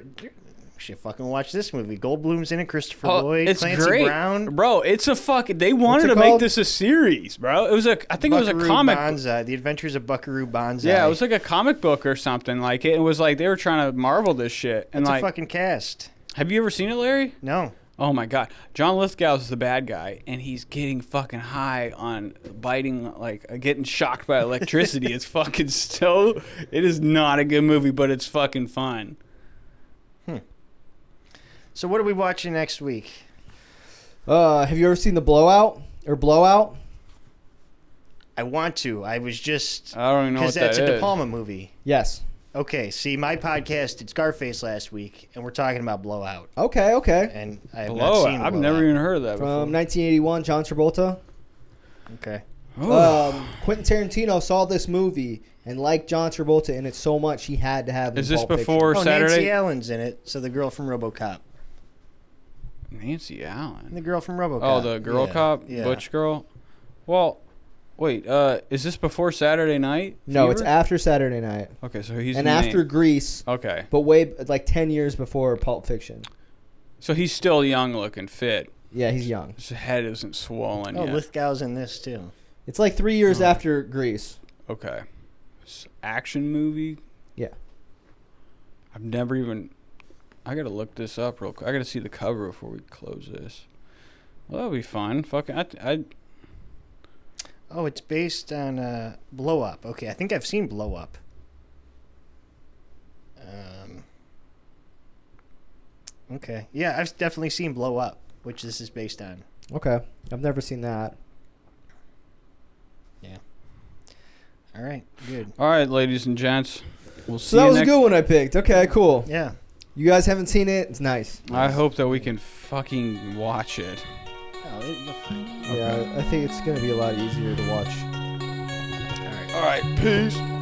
S3: should fucking watch this movie. Goldblum's in it. Christopher
S1: Oh,
S3: Lloyd,
S1: it's
S3: Clancy
S1: great,
S3: Brown.
S1: bro. It's a fucking. They wanted to
S2: it
S1: make
S2: called?
S1: this a series, bro. It was a. I think it was a
S3: Buckaroo
S1: comic.
S3: Banzai, The Adventures of Buckaroo Banzai.
S1: Yeah, it was like a comic book or something. Like it was like they were trying to marvel this shit. And
S3: It's
S1: like,
S3: a fucking cast.
S1: have you ever seen it, Larry?
S3: No,
S1: Oh my god. John Lithgow's the bad guy and he's getting fucking high on biting like uh, getting shocked by electricity. it's fucking so it is not a good movie, but it's fucking fun.
S3: So what are we watching next week?
S2: Uh, have you ever seen the Blowout or Blowout?
S3: I want to. I was just
S1: I don't even know what
S3: because that's
S1: that
S3: a De
S1: is.
S3: Palma movie.
S2: Yes.
S3: Okay, see, my podcast did Scarface last week, and we're talking about Blowout,
S2: Okay. Okay.
S3: and I have
S1: Blow.
S3: not seen.
S1: I've
S3: Blowout.
S1: never even heard of that before.
S2: From 1981, John Travolta.
S3: Okay.
S1: Ooh.
S3: Oh,
S2: Um, Quentin Tarantino saw this movie and liked John Travolta in it so much he had to have. him
S1: is this
S2: in Pulp Fiction.
S1: before
S3: Oh, Nancy
S1: Saturday?
S3: Allen's in it. So the girl from RoboCop.
S1: Nancy Allen.
S3: And the girl from RoboCop.
S1: Oh, the girl
S3: Yeah,
S1: cop,
S3: yeah.
S1: butch girl. Well, wait, uh is this before Saturday night?
S2: No, it's
S1: Fever?
S2: after Saturday Night
S1: Okay, so he's
S2: and
S1: the main-
S2: after Grease,
S1: Okay.
S2: but way like ten years before Pulp Fiction.
S1: So he's still young looking fit.
S2: Yeah, he's young.
S1: His head isn't swollen
S3: Oh,
S1: yet.
S3: Lithgow's in this too.
S2: It's like three years after Greece.
S1: okay. S- action movie.
S2: Yeah.
S1: I've never even. I gotta look this up real quick. I gotta see the cover before we close this. Well, that'll be fun. Fucking, I, I,
S3: Oh, it's based on uh, Blow Up. Okay, I think I've seen Blow Up. Um, okay, yeah, I've definitely seen Blow Up, which this is based on.
S2: Okay, I've never seen that.
S3: All right, good.
S1: all right, ladies and gents, we'll see.
S2: So that
S1: you
S2: was a
S1: next-
S2: good one I picked. Okay, cool.
S3: Yeah,
S2: You guys haven't seen it? It's nice.
S1: I hope that we can fucking watch it.
S3: oh, it, will fine.
S2: Yeah, I think it's gonna be a lot easier to watch.
S3: All right.
S1: All right, peace.